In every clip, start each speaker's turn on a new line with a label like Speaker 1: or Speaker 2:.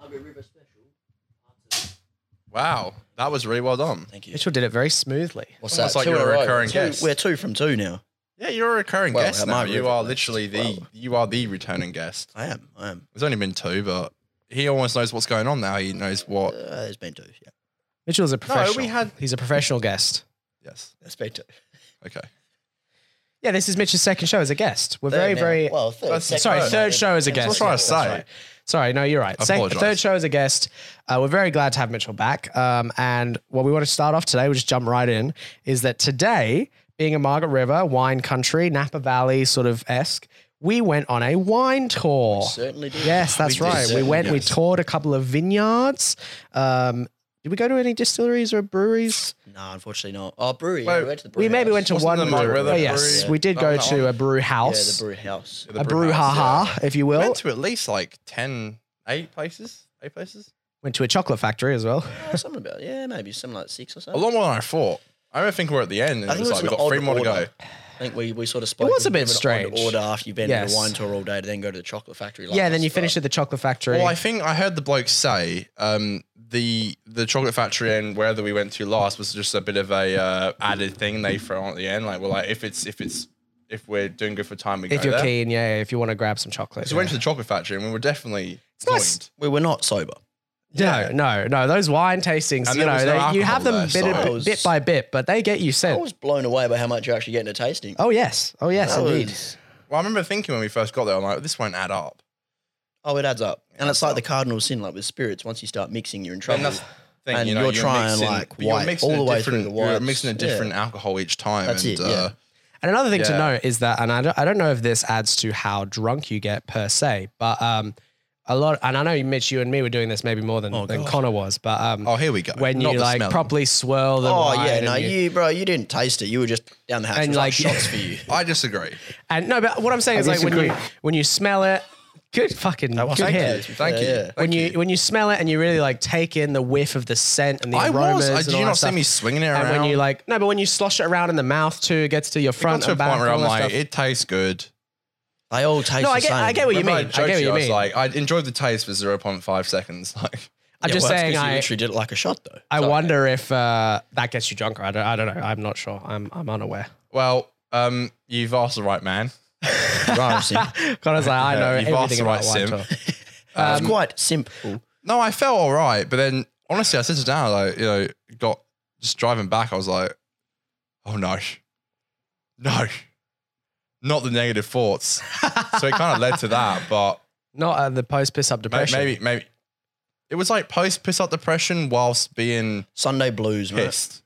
Speaker 1: Mojave River special.
Speaker 2: Wow, that was really well done.
Speaker 3: Thank you.
Speaker 4: Mitchell did it very smoothly.
Speaker 3: What's
Speaker 2: Almost
Speaker 3: that?
Speaker 2: like
Speaker 3: Two
Speaker 2: you're
Speaker 3: in
Speaker 2: a
Speaker 3: row.
Speaker 2: recurring
Speaker 3: Two-
Speaker 2: guest.
Speaker 3: We're two from two now.
Speaker 2: Yeah, you're a recurring
Speaker 3: Well,
Speaker 2: guest
Speaker 3: at
Speaker 2: now.
Speaker 3: my
Speaker 2: You
Speaker 3: river,
Speaker 2: are
Speaker 3: mate.
Speaker 2: literally the
Speaker 3: Well.
Speaker 2: you are the returning guest.
Speaker 3: I am. I am.
Speaker 2: There's only been two, but he almost knows what's going on now. He knows
Speaker 3: Uh,
Speaker 2: what.
Speaker 3: there's been two. Yeah,
Speaker 4: Mitchell's a professional.
Speaker 2: we had-
Speaker 4: He's a professional guest.
Speaker 2: Yes.
Speaker 3: there's been two.
Speaker 2: Okay.
Speaker 4: Yeah, this is Mitch's second show as a guest. We're very,
Speaker 3: Third now.
Speaker 4: very.
Speaker 3: well. Third,
Speaker 2: That's-
Speaker 3: second
Speaker 4: sorry,
Speaker 3: row.
Speaker 4: third show as a
Speaker 3: That's
Speaker 4: guest.
Speaker 3: what I
Speaker 2: That's what I
Speaker 3: say.
Speaker 2: say.
Speaker 4: Sorry, no, you're right.
Speaker 2: I
Speaker 4: Sec-
Speaker 2: apologise.
Speaker 4: third show as a guest. Uh, we're very glad to have Mitchell back. Um, and what we want to start off today, we'll just jump right in, is that today, being a Margaret River wine country, Napa Valley sort of esque, we went on a wine tour.
Speaker 3: Certainly did.
Speaker 4: Yes,
Speaker 2: We
Speaker 4: that's
Speaker 2: did,
Speaker 4: right. We
Speaker 2: certainly,
Speaker 4: went, we
Speaker 2: yes.
Speaker 4: toured a couple of vineyards. Um, did we go to any distilleries or breweries?
Speaker 3: No, unfortunately not. Oh, brewery.
Speaker 2: Well,
Speaker 3: yeah, we went to the brewery
Speaker 4: We maybe
Speaker 3: house.
Speaker 4: went to
Speaker 2: Wasn't
Speaker 4: one
Speaker 2: the Margaret
Speaker 4: brewery.
Speaker 2: River
Speaker 4: Oh, yes,
Speaker 2: brewery-
Speaker 4: we did
Speaker 2: that
Speaker 4: go
Speaker 2: was that
Speaker 4: to
Speaker 2: one?
Speaker 4: a brew house,
Speaker 3: Yeah, the brew house.
Speaker 2: The
Speaker 4: a
Speaker 2: brew
Speaker 4: brew
Speaker 2: house,
Speaker 4: haha,
Speaker 2: yeah.
Speaker 4: if you
Speaker 2: We
Speaker 4: will.
Speaker 2: went to at least like 10, eight places, eight places.
Speaker 4: went to a chocolate factory as well.
Speaker 3: Oh, something about yeah, maybe something like six or
Speaker 2: A
Speaker 3: something.
Speaker 2: lot more than I thought. I remember thinking we're at the end, and
Speaker 3: I
Speaker 2: it was
Speaker 3: think it
Speaker 2: like
Speaker 3: was
Speaker 2: we've
Speaker 3: an
Speaker 2: got three
Speaker 3: odd
Speaker 2: more to go.
Speaker 3: order. I think we, we sort of spoke.
Speaker 4: was a
Speaker 3: in
Speaker 4: bit
Speaker 3: of an odd
Speaker 4: strange.
Speaker 3: Order after you've been to
Speaker 4: Yes.
Speaker 3: the wine tour all day to then go to the chocolate factory.
Speaker 4: yeah,
Speaker 3: last,
Speaker 4: then you
Speaker 3: but-
Speaker 4: finish at the chocolate factory.
Speaker 2: Well, Oh, I think I heard the bloke say um, the the chocolate factory and wherever we went to last was just a bit of a uh, added thing they throw on at the end. Like, we're like if it's if it's if we're doing good for time, we
Speaker 4: if
Speaker 2: go
Speaker 4: you're
Speaker 2: there.
Speaker 4: keen, yeah, if you want to grab some chocolate.
Speaker 2: So we went to the chocolate factory and we were definitely
Speaker 4: It's nice.
Speaker 2: joined.
Speaker 3: We were not sober.
Speaker 4: yeah. No, no, no. Those wine tastings,
Speaker 2: And
Speaker 4: you
Speaker 2: there
Speaker 4: know,
Speaker 2: was no
Speaker 4: they, you have them
Speaker 2: alcohol there,
Speaker 4: bit,
Speaker 2: so Oh.
Speaker 4: bit,
Speaker 2: I
Speaker 3: was-
Speaker 4: bit by bit, but they get you
Speaker 3: I
Speaker 4: sent.
Speaker 3: was blown away by how much you're actually getting to tasting.
Speaker 4: oh, yes. Oh, yes,
Speaker 3: That
Speaker 4: indeed.
Speaker 3: was-
Speaker 2: Well, I remember thinking when we first got there, I'm like, this won't add up.
Speaker 3: Oh, it adds up, and it's
Speaker 2: adds
Speaker 3: like
Speaker 2: up.
Speaker 3: the cardinal sin, like with spirits. Once you start mixing, you're in trouble.
Speaker 2: And that's the thing,
Speaker 3: And
Speaker 2: you know,
Speaker 3: you're trying, like,
Speaker 2: but you're
Speaker 3: white
Speaker 2: mixing
Speaker 3: all
Speaker 2: a
Speaker 3: the way
Speaker 2: different-
Speaker 3: through the
Speaker 2: You're
Speaker 3: whites.
Speaker 2: mixing a
Speaker 3: Yeah.
Speaker 2: different alcohol each time.
Speaker 3: That's
Speaker 2: and,
Speaker 3: it, yeah.
Speaker 2: Uh,
Speaker 4: And another thing to
Speaker 2: Yeah.
Speaker 4: note is that, and I don't, I don't know if this adds to how drunk you get per se, but um, a lot, and I know, Mitch, you and me were doing this maybe more than,
Speaker 3: Oh,
Speaker 4: than
Speaker 3: God.
Speaker 4: Connor was, but um,
Speaker 2: oh, here we go.
Speaker 4: when
Speaker 2: Not
Speaker 4: you
Speaker 2: the
Speaker 4: like
Speaker 2: smell.
Speaker 4: properly swirl the
Speaker 3: oh
Speaker 4: wine
Speaker 3: yeah, no,
Speaker 4: and
Speaker 3: you, bro, you didn't taste it. You were just down the hatch.
Speaker 4: And
Speaker 3: And like,
Speaker 4: like-
Speaker 3: shots for you.
Speaker 2: I disagree.
Speaker 4: and no, but what I'm saying is like when you when you smell it, good fucking good
Speaker 2: Oh, Thank
Speaker 4: hair.
Speaker 2: you. Thank you.
Speaker 3: Yeah, yeah.
Speaker 2: Thank
Speaker 4: when you, when you smell it and you really like take in the whiff of the scent and the
Speaker 2: I
Speaker 4: aromas.
Speaker 2: was. I,
Speaker 4: and
Speaker 2: did
Speaker 4: all
Speaker 2: you
Speaker 4: that
Speaker 2: not see
Speaker 4: stuff.
Speaker 2: me swinging it
Speaker 4: And
Speaker 2: around?
Speaker 4: when you like no, but when you slosh it around in the mouth too, it gets to your
Speaker 2: It got
Speaker 4: front
Speaker 2: to a
Speaker 4: and back.
Speaker 2: point where
Speaker 4: and
Speaker 2: I'm
Speaker 4: all that
Speaker 2: like,
Speaker 4: stuff.
Speaker 2: it tastes good.
Speaker 3: They all taste
Speaker 4: no,
Speaker 3: the
Speaker 4: I get,
Speaker 3: same.
Speaker 4: I get what you mean.
Speaker 2: Remember
Speaker 4: I
Speaker 2: joked
Speaker 4: get what
Speaker 2: to
Speaker 4: you
Speaker 2: I was
Speaker 4: mean.
Speaker 2: like, I enjoyed the taste for 0.5 seconds. Like,
Speaker 4: I'm
Speaker 3: Yeah,
Speaker 4: just
Speaker 3: well, that's 'cause
Speaker 4: saying,
Speaker 3: you
Speaker 4: I,
Speaker 3: literally did it like a shot though.
Speaker 4: I wonder if uh, that gets you drunk. I don't, I don't know. I'm not sure. I'm, I'm unaware.
Speaker 2: well, um, you've asked the right man.
Speaker 4: Connor's like, I know
Speaker 2: You've asked the
Speaker 4: everything about
Speaker 2: right
Speaker 4: wine. Um,
Speaker 2: sim.
Speaker 4: talk. Um,
Speaker 3: it's quite simple.
Speaker 2: No, I felt all right, but then honestly, I sat down. Like, you know, got just driving back. I was like, oh no, no, not the negative thoughts. so it kind of led to that, but
Speaker 4: Not uh, the post piss up
Speaker 2: ma-
Speaker 4: depression.
Speaker 2: maybe, maybe it was like post piss up depression whilst being
Speaker 3: Sunday blues, mate.
Speaker 2: pissed.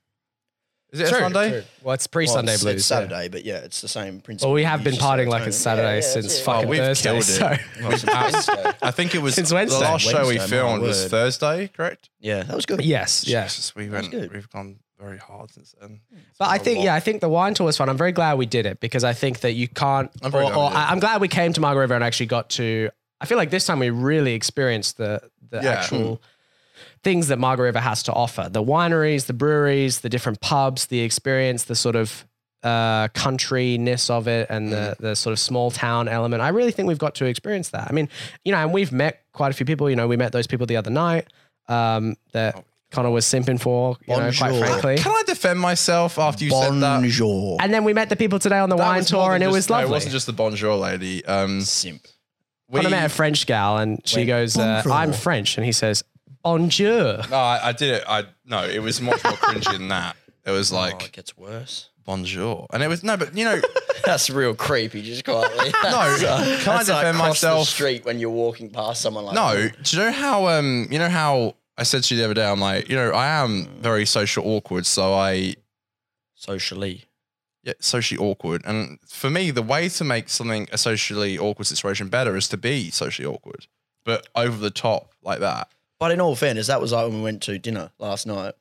Speaker 2: Is it
Speaker 4: True,
Speaker 2: a Sunday?
Speaker 4: true. Well, it's pre
Speaker 3: Well,
Speaker 4: Sunday
Speaker 3: it's,
Speaker 4: blues.
Speaker 3: It's
Speaker 4: yeah.
Speaker 3: Saturday, but yeah, it's the same principle.
Speaker 4: Well, we have
Speaker 3: You
Speaker 4: been
Speaker 3: just
Speaker 4: partying
Speaker 3: serotonin.
Speaker 4: like it's Saturday
Speaker 3: Yeah, yeah,
Speaker 4: since
Speaker 3: yeah.
Speaker 4: fucking
Speaker 2: Oh, we've
Speaker 4: Thursday.
Speaker 2: killed it.
Speaker 4: So.
Speaker 2: I- I think it was
Speaker 4: Since Wednesday.
Speaker 2: The last show we
Speaker 3: Wednesday, my
Speaker 2: filmed was
Speaker 3: word.
Speaker 2: Thursday, correct?
Speaker 3: Yeah, that was good.
Speaker 4: Yes, yes.
Speaker 2: Jesus, we
Speaker 3: was
Speaker 2: went.
Speaker 3: good.
Speaker 2: We've gone very hard since then.
Speaker 4: But I think, yeah, I think the wine tour was fun. I'm very glad we did it because I think that you can't,
Speaker 2: I'm
Speaker 4: or,
Speaker 2: very glad we
Speaker 4: or
Speaker 2: did it.
Speaker 4: I- I'm glad we came to Margaret River and actually got to, I feel like this time we really experienced the, the
Speaker 2: Yeah.
Speaker 4: actual things that Margaret River has to offer. The wineries, the breweries, the different pubs, the experience, the sort of uh, countryness of it and
Speaker 2: Mm.
Speaker 4: the, the sort of small town element. I really think we've got to experience that. I mean, you know, and we've met quite a few people, you know, we met those people the other night um,
Speaker 2: Oh.
Speaker 4: that Connor was simping for, you know, quite
Speaker 3: Bonjour.
Speaker 4: frankly.
Speaker 2: Can I defend myself after you said that?
Speaker 3: Bonjour.
Speaker 4: And then we met the people today on the
Speaker 2: That
Speaker 4: wine
Speaker 2: was more
Speaker 4: tour,
Speaker 2: than
Speaker 4: and it
Speaker 2: just-
Speaker 4: was
Speaker 2: no,
Speaker 4: lovely.
Speaker 2: it wasn't just the bonjour lady. Um,
Speaker 3: Simp.
Speaker 2: we,
Speaker 4: I met a French gal, and she
Speaker 3: Wait,
Speaker 4: goes, uh,
Speaker 3: bonjour.
Speaker 4: "I'm French," and he says, "Bonjour."
Speaker 2: no, I, I did it. I no, it was much more cringy than that. It was
Speaker 3: Oh, it
Speaker 2: like
Speaker 3: gets worse.
Speaker 2: bonjour, and it was no, but you know,
Speaker 3: That's real creepy, just quietly.
Speaker 2: no.
Speaker 3: That's
Speaker 2: Can I
Speaker 3: like
Speaker 2: defend
Speaker 3: across the
Speaker 2: myself?
Speaker 3: street when you're walking past someone like
Speaker 2: No, do you know how um you know how I said to you the other day, I'm like, you know, I am very social awkward, so I
Speaker 3: socially.
Speaker 2: yeah, socially awkward. And for me, the way to make something a socially awkward situation better is to be socially awkward, but over the top like that.
Speaker 3: But in all fairness, that was like when we went to dinner last night.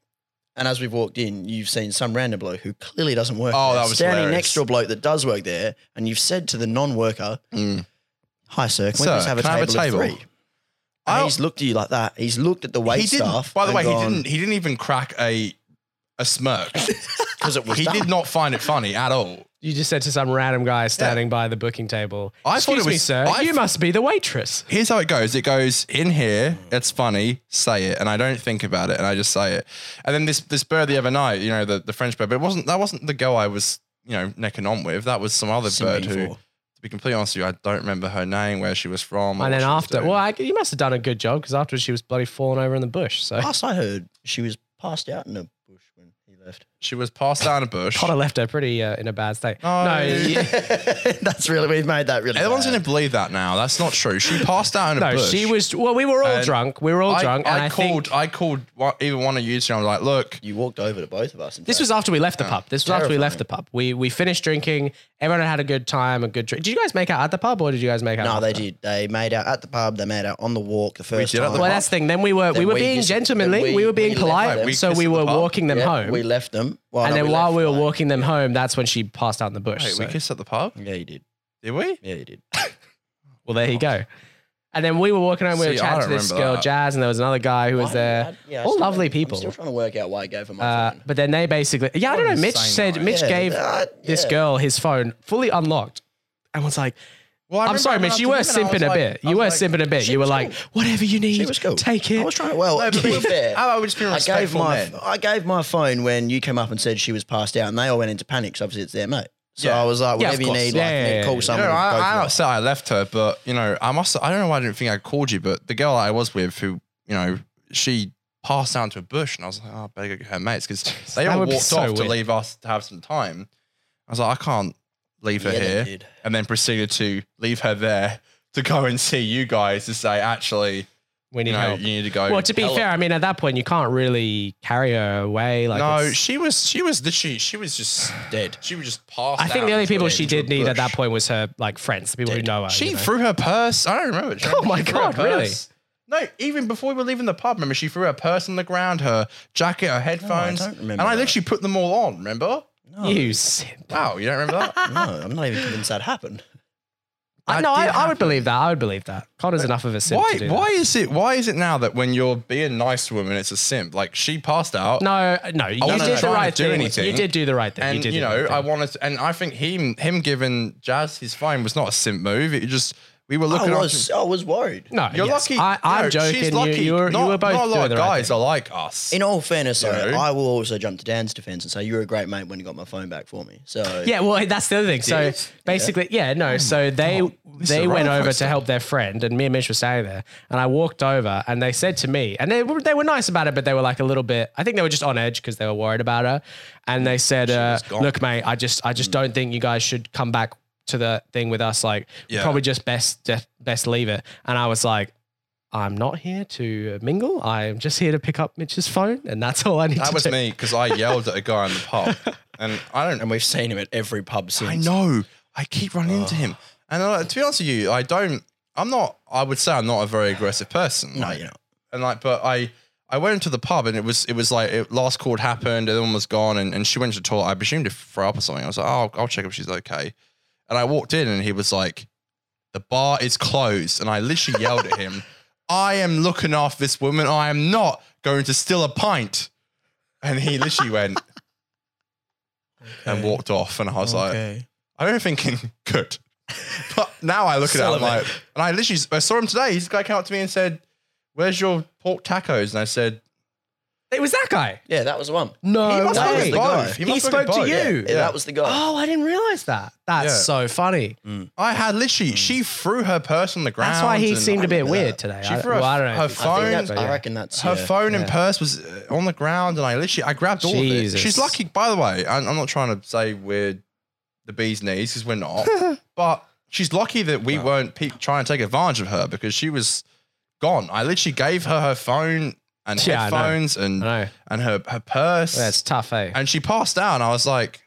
Speaker 3: And as we've walked in, you've seen some random bloke who clearly doesn't work.
Speaker 2: Oh,
Speaker 3: there,
Speaker 2: that was
Speaker 3: standing
Speaker 2: hilarious.
Speaker 3: next to a bloke that does work there, and you've said to the non-worker,
Speaker 2: Mm.
Speaker 3: "Hi, sir, can
Speaker 2: Sir,
Speaker 3: we just have a
Speaker 2: can I have a
Speaker 3: table,
Speaker 2: table?"
Speaker 3: of three? And
Speaker 2: I'll-
Speaker 3: he's looked at you like that. He's looked at the wait
Speaker 2: he didn't.
Speaker 3: staff.
Speaker 2: by the way, he didn't. He didn't even crack a a smirk.
Speaker 3: because it was
Speaker 2: he
Speaker 3: done.
Speaker 2: did not find it funny at all.
Speaker 4: You just said to some random guy standing by the booking table,
Speaker 2: I thought
Speaker 4: Excuse
Speaker 2: it
Speaker 4: me,
Speaker 2: was-
Speaker 4: sir,
Speaker 2: I
Speaker 4: you
Speaker 2: th-
Speaker 4: must be the waitress.
Speaker 2: here's how it goes. It goes in here. It's funny. Say it, and I don't think about it, and I just say it. And then this this bird the other night, you know, the, the French bird, but it wasn't that wasn't the girl I was you know necking on with. That was some other bird
Speaker 3: Simping
Speaker 2: who,
Speaker 3: for.
Speaker 2: to be completely honest with you, I don't remember her name, where she was from, or
Speaker 4: and then
Speaker 2: what she was
Speaker 4: after,
Speaker 2: doing.
Speaker 4: well, I, you must have done a good job because afterwards she was bloody falling over in the bush. So
Speaker 2: Oh.
Speaker 3: Last I heard, she was passed out in a bush when he left.
Speaker 2: she was passed down a bush.
Speaker 4: Potter left her pretty uh, in a bad state.
Speaker 2: No.
Speaker 4: no,
Speaker 3: That's really we've made that really.
Speaker 2: Everyone's
Speaker 3: bad.
Speaker 2: gonna believe that now. That's not true. She passed out in a
Speaker 4: no,
Speaker 2: bush.
Speaker 4: she was. Well, we were all
Speaker 2: And
Speaker 4: drunk. We were all
Speaker 2: I,
Speaker 4: drunk. and
Speaker 2: I,
Speaker 4: I
Speaker 2: called.
Speaker 4: Think,
Speaker 2: I called one, even one of you two. I was like, "Look,
Speaker 3: You walked over to both of us. in
Speaker 4: this
Speaker 3: fact.
Speaker 4: was after we left the
Speaker 2: Oh,
Speaker 4: pub. This was after we left
Speaker 3: terrifying.
Speaker 4: the pub. We we finished drinking. Everyone had had a good time, a good drink. Did you guys make out at the pub or did you guys make out?
Speaker 3: no, they
Speaker 4: after?
Speaker 3: did. They made out at the pub. They made out on the walk the first
Speaker 2: did at
Speaker 3: time.
Speaker 2: the
Speaker 4: Well,
Speaker 2: pub.
Speaker 4: that's the thing. Then we were we
Speaker 3: Then
Speaker 4: were
Speaker 3: we
Speaker 4: being
Speaker 3: just-
Speaker 4: gentlemanly.
Speaker 3: then
Speaker 4: we,
Speaker 3: we-
Speaker 4: were being
Speaker 3: we left
Speaker 4: polite,
Speaker 2: them. We
Speaker 4: so we
Speaker 2: kissed at
Speaker 4: were
Speaker 2: the pub.
Speaker 4: walking them
Speaker 3: Yeah,
Speaker 4: home.
Speaker 3: We left them. Well,
Speaker 4: and
Speaker 3: no,
Speaker 4: then while
Speaker 3: left,
Speaker 4: we were
Speaker 3: like-
Speaker 4: walking them home, that's when she passed out in the bush.
Speaker 2: wait, we
Speaker 4: so-
Speaker 2: kissed at the pub."
Speaker 3: Yeah, you did.
Speaker 2: Did we?
Speaker 3: Yeah, you did.
Speaker 4: well, there you go. And then we were walking home. We were
Speaker 2: See, I
Speaker 4: chatting to
Speaker 2: don't
Speaker 4: this
Speaker 2: remember
Speaker 4: girl,
Speaker 2: that.
Speaker 4: Jazz, and there was another guy who was
Speaker 3: Why?
Speaker 4: there.
Speaker 3: Yeah, I
Speaker 4: all
Speaker 3: still
Speaker 4: lovely
Speaker 3: don't-
Speaker 4: people.
Speaker 3: I'm still trying to work out why I gave her my
Speaker 4: Uh,
Speaker 3: phone.
Speaker 4: but then they basically, yeah, I
Speaker 2: What
Speaker 4: don't know.
Speaker 2: an
Speaker 4: Mitch
Speaker 2: insane
Speaker 4: said
Speaker 2: night.
Speaker 4: Mitch
Speaker 3: Yeah,
Speaker 4: gave
Speaker 3: that-
Speaker 4: this
Speaker 3: yeah.
Speaker 4: girl his phone fully unlocked and was like,
Speaker 2: Well,
Speaker 4: "I'm
Speaker 2: remember
Speaker 4: sorry,
Speaker 2: I went
Speaker 4: Mitch,
Speaker 2: up
Speaker 4: you
Speaker 2: to
Speaker 4: were
Speaker 2: him and I was
Speaker 4: simping a
Speaker 2: like-
Speaker 4: bit.
Speaker 2: I
Speaker 4: You
Speaker 2: was
Speaker 4: were
Speaker 2: like-
Speaker 4: simping a bit.
Speaker 3: she
Speaker 4: You were
Speaker 3: was
Speaker 4: like,
Speaker 3: cool.
Speaker 4: whatever you need,
Speaker 3: She was cool.
Speaker 4: take it."
Speaker 3: I was trying to. Well,
Speaker 2: No,
Speaker 3: to
Speaker 2: but
Speaker 3: be
Speaker 2: we-
Speaker 3: fair,
Speaker 2: I was just being
Speaker 3: I gave
Speaker 2: respectful
Speaker 3: my
Speaker 2: then.
Speaker 3: I gave my phone when you came up and said she was passed out, and they all went into panic. So obviously it's their mate. So
Speaker 2: Yeah.
Speaker 3: I was like,
Speaker 4: Yeah, of
Speaker 3: whatever you
Speaker 4: course.
Speaker 3: need,
Speaker 4: Yeah,
Speaker 3: like,
Speaker 4: yeah,
Speaker 3: call
Speaker 4: yeah, yeah.
Speaker 2: You know,
Speaker 3: someone. go
Speaker 2: I,
Speaker 3: for
Speaker 2: I'm
Speaker 3: it.
Speaker 2: upset I left her, but you know, I must. I don't know why I didn't think I called you, but the girl I was with, who you know, she passed down to a bush, and I was like, oh, I better go get her mates because they
Speaker 4: That
Speaker 2: all
Speaker 4: would be
Speaker 2: walked
Speaker 4: so
Speaker 2: off to
Speaker 4: weird.
Speaker 2: leave us to have some time. I was like, I can't leave her
Speaker 3: Yeah, they
Speaker 2: here,
Speaker 3: did.
Speaker 2: and then proceeded to leave her there to go and see you guys to say, actually,
Speaker 4: We need
Speaker 2: you know,
Speaker 4: help.
Speaker 2: you need to go.
Speaker 4: Well, to be
Speaker 2: tell her.
Speaker 4: fair, I mean, at that point, you can't really carry her away. Like,
Speaker 2: no,
Speaker 4: it's-
Speaker 2: she was she was literally she was just dead. She was just passed.
Speaker 4: I think
Speaker 2: out
Speaker 4: the only
Speaker 2: into
Speaker 4: people
Speaker 2: a-
Speaker 4: she
Speaker 2: into a
Speaker 4: did need at that
Speaker 2: bush.
Speaker 4: point was her like friends, the people who know her.
Speaker 2: She
Speaker 4: you know?
Speaker 2: threw her purse. I don't remember.
Speaker 4: Oh my
Speaker 2: She threw her
Speaker 4: God, really?
Speaker 2: purse. No, even before we were leaving the pub, remember she threw her purse on the ground, her jacket, her headphones,
Speaker 3: Oh, don't remember
Speaker 2: and I
Speaker 3: that.
Speaker 2: literally put them all on. Remember?
Speaker 4: you. Simp.
Speaker 2: Wow, you don't remember that?
Speaker 3: No, I'm not even convinced that happened.
Speaker 4: I,
Speaker 2: That
Speaker 4: no, I,
Speaker 2: did
Speaker 4: I would believe that. I would believe that. Connor's enough of a simp.
Speaker 2: why?
Speaker 4: to do that.
Speaker 2: Why is it? Why is it now that when you're being nice to women, it's a simp? Like she passed out.
Speaker 4: No, no, you
Speaker 2: wasn't
Speaker 4: did
Speaker 2: trying
Speaker 4: the
Speaker 2: to
Speaker 4: right
Speaker 2: do
Speaker 4: thing.
Speaker 2: anything.
Speaker 4: You did do the right thing.
Speaker 2: And
Speaker 4: did
Speaker 2: you,
Speaker 4: do the
Speaker 2: know,
Speaker 4: right
Speaker 2: I
Speaker 4: thing.
Speaker 2: wanted, to, and I think him him giving Jazz his phone was not a simp move. It just we were looking.
Speaker 3: I
Speaker 2: after-
Speaker 3: was, I was worried.
Speaker 4: No,
Speaker 2: You're
Speaker 4: yes.
Speaker 2: lucky.
Speaker 4: I, I'm
Speaker 2: you know,
Speaker 4: joking.
Speaker 2: She's
Speaker 4: You-
Speaker 2: lucky.
Speaker 4: You, were,
Speaker 2: not,
Speaker 4: you were both
Speaker 2: not a
Speaker 4: doing
Speaker 2: lot
Speaker 4: the
Speaker 2: of
Speaker 4: right
Speaker 2: guys
Speaker 4: thing.
Speaker 2: are like us.
Speaker 3: In all fairness, though,
Speaker 2: know?
Speaker 3: I will also jump to Dan's defense and say you were a great mate when you got my phone back for me. So
Speaker 4: Yeah, well, that's the other thing. So
Speaker 2: Did? Hmm.
Speaker 4: basically, yeah, no. so they
Speaker 2: Oh, is a
Speaker 4: they went
Speaker 2: roller
Speaker 4: over
Speaker 2: coaster.
Speaker 4: to help their friend, and me and Mitch were standing there, and I walked over, and they said to me, and they were they were nice about it, but they were like a little bit. I think they were just on edge because they were worried about her, and they said, uh,
Speaker 2: Mm. was gone. Mm.
Speaker 4: "Look, mate, I just I just don't think you guys should come back to the thing with us. Like,
Speaker 2: Yeah.
Speaker 4: probably just best de- best leave it." And I was like. I'm not here to mingle. I'm just here to pick up Mitch's phone, and that's all I need
Speaker 2: That
Speaker 4: to
Speaker 2: was
Speaker 4: do.
Speaker 2: me because I yelled at a guy in the pub, and I don't.
Speaker 3: and we've seen him at every pub since.
Speaker 2: I know. I keep running into him, and I, to be honest with you, I don't. I'm not. I would say I'm not a very aggressive person.
Speaker 3: No,
Speaker 2: like,
Speaker 3: you're not.
Speaker 2: and like, but I. I went into the pub and it was it was like it, last call had happened, everyone was gone, and, and she went to the toilet. I presumed to throw up or something. I was like, oh, I'll check if she's okay. And I walked in and he was like, the bar is closed. And I literally yelled at him, I am looking after this woman. I am not going to steal a pint. And he literally went and walked off. And I was like, I remember thinking, good. But now I look at it, I'm
Speaker 3: Sullivan.
Speaker 2: like, and I literally, I saw him today. This guy came up to me and said, Where's your pork tacos? And I said,
Speaker 4: It was that guy.
Speaker 3: yeah, that was the one.
Speaker 4: No,
Speaker 2: He must
Speaker 3: Oh, that
Speaker 2: have
Speaker 3: was
Speaker 2: been
Speaker 3: the guy.
Speaker 2: both.
Speaker 4: He
Speaker 2: must have
Speaker 4: spoke
Speaker 2: been
Speaker 4: to
Speaker 2: both.
Speaker 4: you.
Speaker 3: Yeah, that was the guy.
Speaker 4: Oh, I didn't realize that. That's
Speaker 2: Yeah.
Speaker 4: so funny.
Speaker 2: I had literally, she threw her purse on the ground.
Speaker 4: That's why he
Speaker 2: and
Speaker 4: seemed a bit
Speaker 3: remember
Speaker 4: weird
Speaker 3: that.
Speaker 4: today.
Speaker 2: She
Speaker 4: I,
Speaker 2: threw
Speaker 4: well,
Speaker 2: her-
Speaker 4: I don't know.
Speaker 2: her
Speaker 4: if it's
Speaker 3: I, think
Speaker 2: phone-
Speaker 3: that's,
Speaker 4: but
Speaker 3: I
Speaker 4: yeah.
Speaker 3: reckon that's
Speaker 2: Her
Speaker 3: yeah.
Speaker 2: phone and purse was uh, on the ground, and I literally, I grabbed all of it.
Speaker 4: Jesus.
Speaker 2: She's lucky, by the way. I'm, I'm not trying to say we're the bee's knees because we're not, but she's lucky that we weren't pe- trying to take advantage of her because she was gone. I literally gave her her phone and
Speaker 4: Yeah, I know.
Speaker 2: headphones and
Speaker 4: I know.
Speaker 2: and her her purse,
Speaker 4: That's tough, eh?
Speaker 2: and she passed out. And I was like,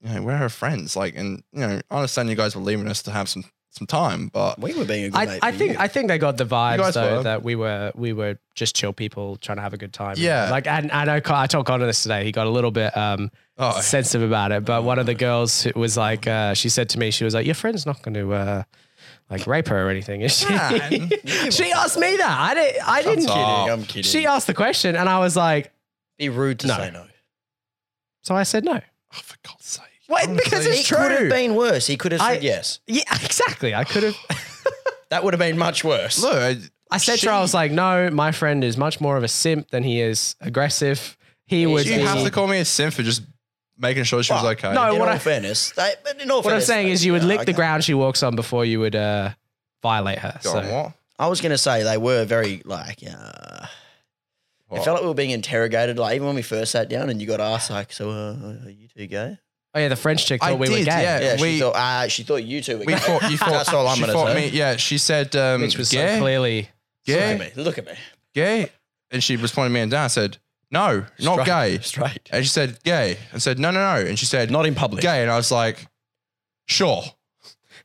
Speaker 2: you know, where are her friends? Like, and you know, I understand you guys were leaving us to have some some time, but
Speaker 3: We were being a good
Speaker 4: I,
Speaker 3: mate.
Speaker 4: I
Speaker 3: for
Speaker 4: think
Speaker 3: you.
Speaker 4: I think they got the vibes
Speaker 2: guys
Speaker 4: though
Speaker 2: were.
Speaker 4: that we were we were just chill people trying to have a good time.
Speaker 2: Yeah.
Speaker 4: like and I know Con- I told Connor this today. He got a little bit um
Speaker 2: Oh.
Speaker 4: sensitive about it, but one of the girls who was like, uh, she said to me, she was like, "Your friend's not going to uh, like rape her or anything, is she?"
Speaker 2: Man.
Speaker 4: she asked me that. I didn't. I didn't.
Speaker 2: kidding,
Speaker 3: I'm kidding.
Speaker 4: She asked the question, and I was like,
Speaker 3: be rude to
Speaker 4: No.
Speaker 3: say no.
Speaker 4: so I said no.
Speaker 2: oh, for God's sake.
Speaker 4: Wait, because
Speaker 3: It
Speaker 4: it's
Speaker 3: could have
Speaker 4: true.
Speaker 3: been worse. He could have said
Speaker 4: I-
Speaker 3: yes.
Speaker 4: yeah, exactly. I could have.
Speaker 3: That would have been much worse.
Speaker 2: Look, I,
Speaker 4: I said to her, I was like, no, my friend is much more of a simp than he is aggressive. He would
Speaker 2: you
Speaker 4: be.
Speaker 2: have to call me a simp for just making sure she was
Speaker 3: Well,
Speaker 2: okay.
Speaker 4: no,
Speaker 3: in
Speaker 4: what
Speaker 3: all
Speaker 4: I-
Speaker 3: fairness, they, but in all
Speaker 4: what I'm
Speaker 3: fairness,
Speaker 4: saying
Speaker 3: they-
Speaker 4: is, you would
Speaker 3: yeah,
Speaker 4: lick the
Speaker 3: okay.
Speaker 4: ground she walks on before you would uh, violate her.
Speaker 2: Go
Speaker 4: so.
Speaker 2: on, what?
Speaker 3: I was going to say they were very like. Uh,
Speaker 2: What?
Speaker 3: It felt like we were being interrogated. Like even when we first sat down, and you got asked like, "So uh, are you two gay?"
Speaker 4: Oh yeah, the French chick
Speaker 2: I
Speaker 4: thought we were
Speaker 2: did,
Speaker 4: gay.
Speaker 2: yeah.
Speaker 3: Yeah, she
Speaker 2: we-
Speaker 3: thought. Uh, she thought you two were
Speaker 2: We
Speaker 3: gay.
Speaker 2: fought, you fought,
Speaker 3: That's all I'm
Speaker 2: she
Speaker 3: gonna
Speaker 2: fought
Speaker 3: say.
Speaker 2: me. Yeah, she said, um,
Speaker 4: Which was
Speaker 2: gay,
Speaker 4: so clearly
Speaker 3: Look
Speaker 2: gay,
Speaker 3: at me. Look at me.
Speaker 2: gay. And she was pointing me and down. I said, no, not
Speaker 3: Straight.
Speaker 2: gay.
Speaker 3: Straight.
Speaker 2: And she said, gay. And said, no, no, no. And she said,
Speaker 3: Not in public.
Speaker 2: gay. And I was like, sure.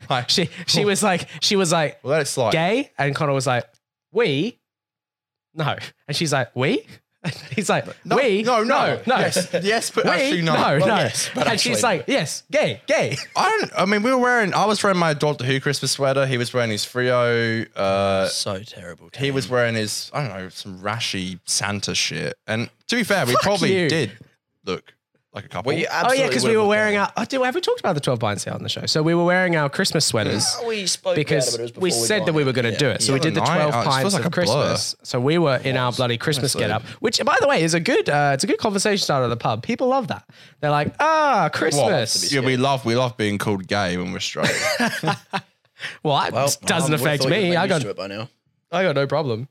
Speaker 2: Like,
Speaker 4: she she was like she was like
Speaker 2: well, let it slide.
Speaker 4: gay, and Connor was like we, no, and she's like we. He's like
Speaker 2: No,
Speaker 4: we.
Speaker 2: no, no,
Speaker 4: no.
Speaker 2: Yes, yes, but
Speaker 4: We?
Speaker 2: actually
Speaker 4: no,
Speaker 2: not.
Speaker 4: no.
Speaker 3: yes, but
Speaker 4: and
Speaker 3: actually
Speaker 4: she's like, yes, gay, gay.
Speaker 2: I don't. I mean, we were wearing. I was wearing my Doctor Who Christmas sweater. He was wearing his Frio. Uh,
Speaker 3: So terrible.
Speaker 2: he was
Speaker 4: Mm.
Speaker 2: wearing his. I don't know some rashy Santa shit. And to be fair, we probably
Speaker 4: you.
Speaker 2: did look like a couple.
Speaker 4: Oh yeah, because we were wearing our. Oh, did, have we talked about the twelve pints here on the show? So we were wearing our Christmas sweaters.
Speaker 3: We spoke about
Speaker 4: because
Speaker 3: it, but it was
Speaker 4: we
Speaker 3: before
Speaker 4: said
Speaker 3: got
Speaker 4: that we
Speaker 3: here.
Speaker 4: were going to
Speaker 3: Yeah.
Speaker 4: do it. So we
Speaker 2: The
Speaker 4: did the
Speaker 2: other night,
Speaker 4: 12
Speaker 2: oh, it just
Speaker 4: pints
Speaker 2: feels like
Speaker 4: of
Speaker 2: a blur.
Speaker 4: Christmas. So we were in our bloody Christmas
Speaker 2: Honestly.
Speaker 4: get up, which by the way is a good uh, it's a good conversation starter at the pub. People love that. They're like, "Ah, Christmas."
Speaker 2: Yeah, we love we love being called gay when we're straight.
Speaker 4: Well, that
Speaker 3: Well, um,
Speaker 4: doesn't
Speaker 3: I would've
Speaker 4: affect
Speaker 3: thought you'd
Speaker 4: me.
Speaker 3: been
Speaker 4: I
Speaker 3: used
Speaker 4: got
Speaker 3: to it by now.
Speaker 4: I got no problem.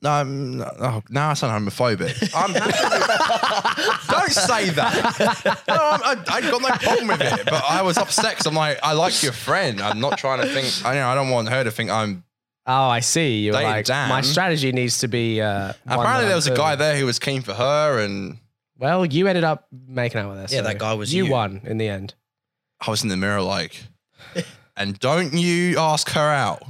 Speaker 2: no, I'm, no, no, now I sound homophobic. I'm happy with- don't say that. No, I'm, I, I got no problem with it, but I was upset 'cause I'm like, I like your friend. I'm not trying to think. I know I don't want her to think I'm.
Speaker 4: Oh, I see. You're
Speaker 2: They
Speaker 4: like,
Speaker 2: damn.
Speaker 4: my strategy needs to be. Uh, one that
Speaker 2: Apparently, there
Speaker 4: I'm
Speaker 2: was a
Speaker 4: doing.
Speaker 2: guy there who was keen for her, and
Speaker 4: Well, you ended up making out with us.
Speaker 3: Yeah, that guy was
Speaker 4: You
Speaker 3: you.
Speaker 4: won in the end.
Speaker 2: I was in the mirror like, and don't you ask her out.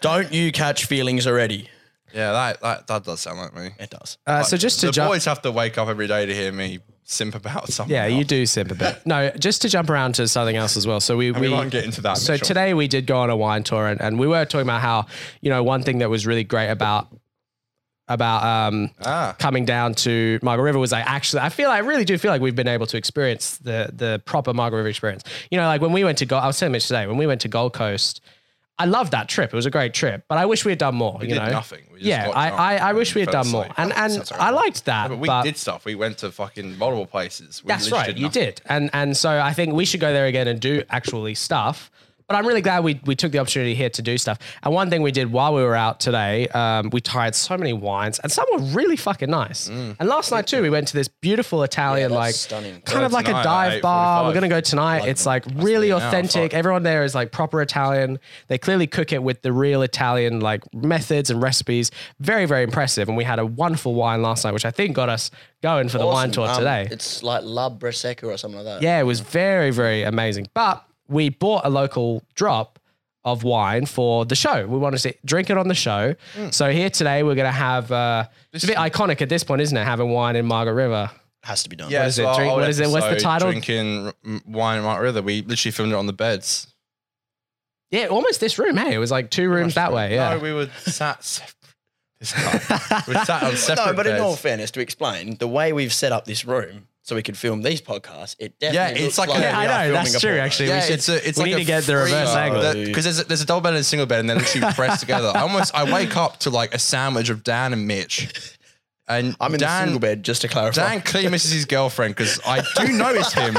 Speaker 3: Don't you catch feelings already?
Speaker 2: Yeah, that that, that does sound like me.
Speaker 3: It does.
Speaker 4: Uh, so just to
Speaker 2: the
Speaker 4: jump.
Speaker 2: boys have to wake up every day to hear me simp about something.
Speaker 4: Yeah, you do simp a bit. No, just to jump around to something else as well. So we,
Speaker 2: We,
Speaker 4: we
Speaker 2: won't get into that.
Speaker 4: So
Speaker 2: Mitchell.
Speaker 4: today we did go on a wine tour and, and we were talking about how, you know, one thing that was really great about about um
Speaker 2: ah,
Speaker 4: coming down to Margaret River was like actually I feel I really do feel like we've been able to experience the the proper Margaret River experience. You know, like when we went to Gold I was telling Mitch today, when we went to Gold Coast, I loved that trip. It was a great trip, but I wish we had done more.
Speaker 2: we
Speaker 4: you
Speaker 2: did
Speaker 4: know,
Speaker 2: nothing. We just
Speaker 4: yeah,
Speaker 2: got
Speaker 4: I,
Speaker 2: drunk
Speaker 4: I I
Speaker 2: and
Speaker 4: wish we had
Speaker 2: fell
Speaker 4: done more,
Speaker 2: asleep.
Speaker 4: and
Speaker 2: That
Speaker 4: and
Speaker 2: sounds
Speaker 4: I
Speaker 2: horrible.
Speaker 4: liked that.
Speaker 2: Yeah, but we did stuff. We went to fucking multiple places. We
Speaker 4: That's
Speaker 2: literally
Speaker 4: right.
Speaker 2: did
Speaker 4: You
Speaker 2: nothing.
Speaker 4: did. And and so I think we should go there again and do actually stuff. But I'm really glad we, we took the opportunity here to do stuff. And one thing we did while we were out today, um, we tried so many wines, and some were really fucking nice. And last night too, we went to this beautiful Italian,
Speaker 3: that's
Speaker 4: like
Speaker 3: stunning.
Speaker 4: kind
Speaker 2: Go
Speaker 4: of like
Speaker 2: tonight
Speaker 4: a
Speaker 2: at
Speaker 4: dive bar.
Speaker 2: 8:45.
Speaker 4: We're gonna go tonight. it's like really
Speaker 2: an hour,
Speaker 4: authentic.
Speaker 2: fuck.
Speaker 4: Everyone there is like proper Italian. They clearly cook it with the real Italian like methods and recipes. Very very impressive. And we had a wonderful wine last night, which I think got us going for the wine
Speaker 3: Awesome.
Speaker 4: tour
Speaker 3: Um,
Speaker 4: today.
Speaker 3: It's like La Bresecca or something like that.
Speaker 4: Yeah, it was very, very amazing. But we bought a local drop of wine for the show. We wanted to drink it on the show. So here today, we're going to have, uh, it's a bit iconic at this point, isn't it? Having wine in Margaret River.
Speaker 3: Has to be done.
Speaker 2: Yeah,
Speaker 4: is
Speaker 2: so
Speaker 4: it?
Speaker 2: our
Speaker 4: Drink-
Speaker 2: old
Speaker 4: what is it? What's the
Speaker 2: episode,
Speaker 4: title?
Speaker 2: Drinking mm, wine and Mark River. We literally filmed it on the beds.
Speaker 4: Yeah, almost this room, hey? It was like two rooms that way. Yeah.
Speaker 2: No, we were sat. Separate. This guy. we sat on separate.
Speaker 3: No, but
Speaker 2: beds.
Speaker 3: in all fairness, to explain the way we've set up this room so we could film these podcasts, it definitely
Speaker 2: it's
Speaker 3: looks
Speaker 2: like a- Yeah,
Speaker 3: we
Speaker 2: I
Speaker 3: are filming a porno.
Speaker 2: Yeah, it's a, it's like
Speaker 4: we need
Speaker 2: a
Speaker 4: to get the reverse angle.
Speaker 2: because there's a, there's a double bed and a single bed, and they're literally pressed together. I almost I wake up to like a sandwich of Dan and Mitch, and
Speaker 3: I'm in
Speaker 2: Dan,
Speaker 3: the single bed, just to clarify.
Speaker 2: Dan clearly misses his girlfriend because I do notice him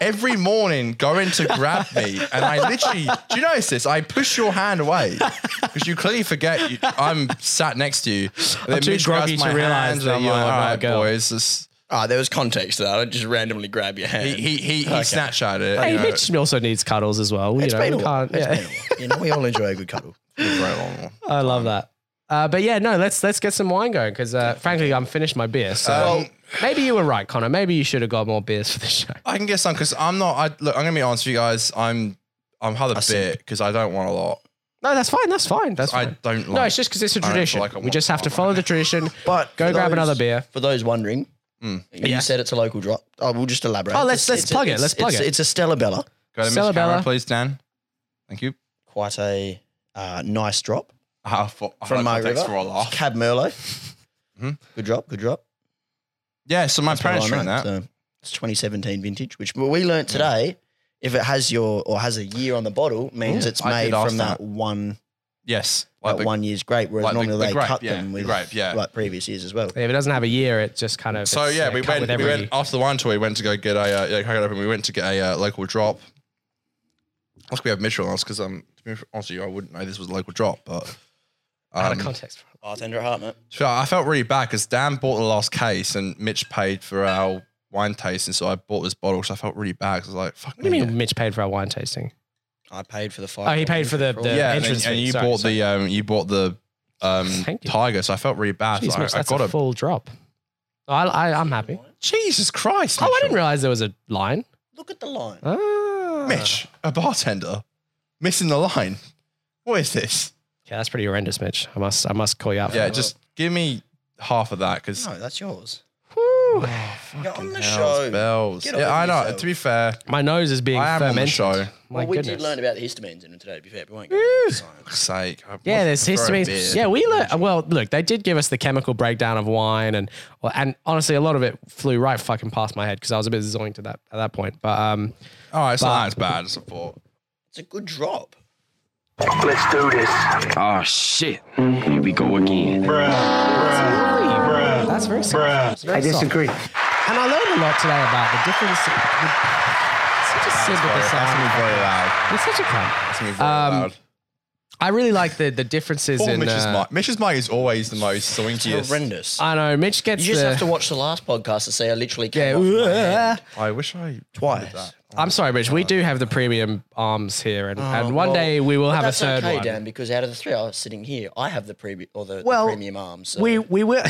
Speaker 2: every morning going to grab me, and I literally do you notice this? I push your hand away because you clearly forget you, I'm sat next to you. And then
Speaker 4: too
Speaker 2: Mitch grabs
Speaker 4: groggy to
Speaker 2: my
Speaker 4: realise
Speaker 2: hand, and
Speaker 4: that
Speaker 2: I'm
Speaker 4: you're
Speaker 2: like,
Speaker 4: my
Speaker 2: all right,
Speaker 4: girl."
Speaker 2: boys. This,
Speaker 3: Ah, there was context to that. I just randomly grab your hand.
Speaker 2: he he he, he Snapchat it.
Speaker 4: Hey,
Speaker 2: you know,
Speaker 4: Mitch also needs cuddles as well. You
Speaker 3: It's
Speaker 4: know,
Speaker 3: been a
Speaker 4: we
Speaker 3: while.
Speaker 4: can't-
Speaker 3: It's
Speaker 4: yeah.
Speaker 3: been a while. You know, we all enjoy a good cuddle.
Speaker 2: Very long.
Speaker 4: I love that. Uh, but yeah, no, let's let's get some wine going because uh, frankly, I'm finished my beer. So
Speaker 2: Um,
Speaker 4: maybe you were right, Connor. Maybe you should have got more beers for the show.
Speaker 2: I can get some because I'm not. I look. I'm gonna be honest with you guys. I'm. I'm had a bit because I don't want a lot.
Speaker 4: No, that's fine. That's fine. That's
Speaker 2: I
Speaker 4: fine.
Speaker 2: don't. Like,
Speaker 4: no, it's just because it's
Speaker 2: I
Speaker 4: a
Speaker 2: don't feel
Speaker 4: tradition.
Speaker 2: like I
Speaker 4: we
Speaker 2: want
Speaker 4: just have to
Speaker 2: one
Speaker 4: follow
Speaker 2: right
Speaker 4: the tradition.
Speaker 3: But
Speaker 4: Go
Speaker 3: for
Speaker 4: grab
Speaker 3: those-
Speaker 4: another beer.
Speaker 3: For those wondering,
Speaker 2: Mm.
Speaker 4: Yeah.
Speaker 3: you said it's a local drop. I will just elaborate.
Speaker 4: Oh,
Speaker 3: It's-
Speaker 4: let's- let's
Speaker 3: it's a-
Speaker 4: plug it.
Speaker 3: it's-
Speaker 4: Let's plug
Speaker 3: it's-
Speaker 4: it.
Speaker 3: It's a Stella Bella.
Speaker 2: Go to
Speaker 4: Stella
Speaker 2: Miss Cara,
Speaker 4: Bella.
Speaker 2: please, Dan. Thank you.
Speaker 3: Quite a uh, nice drop
Speaker 2: Ah, for, ah,
Speaker 3: from my
Speaker 2: thanks
Speaker 3: river.
Speaker 2: for a laugh.
Speaker 3: Cab Merlot.
Speaker 2: Mhm.
Speaker 3: Good drop. Good drop.
Speaker 2: Yeah, so my
Speaker 3: That's what
Speaker 2: parents
Speaker 3: I
Speaker 2: drink
Speaker 3: like,
Speaker 2: that.
Speaker 3: so- It's 2017 vintage, which well, we learned today. If it has your or has a year on the bottle, means
Speaker 2: Yeah,
Speaker 3: it's
Speaker 2: I
Speaker 3: made
Speaker 2: did ask
Speaker 3: from that,
Speaker 2: that.
Speaker 3: one
Speaker 2: Yes.
Speaker 3: that
Speaker 2: the-
Speaker 3: one year's grape, whereas
Speaker 2: like the-
Speaker 3: normally
Speaker 2: the
Speaker 3: they
Speaker 2: grape,
Speaker 3: cut
Speaker 2: yeah,
Speaker 3: them
Speaker 2: the
Speaker 3: with
Speaker 2: grape, yeah.
Speaker 3: like previous years as well.
Speaker 4: If it doesn't have a year, it just kind of.
Speaker 2: So
Speaker 4: it's,
Speaker 2: yeah,
Speaker 4: uh,
Speaker 2: we went.
Speaker 4: cut with
Speaker 2: We
Speaker 4: every-
Speaker 2: went after the wine tour. We went to go get a uh, yeah, crack it open. We went to get a uh, local drop. Luckily, we have Mitchell on us because um, to be honest with you, I wouldn't know this was a local drop, but
Speaker 4: out of
Speaker 2: um,
Speaker 4: context.
Speaker 3: Bartender at heart, mate.
Speaker 2: so I felt really bad because Dan bought the last case and Mitch paid for our wine tasting, so I bought this bottle. So I felt really bad because I was like, "Fuck
Speaker 4: What do you
Speaker 2: me."
Speaker 4: mean Mitch paid for our wine tasting?
Speaker 3: I paid for the five.
Speaker 4: Oh, he paid for the, the
Speaker 2: Yeah, and,
Speaker 4: entrance
Speaker 2: and
Speaker 4: fee.
Speaker 2: you
Speaker 4: Sorry,
Speaker 2: bought
Speaker 4: sorry.
Speaker 2: the um, you bought the um
Speaker 4: Thank you.
Speaker 2: tiger, so I felt really bad.
Speaker 4: Jeez,
Speaker 2: so I,
Speaker 4: Mitch,
Speaker 2: Ah, I
Speaker 4: that's
Speaker 2: got
Speaker 4: a
Speaker 2: a
Speaker 4: full drop. Oh, I, I, I'm happy.
Speaker 2: Jesus Christ!
Speaker 4: Oh, I
Speaker 2: Mitchell.
Speaker 4: didn't realize there was a line.
Speaker 3: Look at the line.
Speaker 4: Ah.
Speaker 2: Mitch, a bartender, missing the line. What is this?
Speaker 4: Yeah, that's pretty horrendous, Mitch. I must, I must call you out. for
Speaker 2: Yeah,
Speaker 4: that.
Speaker 2: just give me half of that because
Speaker 3: No, that's yours.
Speaker 4: Whew.
Speaker 3: You're on the show.
Speaker 2: bells.
Speaker 3: Get
Speaker 2: Yeah,
Speaker 3: over
Speaker 2: I know.
Speaker 3: yourself.
Speaker 2: To be fair,
Speaker 4: My nose is being
Speaker 2: I am on the
Speaker 4: fermented.
Speaker 2: show.
Speaker 4: My
Speaker 3: well, we
Speaker 4: goodness.
Speaker 3: did learn about the histamines in them today. To be fair, we won't go into science.
Speaker 2: fuck's sake. I
Speaker 4: yeah,
Speaker 2: must
Speaker 4: there's
Speaker 2: prefer a
Speaker 4: histamine.
Speaker 2: beer.
Speaker 4: Yeah, we learned. Well, look, they did give us the chemical breakdown of wine, and well, and honestly, a lot of it flew right fucking past my head because I was a bit zoinked at that at that point. But um,
Speaker 2: All right, it's not as bad as I thought.
Speaker 3: It's a good drop.
Speaker 5: Let's do this.
Speaker 6: Oh shit. Here we go again.
Speaker 4: that's very. soft. It's very
Speaker 5: I
Speaker 4: soft.
Speaker 5: disagree.
Speaker 4: And I learned a lot today about the difference. The, such a
Speaker 2: That's
Speaker 4: synthesizer.
Speaker 2: gonna be very loud.
Speaker 4: He's such a cunt.
Speaker 2: That's gonna be very
Speaker 4: Um,
Speaker 2: loud.
Speaker 4: I really like the the differences
Speaker 2: Poor
Speaker 4: in.
Speaker 2: Mitch's
Speaker 4: uh,
Speaker 2: mic. Mitch's mic is always the most swingiest.
Speaker 3: Horrendous.
Speaker 4: I know Mitch gets
Speaker 3: you just
Speaker 4: the.
Speaker 3: have to watch the last podcast to see I literally came
Speaker 4: yeah,
Speaker 3: off my hand
Speaker 2: I wish I.
Speaker 3: twice.
Speaker 2: Uh,
Speaker 4: I'm sorry, Mitch. We do have the premium arms here, and, and one day we will
Speaker 3: Oh, But
Speaker 4: have a
Speaker 3: that's
Speaker 4: third
Speaker 3: okay,
Speaker 4: one.
Speaker 3: Dan, because out of the three I was sitting here, I have the premium or the, the
Speaker 4: Well,
Speaker 3: premium arms. so-
Speaker 4: We we will.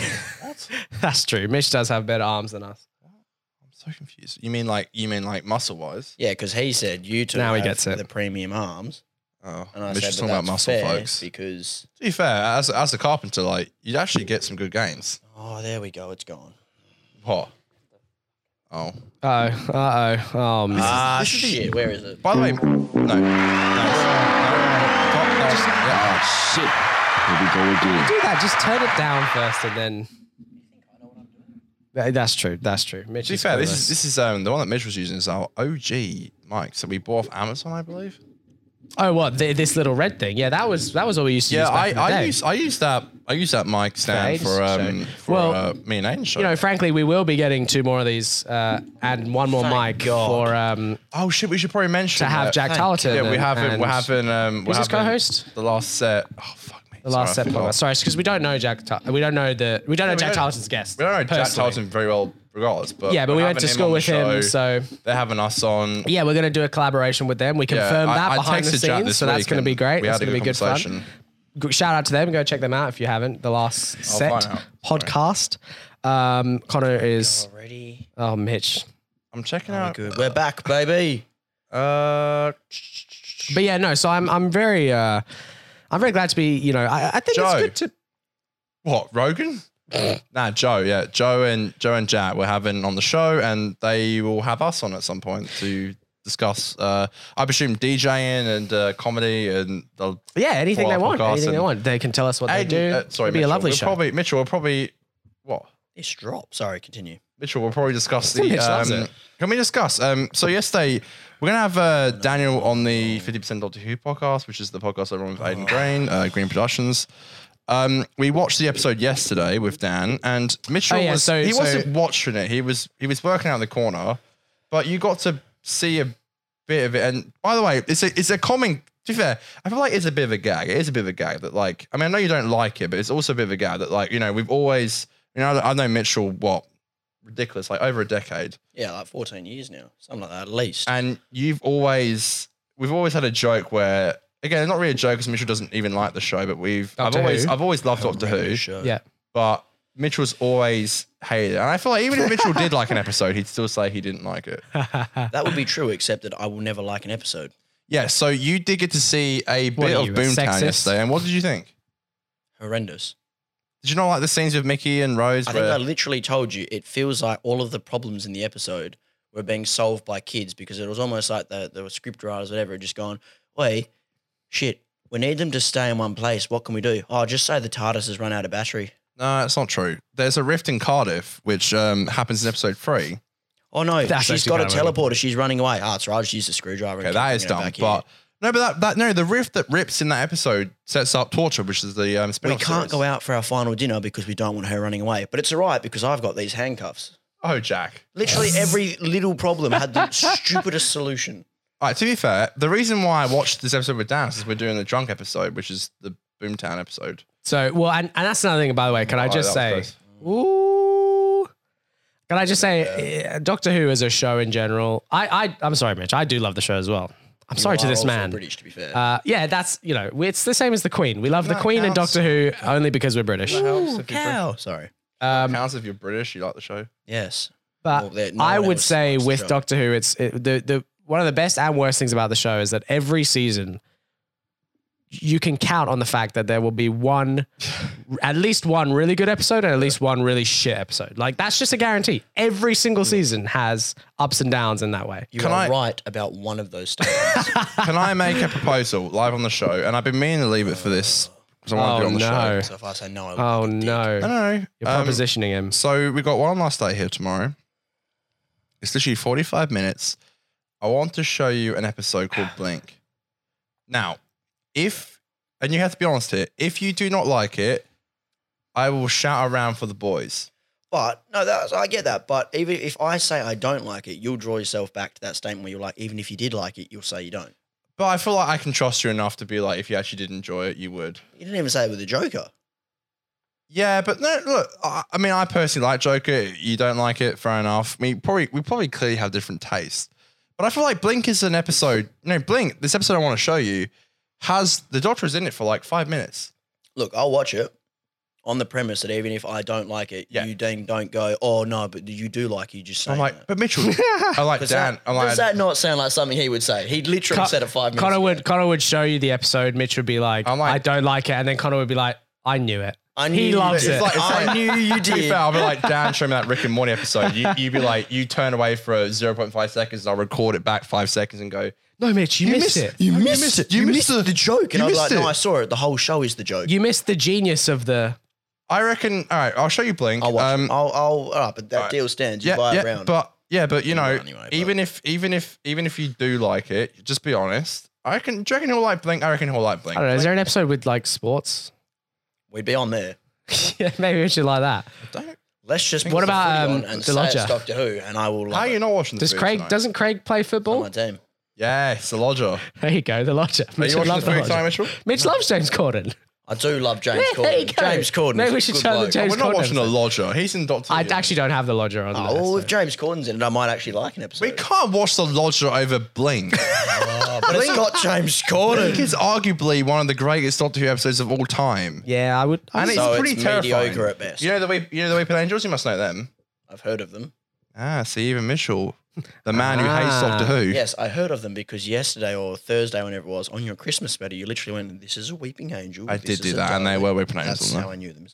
Speaker 4: That's true. Mitch does have better arms than us.
Speaker 2: I'm so confused. You mean like you mean like muscle wise?
Speaker 3: yeah, because he said you two
Speaker 4: Now he
Speaker 3: have
Speaker 4: gets it.
Speaker 3: the premium arms,
Speaker 2: Oh,
Speaker 3: and I
Speaker 2: Mitch
Speaker 3: said
Speaker 2: was
Speaker 3: but
Speaker 2: talking about
Speaker 3: that's
Speaker 2: muscle,
Speaker 3: fair
Speaker 2: folks. To
Speaker 3: because
Speaker 2: be fair, as as a carpenter, like you'd actually get some good games.
Speaker 3: oh, there we go, it's gone.
Speaker 2: What? Oh,
Speaker 4: Oh, uh oh, oh man.
Speaker 3: Ah,
Speaker 2: this is the-
Speaker 3: shit, where is it?
Speaker 2: by the way, no, no, no. Yeah.
Speaker 6: Oh shit. Here we go again.
Speaker 4: do that. Just turn it down first, and then. That- That's true. That's true. Mitch
Speaker 2: To be
Speaker 4: is
Speaker 2: fair, this
Speaker 4: clueless.
Speaker 2: is this is um, the one that Mitch was using is our OG mic. So we bought off Amazon, I believe.
Speaker 4: Oh, what the, this little red thing? Yeah, that was that was all we used to
Speaker 2: Yeah,
Speaker 4: use.
Speaker 2: I,
Speaker 4: Back in the
Speaker 2: I
Speaker 4: day.
Speaker 2: use I use that I use that mic stand
Speaker 4: Aiden's
Speaker 2: for um
Speaker 4: show.
Speaker 2: for
Speaker 4: Well,
Speaker 2: uh, me and Aiden show.
Speaker 4: You know, frankly, we will be getting two more of these uh, and one more mic for um,
Speaker 2: oh shit, we should probably mention
Speaker 4: to have
Speaker 2: that.
Speaker 4: Jack Tarleton.
Speaker 2: Yeah, we
Speaker 4: and-
Speaker 2: haven't
Speaker 4: and
Speaker 2: we're having um we're
Speaker 4: Who's his
Speaker 2: having
Speaker 4: co-host?
Speaker 2: the last set. Oh fuck me,
Speaker 4: the last set podcast. Sorry, because we don't know Jack. Tar- we don't know the we don't know
Speaker 2: we
Speaker 4: Jack
Speaker 2: don't-
Speaker 4: Tarleton's guest.
Speaker 2: We don't know Jack
Speaker 4: personally.
Speaker 2: Tarleton very well, regardless. But
Speaker 4: Yeah, but
Speaker 2: we're
Speaker 4: we went to
Speaker 2: having
Speaker 4: school
Speaker 2: on the
Speaker 4: with him,
Speaker 2: show.
Speaker 4: so
Speaker 2: they're having us on.
Speaker 4: Yeah, we're going to do a collaboration with them. We confirmed
Speaker 2: I-
Speaker 4: that
Speaker 2: I
Speaker 4: behind the
Speaker 2: texted Jack
Speaker 4: scenes,
Speaker 2: this
Speaker 4: so that's
Speaker 2: week
Speaker 4: going to
Speaker 2: and
Speaker 4: be great.
Speaker 2: we
Speaker 4: That's
Speaker 2: had a
Speaker 4: going to be
Speaker 2: good
Speaker 4: good fun.
Speaker 2: conversation. Oh,
Speaker 4: G- Shout out to them. Go check them out if you haven't. The last set
Speaker 2: find out.
Speaker 4: podcast. Um, Connor is
Speaker 3: Already,
Speaker 4: oh Mitch,
Speaker 2: I'm checking out.
Speaker 3: good. We're back, baby.
Speaker 2: Uh,
Speaker 4: but yeah, no. So I'm I'm very uh, I'm very glad to be. You know, I, I think
Speaker 2: Joe.
Speaker 4: it's good to.
Speaker 2: What Rogan? nah, Joe. Yeah, Joe and Joe and Jack we're having on the show, and they will have us on at some point to discuss. Uh, I presume DJing and uh, comedy, and they'll
Speaker 4: Yeah, anything
Speaker 2: Follow
Speaker 4: they
Speaker 2: up
Speaker 4: want,
Speaker 2: podcast
Speaker 4: anything they
Speaker 2: and-
Speaker 4: want, they can tell us what they
Speaker 2: Aiden-
Speaker 4: do.
Speaker 2: uh, sorry,
Speaker 4: It'll be
Speaker 2: Mitchell,
Speaker 4: a lovely
Speaker 2: we'll
Speaker 4: show.
Speaker 2: Probably Mitchell will probably what
Speaker 3: This drop. Sorry, continue.
Speaker 2: Mitchell will probably discuss the.
Speaker 4: Mitch loves
Speaker 2: um,
Speaker 4: it.
Speaker 2: Can we discuss? Um, so yesterday we're gonna have uh, Daniel on the Fifty Percent Doctor Who podcast, which is the podcast I run with
Speaker 4: Oh.
Speaker 2: Aiden Green, uh, Green Productions. Um, we watched the episode yesterday with Dan, and Mitchell
Speaker 4: Oh, yeah,
Speaker 2: was
Speaker 4: so-
Speaker 2: he
Speaker 4: so-
Speaker 2: wasn't watching it. He was he was working out in the corner, but you got to see a bit of it. And by the way, it's a it's a common. To be fair, I feel like it's a bit of a gag. It is a bit of a gag that like I mean I know you don't like it, but it's also a bit of a gag that like you know we've always you know I know Mitchell what ridiculous like over a decade
Speaker 3: Yeah, like 14 years now, something like that, at least.
Speaker 2: and you've always we've always had a joke where again not really a joke because Mitchell doesn't even like the show, but we've
Speaker 4: Doctor
Speaker 2: I've always
Speaker 4: Who?
Speaker 2: I've always loved Doctor Who,
Speaker 3: Sure.
Speaker 4: yeah.
Speaker 2: but Mitchell's always hated it, and I feel like even if Mitchell did like an episode, he'd still say he didn't like it.
Speaker 3: That would be true, except that I will never like an episode.
Speaker 2: yeah, so you did get to see a
Speaker 4: What
Speaker 2: bit
Speaker 4: are
Speaker 2: of
Speaker 4: you, a
Speaker 2: Boomtown
Speaker 4: sexist?
Speaker 2: yesterday, and what did you think?
Speaker 3: Horrendous.
Speaker 2: Did you not like the scenes with Mickey and Rose?
Speaker 3: I think
Speaker 2: where,
Speaker 3: I literally told you it feels like all of the problems in the episode were being solved by kids because it was almost like the, the script writers, whatever, had just gone, wait, shit, we need them to stay in one place. What can we do? Oh, just say the TARDIS has run out of battery.
Speaker 2: no, it's not true. There's a rift in Cardiff, which um, happens in episode three.
Speaker 3: Oh no,
Speaker 4: That's
Speaker 3: she's
Speaker 4: actually
Speaker 3: got a
Speaker 4: kind of
Speaker 3: teleporter. She's running away. Ah, it's right. She used a screwdriver.
Speaker 2: Okay,
Speaker 3: and
Speaker 2: that
Speaker 3: kept
Speaker 2: is
Speaker 3: bringing it
Speaker 2: dumb.
Speaker 3: back here.
Speaker 2: But no, but that, that no, the riff that rips in that episode sets up torture, which is the um.
Speaker 3: we can't go out for our final dinner because we don't want her running away. But it's all right because I've got these handcuffs.
Speaker 2: Oh, Jack.
Speaker 3: Literally every little problem had the stupidest solution.
Speaker 2: All right. To be fair, the reason why I watched this episode with Dan is 'cause we're doing the drunk episode, which is the Boomtown episode.
Speaker 4: So, well, and, and that's another thing, by the way. Can I
Speaker 2: Oh,
Speaker 4: just
Speaker 2: that
Speaker 4: say,
Speaker 2: was
Speaker 4: ooh, can I just say, eh, Doctor Who as a show in general, I, I, I'm sorry, Mitch, I do love the show as well. I'm sorry to
Speaker 3: Are
Speaker 4: this
Speaker 3: also
Speaker 4: man.
Speaker 3: British, to be fair.
Speaker 4: Uh, yeah, that's, you know, it's the same as the Queen. We love the
Speaker 2: No,
Speaker 4: Queen and
Speaker 2: counts.
Speaker 4: Doctor Who only because we're British.
Speaker 2: Helps if you're Brit-
Speaker 3: Cow. Sorry.
Speaker 4: Um,
Speaker 2: Counts if you're British, you like the show.
Speaker 3: Yes. Well,
Speaker 4: But
Speaker 3: there- no
Speaker 4: I
Speaker 3: one
Speaker 4: would
Speaker 3: else
Speaker 4: say
Speaker 3: likes the
Speaker 4: with
Speaker 3: show.
Speaker 4: Doctor Who, it's it, the the one of the best and worst things about the show is that every season you can count on the fact that there will be one, at least one really good episode and at least one really shit episode. Like that's just a guarantee. Every single season has ups and downs in that way.
Speaker 3: You
Speaker 2: Can
Speaker 3: are
Speaker 2: I-
Speaker 3: right about one of those statements.
Speaker 2: Can I make a proposal live on the show? And I've been meaning to leave it for this because I want to do it
Speaker 4: Oh
Speaker 2: on the
Speaker 4: no!
Speaker 2: show.
Speaker 3: so if I say no, I would
Speaker 4: Oh
Speaker 3: be a dick.
Speaker 4: no!
Speaker 2: I don't know.
Speaker 4: You're
Speaker 2: Um,
Speaker 4: propositioning him.
Speaker 2: So we got one last day here tomorrow. It's literally 45 minutes. I want to show you an episode called Blink. Now, if and you have to be honest here, if you do not like it, I will shout around for the boys.
Speaker 3: But no, that's, I get that. But even if I say I don't like it, you'll draw yourself back to that statement where you're like, even if you did like it, you'll say you don't.
Speaker 2: But I feel like I can trust you enough to be like, if you actually did enjoy it, you would.
Speaker 3: You didn't even say it with a Joker.
Speaker 2: Yeah, but no, look, I, I mean, I personally like Joker. You don't like it, fair enough. We probably we probably clearly have different tastes, but I feel like Blink is an episode. No, Blink. This episode I want to show you has the Doctor is in it for like five minutes.
Speaker 3: Look, I'll watch it on the premise that even if I don't like it,
Speaker 2: Yeah.
Speaker 3: you then don't go, oh no, but you do like it. You just say
Speaker 2: I'm like, but Mitchell, I like
Speaker 3: Does
Speaker 2: Dan.
Speaker 3: that,
Speaker 2: I'm like,
Speaker 3: does that not sound like something he would say? He literally
Speaker 4: Co-
Speaker 3: said it five minutes.
Speaker 4: Connor
Speaker 3: ago.
Speaker 4: would Connor would show you the episode. Mitch would be like,
Speaker 2: I'm like-
Speaker 4: I don't like it, and then Connor would be like, I knew it.
Speaker 3: I
Speaker 4: he
Speaker 3: knew-
Speaker 4: loves it.
Speaker 2: It's like- it's
Speaker 3: I
Speaker 2: like-
Speaker 3: knew you
Speaker 2: to be
Speaker 3: did.
Speaker 2: fair, I'll be like, Dan, show me that Rick and Morty episode. You, you'd be like, you turn away for zero point five seconds. I'll record it back five seconds and go.
Speaker 4: no, Mitch, you, missed it.
Speaker 2: You missed it. You missed the joke.
Speaker 3: And I was like, no, I saw it. The whole show is the joke.
Speaker 4: You missed the genius of the.
Speaker 2: I reckon. All right, I'll show you Blink.
Speaker 3: I'll watch
Speaker 2: Um,
Speaker 3: it. I'll, I'll, all right, but that
Speaker 2: right.
Speaker 3: deal stands. You buy it round.
Speaker 2: But yeah, but you know,
Speaker 3: Well, anyway, but-
Speaker 2: even if even if even if you do like it, just be honest. I reckon. Do you reckon he'll like Blink? I reckon he'll like Blink.
Speaker 4: I don't know. Is there an episode with like sports?
Speaker 3: We'd be on there.
Speaker 4: yeah, maybe we should like that.
Speaker 3: Let's just
Speaker 4: What
Speaker 3: put the
Speaker 4: about,
Speaker 3: footy
Speaker 4: um,
Speaker 3: on and
Speaker 4: The
Speaker 3: say
Speaker 4: Lodger?
Speaker 3: it's Doctor Who, and I will.
Speaker 2: How
Speaker 3: Love
Speaker 2: are you
Speaker 3: it.
Speaker 2: not watching? the
Speaker 4: Does
Speaker 2: food
Speaker 4: Craig?
Speaker 2: tonight?
Speaker 4: Doesn't Craig play
Speaker 3: on
Speaker 4: football?
Speaker 3: my team.
Speaker 2: Yes, the lodger.
Speaker 4: there you go. The lodger.
Speaker 2: Are
Speaker 4: Mitch
Speaker 2: you
Speaker 4: would
Speaker 2: watching
Speaker 4: love
Speaker 2: the
Speaker 4: the
Speaker 2: food tonight,
Speaker 4: lodger.
Speaker 2: Mitchell?
Speaker 4: Mitch loves James Corden.
Speaker 3: I do love James
Speaker 4: There you
Speaker 3: Corden.
Speaker 4: go.
Speaker 3: James Corden.
Speaker 4: Maybe
Speaker 3: is
Speaker 4: we
Speaker 3: a
Speaker 4: should
Speaker 3: good
Speaker 4: show the
Speaker 3: bloke.
Speaker 4: James
Speaker 2: We're not
Speaker 4: Corden
Speaker 2: watching the
Speaker 4: episode.
Speaker 2: lodger. He's in Doctor.
Speaker 4: I
Speaker 2: Who.
Speaker 4: actually don't have the lodger on.
Speaker 3: Oh,
Speaker 4: there,
Speaker 3: well,
Speaker 4: so-
Speaker 3: if James Corden's in it, I might actually like an
Speaker 2: We
Speaker 3: episode.
Speaker 2: can't watch the lodger over Blink.
Speaker 3: but it's got James
Speaker 2: Blink
Speaker 3: Corden.
Speaker 2: is arguably one of the greatest Doctor Who episodes of all time.
Speaker 4: yeah, I would. I
Speaker 2: And
Speaker 4: would-
Speaker 2: it's
Speaker 3: So
Speaker 2: pretty
Speaker 3: it's
Speaker 2: terrifying.
Speaker 3: mediocre at best.
Speaker 2: You know the way you know the Weeping Angels. You must know them.
Speaker 3: I've heard of them.
Speaker 2: Ah, see, even Mitchell, the man who hates
Speaker 4: Ah.
Speaker 2: Doctor Who.
Speaker 3: Yes, I heard of them because yesterday or Thursday, whenever it was, on your Christmas special, you literally went, "This is a weeping angel."
Speaker 2: I
Speaker 3: this
Speaker 2: did
Speaker 3: is
Speaker 2: do
Speaker 3: a
Speaker 2: that, and they
Speaker 3: darling."
Speaker 2: were Weeping Angels.
Speaker 3: That's
Speaker 2: on there.
Speaker 3: how I knew them.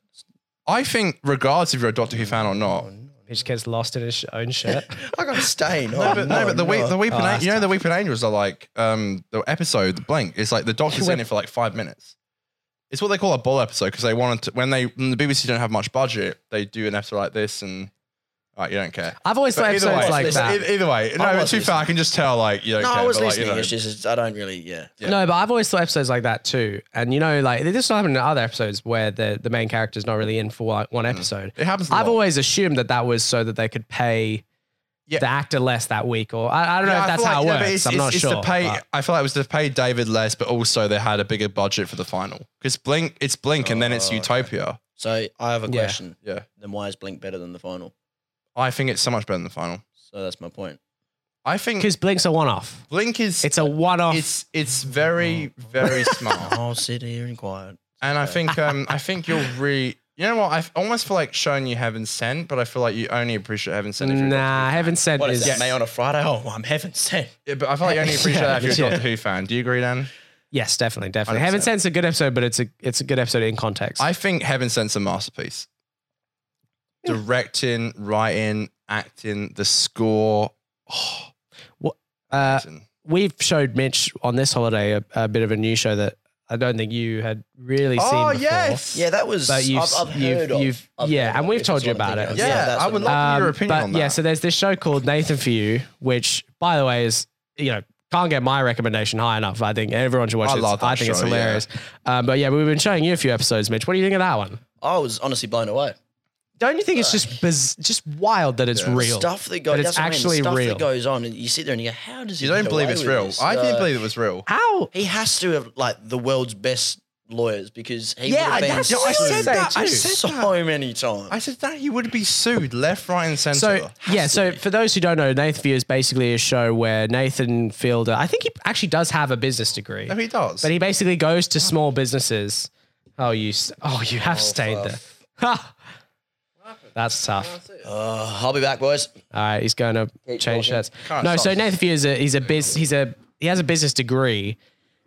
Speaker 2: I think, regardless if you're a Doctor Who fan or not,
Speaker 4: Mitch gets lost in his sh- own shirt.
Speaker 3: I got a stain. Oh, Ah,
Speaker 2: no, but, no, but the, we, the Weeping
Speaker 4: Oh,
Speaker 2: An-
Speaker 4: that's
Speaker 2: you know, the Weeping Angels are like um, the episode, the blank. It's like the Doctor's in it for like five minutes. It's what they call a ball episode because they wanted to, when they, when the BBC don't have much budget, they do an episode like this and, all right, you don't care.
Speaker 4: I've always thought
Speaker 2: But
Speaker 4: episodes
Speaker 2: way,
Speaker 4: like
Speaker 2: it's-
Speaker 4: that.
Speaker 2: e- Either way, no,
Speaker 3: I
Speaker 2: it's
Speaker 3: was
Speaker 2: too far. I can
Speaker 3: listening.
Speaker 2: just tell, like, you don't
Speaker 3: No,
Speaker 2: care.
Speaker 3: I was
Speaker 2: but, like,
Speaker 3: listening.
Speaker 2: you know,
Speaker 3: It's just it's- I don't really. Yeah.
Speaker 2: Yeah.
Speaker 4: No, but I've always thought episodes like that too. And you know, like this will happen in other episodes where the, the main character's not really in for one- one
Speaker 2: Mm.
Speaker 4: episode.
Speaker 2: it happens. i
Speaker 4: I've always assumed that that was so that they could pay
Speaker 2: Yeah.
Speaker 4: the actor less that week, or I, I don't know if that's how it works. I'm not sure.
Speaker 2: To pay,
Speaker 4: but-
Speaker 2: I feel like it was to pay David less, but also they had a bigger budget for the final because Blink, it's Blink, and then it's
Speaker 3: Oh, okay.
Speaker 2: Utopia.
Speaker 3: So I have a
Speaker 4: Yeah.
Speaker 3: question.
Speaker 2: Yeah.
Speaker 3: Then why is Blink better than the final?
Speaker 2: I think it's so much better than the final.
Speaker 3: So that's my point.
Speaker 2: I think
Speaker 4: Because Blink's a one-off.
Speaker 2: Blink is
Speaker 4: It's a one-off.
Speaker 2: it's it's very very smart,
Speaker 3: I'll sit here and quiet.
Speaker 2: and I think um I think you'll really you know what I almost feel like showing you Heaven Sent, but I feel like you only appreciate Heaven Sent. If you're a Doctor
Speaker 4: nah, heaven sent
Speaker 3: What is
Speaker 4: is
Speaker 3: that? May on a Friday? Oh, I'm heaven sent.
Speaker 2: Who- Yeah, but I feel like you only appreciate that if you're
Speaker 4: Yeah.
Speaker 2: a Doctor Who fan. Do you agree, Dan?
Speaker 4: yes, definitely, definitely.
Speaker 2: 100%.
Speaker 4: Heaven sent's a good episode, but it's a it's a good episode in context.
Speaker 2: I think Heaven Sent's a masterpiece. Directing, writing, acting, the score. Oh,
Speaker 4: uh,
Speaker 2: amazing.
Speaker 4: we've showed Mitch on this holiday a, a bit of a new show that I don't think you had really seen
Speaker 2: Oh,
Speaker 4: before.
Speaker 2: yes.
Speaker 3: Yeah, that was.
Speaker 4: But you've-
Speaker 3: I've, I've heard
Speaker 4: you've-
Speaker 3: of.
Speaker 4: you've-
Speaker 3: I've
Speaker 4: yeah,
Speaker 3: heard of
Speaker 4: and we've
Speaker 3: is
Speaker 4: told you
Speaker 3: what I'm
Speaker 4: about
Speaker 3: thinking
Speaker 4: it.
Speaker 3: of.
Speaker 2: Yeah,
Speaker 3: that's
Speaker 2: I
Speaker 3: what
Speaker 2: would
Speaker 3: I'm
Speaker 2: love-
Speaker 3: thinking
Speaker 2: your
Speaker 4: Um,
Speaker 2: opinion
Speaker 4: but
Speaker 2: on
Speaker 4: yeah,
Speaker 2: that.
Speaker 4: so there's this show called Nathan for You, which by the way is you know can't get my recommendation high enough. I think everyone should watch
Speaker 2: I
Speaker 4: it. It's-
Speaker 2: love that
Speaker 4: I think it's
Speaker 2: show, yeah.
Speaker 4: hilarious. Um, but yeah, we've been showing you a few episodes, Mitch. What do you think of that one?
Speaker 3: of. I was honestly blown away.
Speaker 4: Don't you think
Speaker 2: Uh,
Speaker 4: it's just biz- just wild that it's real?
Speaker 3: Stuff that goes.
Speaker 4: That
Speaker 3: that's
Speaker 4: it's
Speaker 3: what I mean, the
Speaker 4: actually
Speaker 3: stuff
Speaker 4: real.
Speaker 3: That goes on, and you sit there and you go, "How does he
Speaker 2: You don't
Speaker 3: get
Speaker 2: believe
Speaker 3: away
Speaker 2: it's
Speaker 3: with
Speaker 2: real.
Speaker 3: this?
Speaker 2: I didn't
Speaker 3: Uh,
Speaker 2: believe it was real.
Speaker 4: How?
Speaker 3: He has to have like the world's best lawyers because he
Speaker 4: Yeah,
Speaker 3: would have been
Speaker 4: that's what I
Speaker 3: sued
Speaker 4: said that. I
Speaker 2: said
Speaker 3: so many times.
Speaker 2: I said that he would be sued left, right, and center.
Speaker 4: So yeah, so for those who don't know, Nathan View is basically a show where Nathan Fielder, I think he actually does have a business degree,
Speaker 2: no, Oh, he does.
Speaker 4: but he basically goes to small businesses. Oh, you, s- oh, you have stayed there. Ha! That's tough.
Speaker 3: Uh, I'll be back, boys.
Speaker 4: All right, Uh, he's going to change shirts.
Speaker 2: Can't
Speaker 4: No, so
Speaker 2: stop.
Speaker 4: Nathan Fielder is a he's a biz, he's a he has a business degree,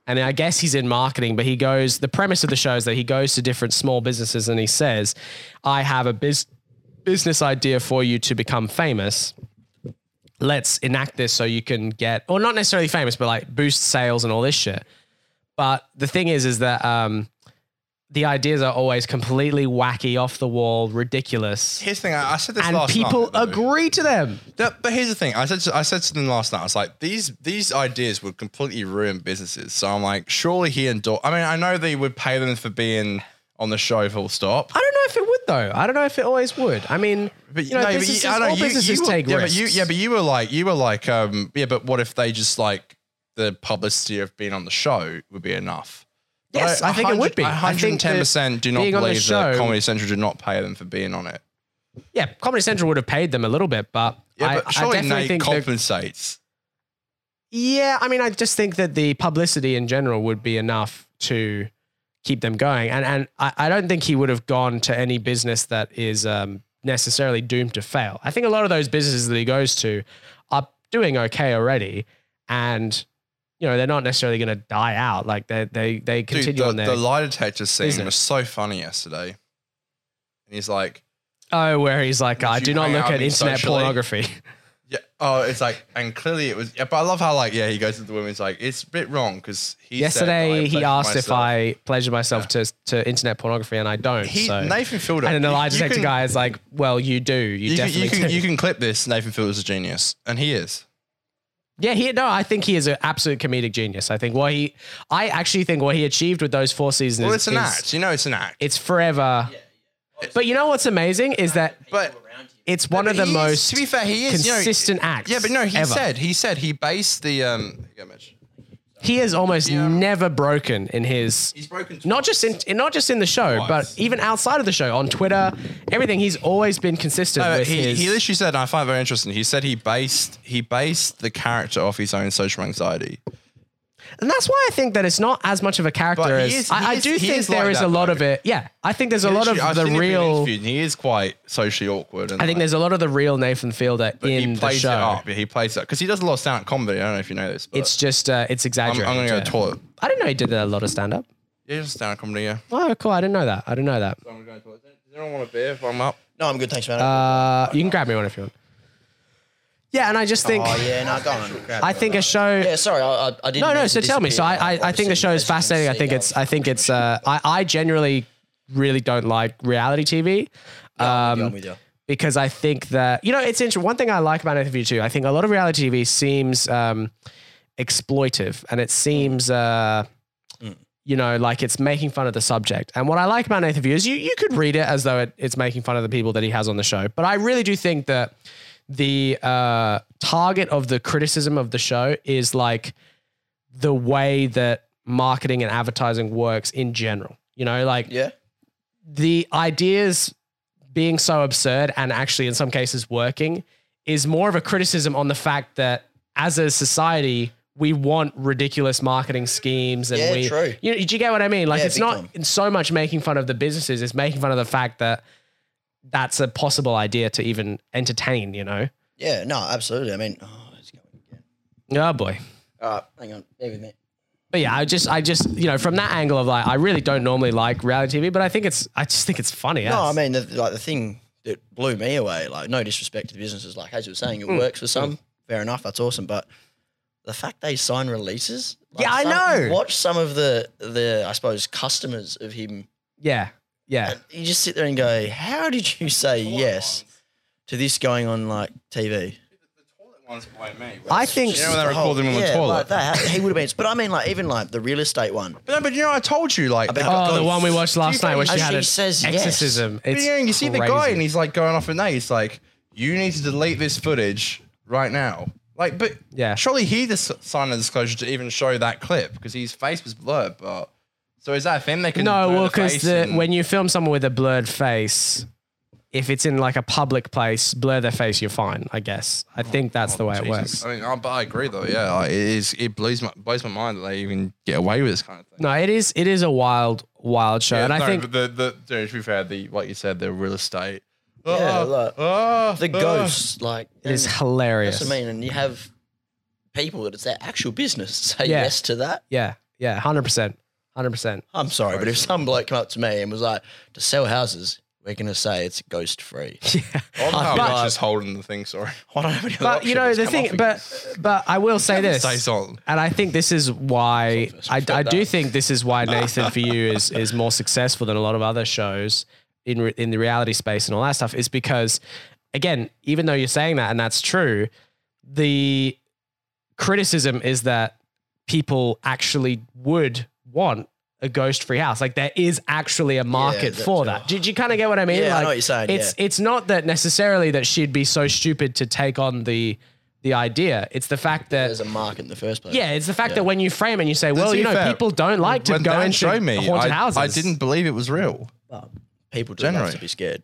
Speaker 4: and I guess he's in marketing. But he goes. The premise of the show is that he goes to different small businesses and he says, "I have a biz, business idea for you to become famous." let's enact this so you can get, or not necessarily famous, but like boost sales and all this shit. But the thing is, is that um, the ideas are always completely wacky, off the wall, ridiculous,
Speaker 2: here's the thing. I, I said this
Speaker 4: and
Speaker 2: last
Speaker 4: people
Speaker 2: night, though.
Speaker 4: agree to them.
Speaker 2: That- but here's the thing. I said to, I said to them last night. I was like, these these ideas would completely ruin businesses. So I'm like, surely he endorsed. I mean, I know they would pay them for being on the show, full stop.
Speaker 4: I don't know if it would though. I don't know if it always would. I mean,
Speaker 2: But
Speaker 4: you know,
Speaker 2: no,
Speaker 4: businesses,
Speaker 2: but you, I know
Speaker 4: all
Speaker 2: you,
Speaker 4: businesses
Speaker 2: you were,
Speaker 4: take
Speaker 2: yeah, But
Speaker 4: risks.
Speaker 2: you, yeah, but you were like, you were like, um, yeah, but what if they just like the publicity of being on the show would be enough? But
Speaker 4: Yes, I think it would be. I think that
Speaker 2: 110% do not
Speaker 4: being on the
Speaker 2: believe that
Speaker 4: show-
Speaker 2: Comedy Central did not pay them for being on it.
Speaker 4: yeah, Comedy Central would have paid them a little bit, but
Speaker 2: Yeah,
Speaker 4: I,
Speaker 2: but
Speaker 4: I
Speaker 2: surely
Speaker 4: definitely
Speaker 2: Nate
Speaker 4: think that-
Speaker 2: compensates.
Speaker 4: Yeah, I mean, I just think that the publicity in general would be enough to keep them going, and and I, I don't think he would have gone to any business that is um, necessarily doomed to fail. I think a lot of those businesses that he goes to are doing okay already, and you know they're not necessarily going to die out. Like they they they continue
Speaker 2: Dude, the,
Speaker 4: on their
Speaker 2: the lie detector scene
Speaker 4: business.
Speaker 2: was so funny yesterday. And he's like,
Speaker 4: oh, where he's like, I
Speaker 2: you
Speaker 4: do not
Speaker 2: hang
Speaker 4: look
Speaker 2: out
Speaker 4: at
Speaker 2: with me
Speaker 4: internet
Speaker 2: socially?"
Speaker 4: pornography.
Speaker 2: yeah, oh, it's like, and clearly it was, yeah, but I love how, like, yeah, he goes to the women, he's like, it's a bit wrong because he
Speaker 4: Yesterday,
Speaker 2: said,
Speaker 4: he asked if I pleasure myself to to internet pornography, and I don't.
Speaker 2: He,
Speaker 4: so.
Speaker 2: Nathan Fielder.
Speaker 4: And then the
Speaker 2: you-
Speaker 4: lie
Speaker 2: you
Speaker 4: detector
Speaker 2: can-
Speaker 4: guy is like, well, you do.
Speaker 2: You,
Speaker 4: You,
Speaker 2: can-
Speaker 4: definitely
Speaker 2: you can
Speaker 4: do.
Speaker 2: you can clip this. Nathan Fielder's a genius, and he is.
Speaker 4: yeah, he no, I think he is an absolute comedic genius. I think what he I actually think what he achieved with those four seasons
Speaker 2: Well,
Speaker 4: is,
Speaker 2: it's an
Speaker 4: is-
Speaker 2: act. You know, it's an act.
Speaker 4: It's forever. But you know what's amazing is that
Speaker 2: but
Speaker 4: it's one of the
Speaker 2: He is-
Speaker 4: most
Speaker 2: to be fair, he is you know,
Speaker 4: consistent acts.
Speaker 2: Yeah, but no, he
Speaker 4: ever.
Speaker 2: said he said he based the um. Go, Mitch.
Speaker 4: he has almost never broken in his
Speaker 2: He's broken.
Speaker 4: not just in not just in the show,
Speaker 2: Twice.
Speaker 4: but even outside of the show on Twitter, everything. He's always been consistent
Speaker 2: No,
Speaker 4: with
Speaker 2: he,
Speaker 4: his.
Speaker 2: he literally said, and I find it very interesting. He said he based he based the character off his own social anxiety.
Speaker 4: And that's why I think that it's not as much of a character
Speaker 2: But he
Speaker 4: as
Speaker 2: is- he
Speaker 4: I, I
Speaker 2: is-
Speaker 4: do
Speaker 2: he
Speaker 4: think there
Speaker 2: is
Speaker 4: is
Speaker 2: like that,
Speaker 4: a lot
Speaker 2: though.
Speaker 4: of it. Yeah, I think there's a lot of
Speaker 2: Literally, I've
Speaker 4: the
Speaker 2: seen him being
Speaker 4: real.
Speaker 2: interviewed, and he is quite socially awkward. And
Speaker 4: I think
Speaker 2: like,
Speaker 4: there's a lot of the real Nathan Fielder in
Speaker 2: he
Speaker 4: the
Speaker 2: plays it
Speaker 4: show.
Speaker 2: up. Yeah, he plays it because he does a lot of stand up comedy. I don't know if you know this. But
Speaker 4: It's just uh, it's
Speaker 2: I'm, I'm
Speaker 4: exaggerated.
Speaker 2: gonna go to
Speaker 4: yeah.
Speaker 2: the toilet.
Speaker 4: I didn't know he did a lot of stand up.
Speaker 2: Yeah, just stand up comedy. Yeah.
Speaker 4: Oh, cool. I didn't know that. I didn't know that.
Speaker 2: So I'm going to the toilet. Does anyone want a beer if I'm up?
Speaker 3: No, I'm good. Thanks, man.
Speaker 4: Uh, you can grab me one if you want. Yeah, and I just think
Speaker 3: oh yeah, no, go on. Grab
Speaker 4: I
Speaker 3: it.
Speaker 4: think a show.
Speaker 3: Yeah, sorry, I, I, I didn't.
Speaker 4: No, no.
Speaker 3: mean
Speaker 4: So
Speaker 3: to
Speaker 4: tell me. So
Speaker 3: disappear.
Speaker 4: I, I, I think the show is
Speaker 3: Obviously, as you can
Speaker 4: fascinating. I think
Speaker 3: see,
Speaker 4: it's,
Speaker 3: I'm
Speaker 4: I think it's, uh, I, I generally really don't like reality TV.
Speaker 3: with you, "Oh, I'm
Speaker 4: Um,
Speaker 3: with you.
Speaker 4: because I think that you know it's interesting. One thing I like about interview too, I think a lot of reality TV seems um, exploitive, and it seems. Uh, You know, like it's making fun of the subject. And what I like about Nathan View is you you could read it as though it, it's making fun of the people that he has on the show. But I really do think that the uh, target of the criticism of the show is like the way that marketing and advertising works in general. You know, like
Speaker 3: Yeah.
Speaker 4: the ideas being so absurd and actually in some cases working is more of a criticism on the fact that as a society we want ridiculous marketing schemes and
Speaker 3: Yeah,
Speaker 4: we
Speaker 3: true.
Speaker 4: you know, do you get what I mean? Like
Speaker 3: Yeah,
Speaker 4: it's
Speaker 3: big
Speaker 4: not
Speaker 3: time.
Speaker 4: it's so much making fun of the businesses, it's making fun of the fact that that's a possible idea to even entertain, you know?
Speaker 3: Yeah, no, absolutely. I mean, oh, it's going again.
Speaker 4: Oh boy.
Speaker 3: All right, hang on. Bear with me.
Speaker 4: But yeah, I just I just you know, from that angle of like I really don't normally like reality TV, but I think it's I just think it's funny.
Speaker 3: No, I
Speaker 4: as-
Speaker 3: mean, the, like the thing that blew me
Speaker 4: Hmm.
Speaker 3: away, like no disrespect to the businesses, like as you were saying, it works for some. Fair enough, that's awesome. But the fact they sign releases.
Speaker 4: Yeah, I
Speaker 3: some-
Speaker 4: know.
Speaker 3: Watch some of the the I suppose customers of him.
Speaker 4: Yeah. Yeah.
Speaker 3: And you just sit there and go, how did you say yes to this going on like TV?
Speaker 4: I think
Speaker 2: You know when they
Speaker 3: The whole-
Speaker 2: recorded him on the
Speaker 3: yeah,
Speaker 2: toilet?
Speaker 3: like that. He would have been. But I mean, like even like the real estate one.
Speaker 2: But no, but you know, I told you, like,
Speaker 3: About-
Speaker 2: that-
Speaker 4: Oh, the one we watched last night where
Speaker 3: Oh,
Speaker 4: she had
Speaker 3: she
Speaker 4: an
Speaker 3: says yes.
Speaker 4: exorcism. Oh, It's
Speaker 2: yeah, and you see the guy
Speaker 4: crazy.
Speaker 2: and he's like going off at night. He's like, you need to delete this footage right now. Like, but
Speaker 4: Yeah.
Speaker 2: surely he just signed a disclosure to even show that clip because his face was blurred. But so is that a thing they can?
Speaker 4: No,
Speaker 2: blur
Speaker 4: well,
Speaker 2: the
Speaker 4: because
Speaker 2: face
Speaker 4: the,
Speaker 2: and-
Speaker 4: when you film someone with a blurred face, if it's in like a public place, blur their face, you're fine. I guess.
Speaker 2: Oh,
Speaker 4: I think that's the way it works.
Speaker 2: I mean, I, but I agree though. Yeah, like, it is. It blows my blows my mind that they even get away with this kind of thing.
Speaker 4: No, it is. It is a wild, wild show,
Speaker 2: Yeah,
Speaker 4: and I
Speaker 2: no,
Speaker 4: think
Speaker 2: but the the dude, to be fair, the what you said, the real estate.
Speaker 3: Yeah,
Speaker 2: Oh,
Speaker 3: like,
Speaker 2: oh,
Speaker 3: The
Speaker 2: oh.
Speaker 3: ghosts, like
Speaker 4: Uh, it is
Speaker 3: and
Speaker 4: hilarious.
Speaker 3: That's what I mean, and you have people that it's their actual business say
Speaker 4: Yeah.
Speaker 3: yes to that.
Speaker 4: Yeah, yeah, hundred percent, hundred percent.
Speaker 3: I'm sorry, but if some bloke came up to me and was like, "To sell houses, we're gonna say it's ghost free."
Speaker 2: Oh, no,
Speaker 3: But-
Speaker 2: it's just holding the thing. Sorry.
Speaker 3: I don't have any other
Speaker 4: But you
Speaker 3: option.
Speaker 4: know
Speaker 3: It's
Speaker 4: the
Speaker 3: come off
Speaker 4: thing,
Speaker 3: again.
Speaker 4: but but I will say this.
Speaker 2: Stays on.
Speaker 4: And I think this is why I, I do
Speaker 3: that.
Speaker 4: think this is why Nathan for you is is more successful than a lot of other shows in re, in the reality space and all that stuff is because again, even though you're saying that and that's true, the criticism is that people actually would want a ghost free house. Like there is actually a market
Speaker 3: that's-
Speaker 4: for that. Did you kind of get what I mean?
Speaker 3: Yeah, I know
Speaker 4: like,
Speaker 3: what you're saying,
Speaker 4: It's it's not that necessarily that she'd be so stupid to take on the the idea. It's the fact that
Speaker 3: there's a mark in the first place.
Speaker 4: yeah, it's the fact that when you frame and you say, well,
Speaker 2: To be
Speaker 4: you know,
Speaker 2: fair,
Speaker 4: people don't like to
Speaker 2: when
Speaker 4: go
Speaker 2: Dan
Speaker 4: and show
Speaker 2: showed me,
Speaker 4: haunted
Speaker 2: I,
Speaker 4: houses.
Speaker 2: I didn't believe it was real.
Speaker 3: But people do
Speaker 2: Generally.
Speaker 3: love to be scared.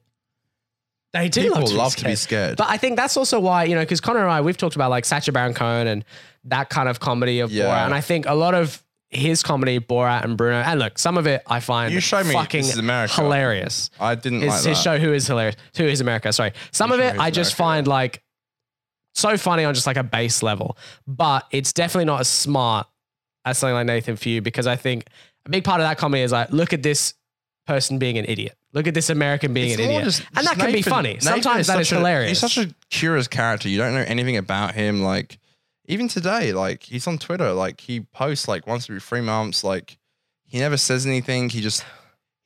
Speaker 4: They do
Speaker 2: People
Speaker 4: love, to,
Speaker 2: love
Speaker 4: be
Speaker 2: to be scared.
Speaker 4: But I think that's also why you know, because Connor and I, we've talked about like Sacha Baron Cohen and that kind of comedy of
Speaker 2: Yeah.
Speaker 4: Borat, and I think a lot of his comedy, Borat and Bruno, and look, some of it I find
Speaker 2: You showed me
Speaker 4: fucking
Speaker 2: This Is America.
Speaker 4: hilarious.
Speaker 2: I didn't
Speaker 4: his,
Speaker 2: like that.
Speaker 4: his show who is hilarious who is america sorry some
Speaker 2: Who
Speaker 4: of it
Speaker 2: Is
Speaker 4: i just
Speaker 2: America,
Speaker 4: find like so funny on just like a base level but it's definitely not as smart as something like nathan for you because i think a big part of that comedy is like look at this person being an idiot look at this american being
Speaker 2: It's
Speaker 4: an
Speaker 2: more
Speaker 4: idiot
Speaker 2: just-
Speaker 4: and that
Speaker 2: just
Speaker 4: can be
Speaker 2: Nathan-
Speaker 4: funny
Speaker 2: Nathan
Speaker 4: sometimes that
Speaker 2: such
Speaker 4: is
Speaker 2: a-
Speaker 4: hilarious
Speaker 2: He's such a curious character. You don't know anything about him. Like even today, like he's on Twitter. Like he posts like once every three months. Like he never says anything. He just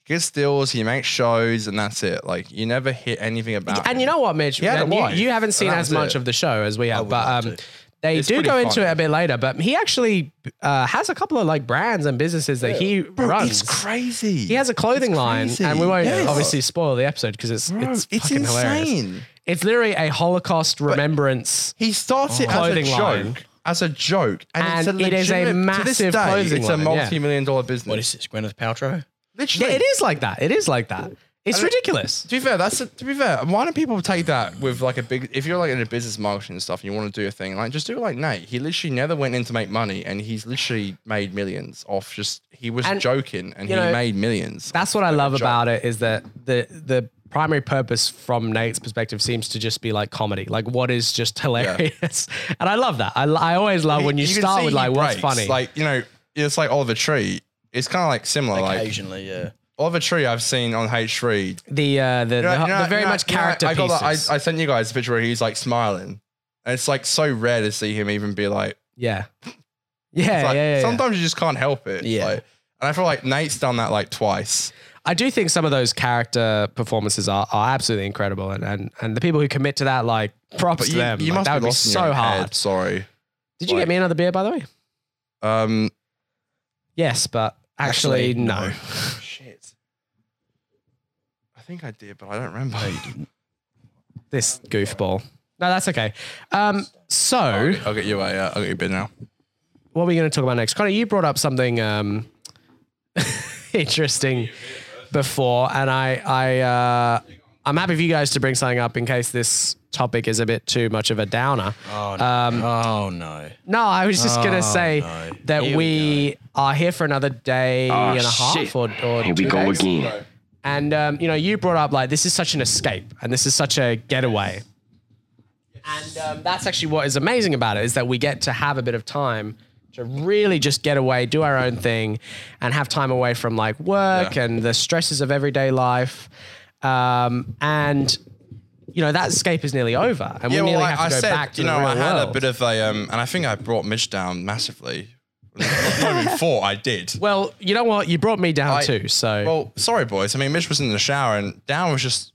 Speaker 2: gets deals. He makes shows, and that's it. Like you never hear anything about.
Speaker 4: and you
Speaker 2: him.
Speaker 4: know what mitch
Speaker 2: He had a
Speaker 4: Man, you-
Speaker 2: wife,
Speaker 4: you, haven't
Speaker 2: and
Speaker 4: seen
Speaker 2: that
Speaker 4: as
Speaker 2: was
Speaker 4: much
Speaker 2: it. Oh,
Speaker 4: of the show as we have
Speaker 3: would
Speaker 4: but
Speaker 3: love
Speaker 4: um
Speaker 3: to.
Speaker 4: they
Speaker 2: It's
Speaker 4: do
Speaker 2: pretty
Speaker 4: go into
Speaker 2: funny.
Speaker 4: it a bit later, but he actually uh, has a couple of like brands and businesses that he
Speaker 2: Bro,
Speaker 4: runs.
Speaker 2: it's crazy.
Speaker 4: He has a clothing
Speaker 2: It's
Speaker 4: line,
Speaker 2: crazy.
Speaker 4: and we won't
Speaker 2: Yes.
Speaker 4: obviously spoil the episode because it's
Speaker 2: Bro,
Speaker 4: it's,
Speaker 2: it's,
Speaker 4: fucking
Speaker 2: insane.
Speaker 4: hilarious. It's literally a Holocaust remembrance.
Speaker 2: He starts it as a
Speaker 4: Clothing
Speaker 2: joke.
Speaker 4: line.
Speaker 2: As a joke, and, it's
Speaker 4: And
Speaker 2: a
Speaker 4: it is a
Speaker 2: legitimate- to
Speaker 4: massive
Speaker 2: this day,
Speaker 4: clothing
Speaker 2: It's
Speaker 4: line,
Speaker 2: a
Speaker 4: yeah.
Speaker 2: multi-million dollar business.
Speaker 3: What is this, Gwyneth Paltrow?
Speaker 2: Literally,
Speaker 4: Yeah, it is like that. It is like that. It's
Speaker 2: And-
Speaker 4: ridiculous.
Speaker 2: To be fair, that's to be fair. Why don't people take that with like a big? If you're like in a business marketing and stuff, and you want to do a thing, like just do it like Nate. He literally never went in to make money, and he's literally made millions off just he was
Speaker 4: And,
Speaker 2: joking, and he
Speaker 4: you know,
Speaker 2: made millions.
Speaker 4: That's what I love
Speaker 2: joke.
Speaker 4: about it is that the the primary purpose from Nate's perspective seems to just be like comedy, like what is just hilarious, and I love that. I, I always love uh, when you,
Speaker 2: can
Speaker 4: start
Speaker 2: see
Speaker 4: with
Speaker 2: he
Speaker 4: like what's
Speaker 2: breaks.
Speaker 4: funny.
Speaker 2: Like you know, it's like Oliver Tree. It's kind of like similar. Like
Speaker 3: Occasionally, yeah.
Speaker 2: Oliver Tree, I've seen on H three.
Speaker 4: the uh, the, the, the very much character
Speaker 2: I, got that- I,
Speaker 4: pieces.
Speaker 2: I sent you guys a picture where he's like smiling. And it's like so rare to see him even be like.
Speaker 4: yeah,
Speaker 2: It's
Speaker 4: yeah,
Speaker 2: like,
Speaker 4: yeah, yeah. yeah.
Speaker 2: sometimes you just can't help it.
Speaker 3: Yeah.
Speaker 2: Like, and I feel like Nate's done that like twice.
Speaker 4: I do think some of those character performances are, are absolutely incredible, and, and and the people who commit to that, like props
Speaker 2: But
Speaker 4: to
Speaker 2: you,
Speaker 4: them.
Speaker 2: you
Speaker 4: Like,
Speaker 2: must
Speaker 4: that
Speaker 2: be
Speaker 4: would be
Speaker 2: lost in your
Speaker 4: so
Speaker 2: own
Speaker 4: hard.
Speaker 2: head, sorry.
Speaker 4: Did you
Speaker 2: Like-
Speaker 4: get me another beer, by the way?
Speaker 2: Um,
Speaker 4: Yes, but actually,
Speaker 2: Actually,
Speaker 4: no.
Speaker 2: no. shit. I think I did, but I don't remember.
Speaker 4: This goofball. No, that's okay. Um, so
Speaker 2: I'll get you a, uh, I'll get you a bit now.
Speaker 4: what are we going to talk about next? Connor, you brought up something um, interesting before, and I, I, uh, I'm happy for you guys to bring something up in case this topic is a bit too much of a downer. um,
Speaker 3: Oh no.
Speaker 4: No, I was just
Speaker 2: Oh,
Speaker 4: gonna say
Speaker 3: no.
Speaker 4: that
Speaker 3: Here we
Speaker 4: we, are here for another day
Speaker 2: Ah,
Speaker 4: and a
Speaker 6: shit.
Speaker 4: half or, or
Speaker 6: Here we
Speaker 4: two
Speaker 6: go
Speaker 4: days.
Speaker 6: again.
Speaker 4: And um, you know, you brought up like this is such an escape and this is such a getaway. And um, that's actually what is amazing about it is that we get to have a bit of time to really just get away, do our own thing, and have time away from like work
Speaker 2: Yeah.
Speaker 4: and the stresses of everyday life. Um, and you know that escape is nearly over, and we nearly have to go back to
Speaker 2: you
Speaker 4: the
Speaker 2: know,
Speaker 4: real
Speaker 2: I had
Speaker 4: world.
Speaker 2: a bit of a, um, and I think I brought Mitch down massively. Not even four, I did.
Speaker 4: well, you know what? You brought me down
Speaker 2: I-
Speaker 4: too, so
Speaker 2: Well, sorry, boys. I mean, Mitch was in the shower and Dan was just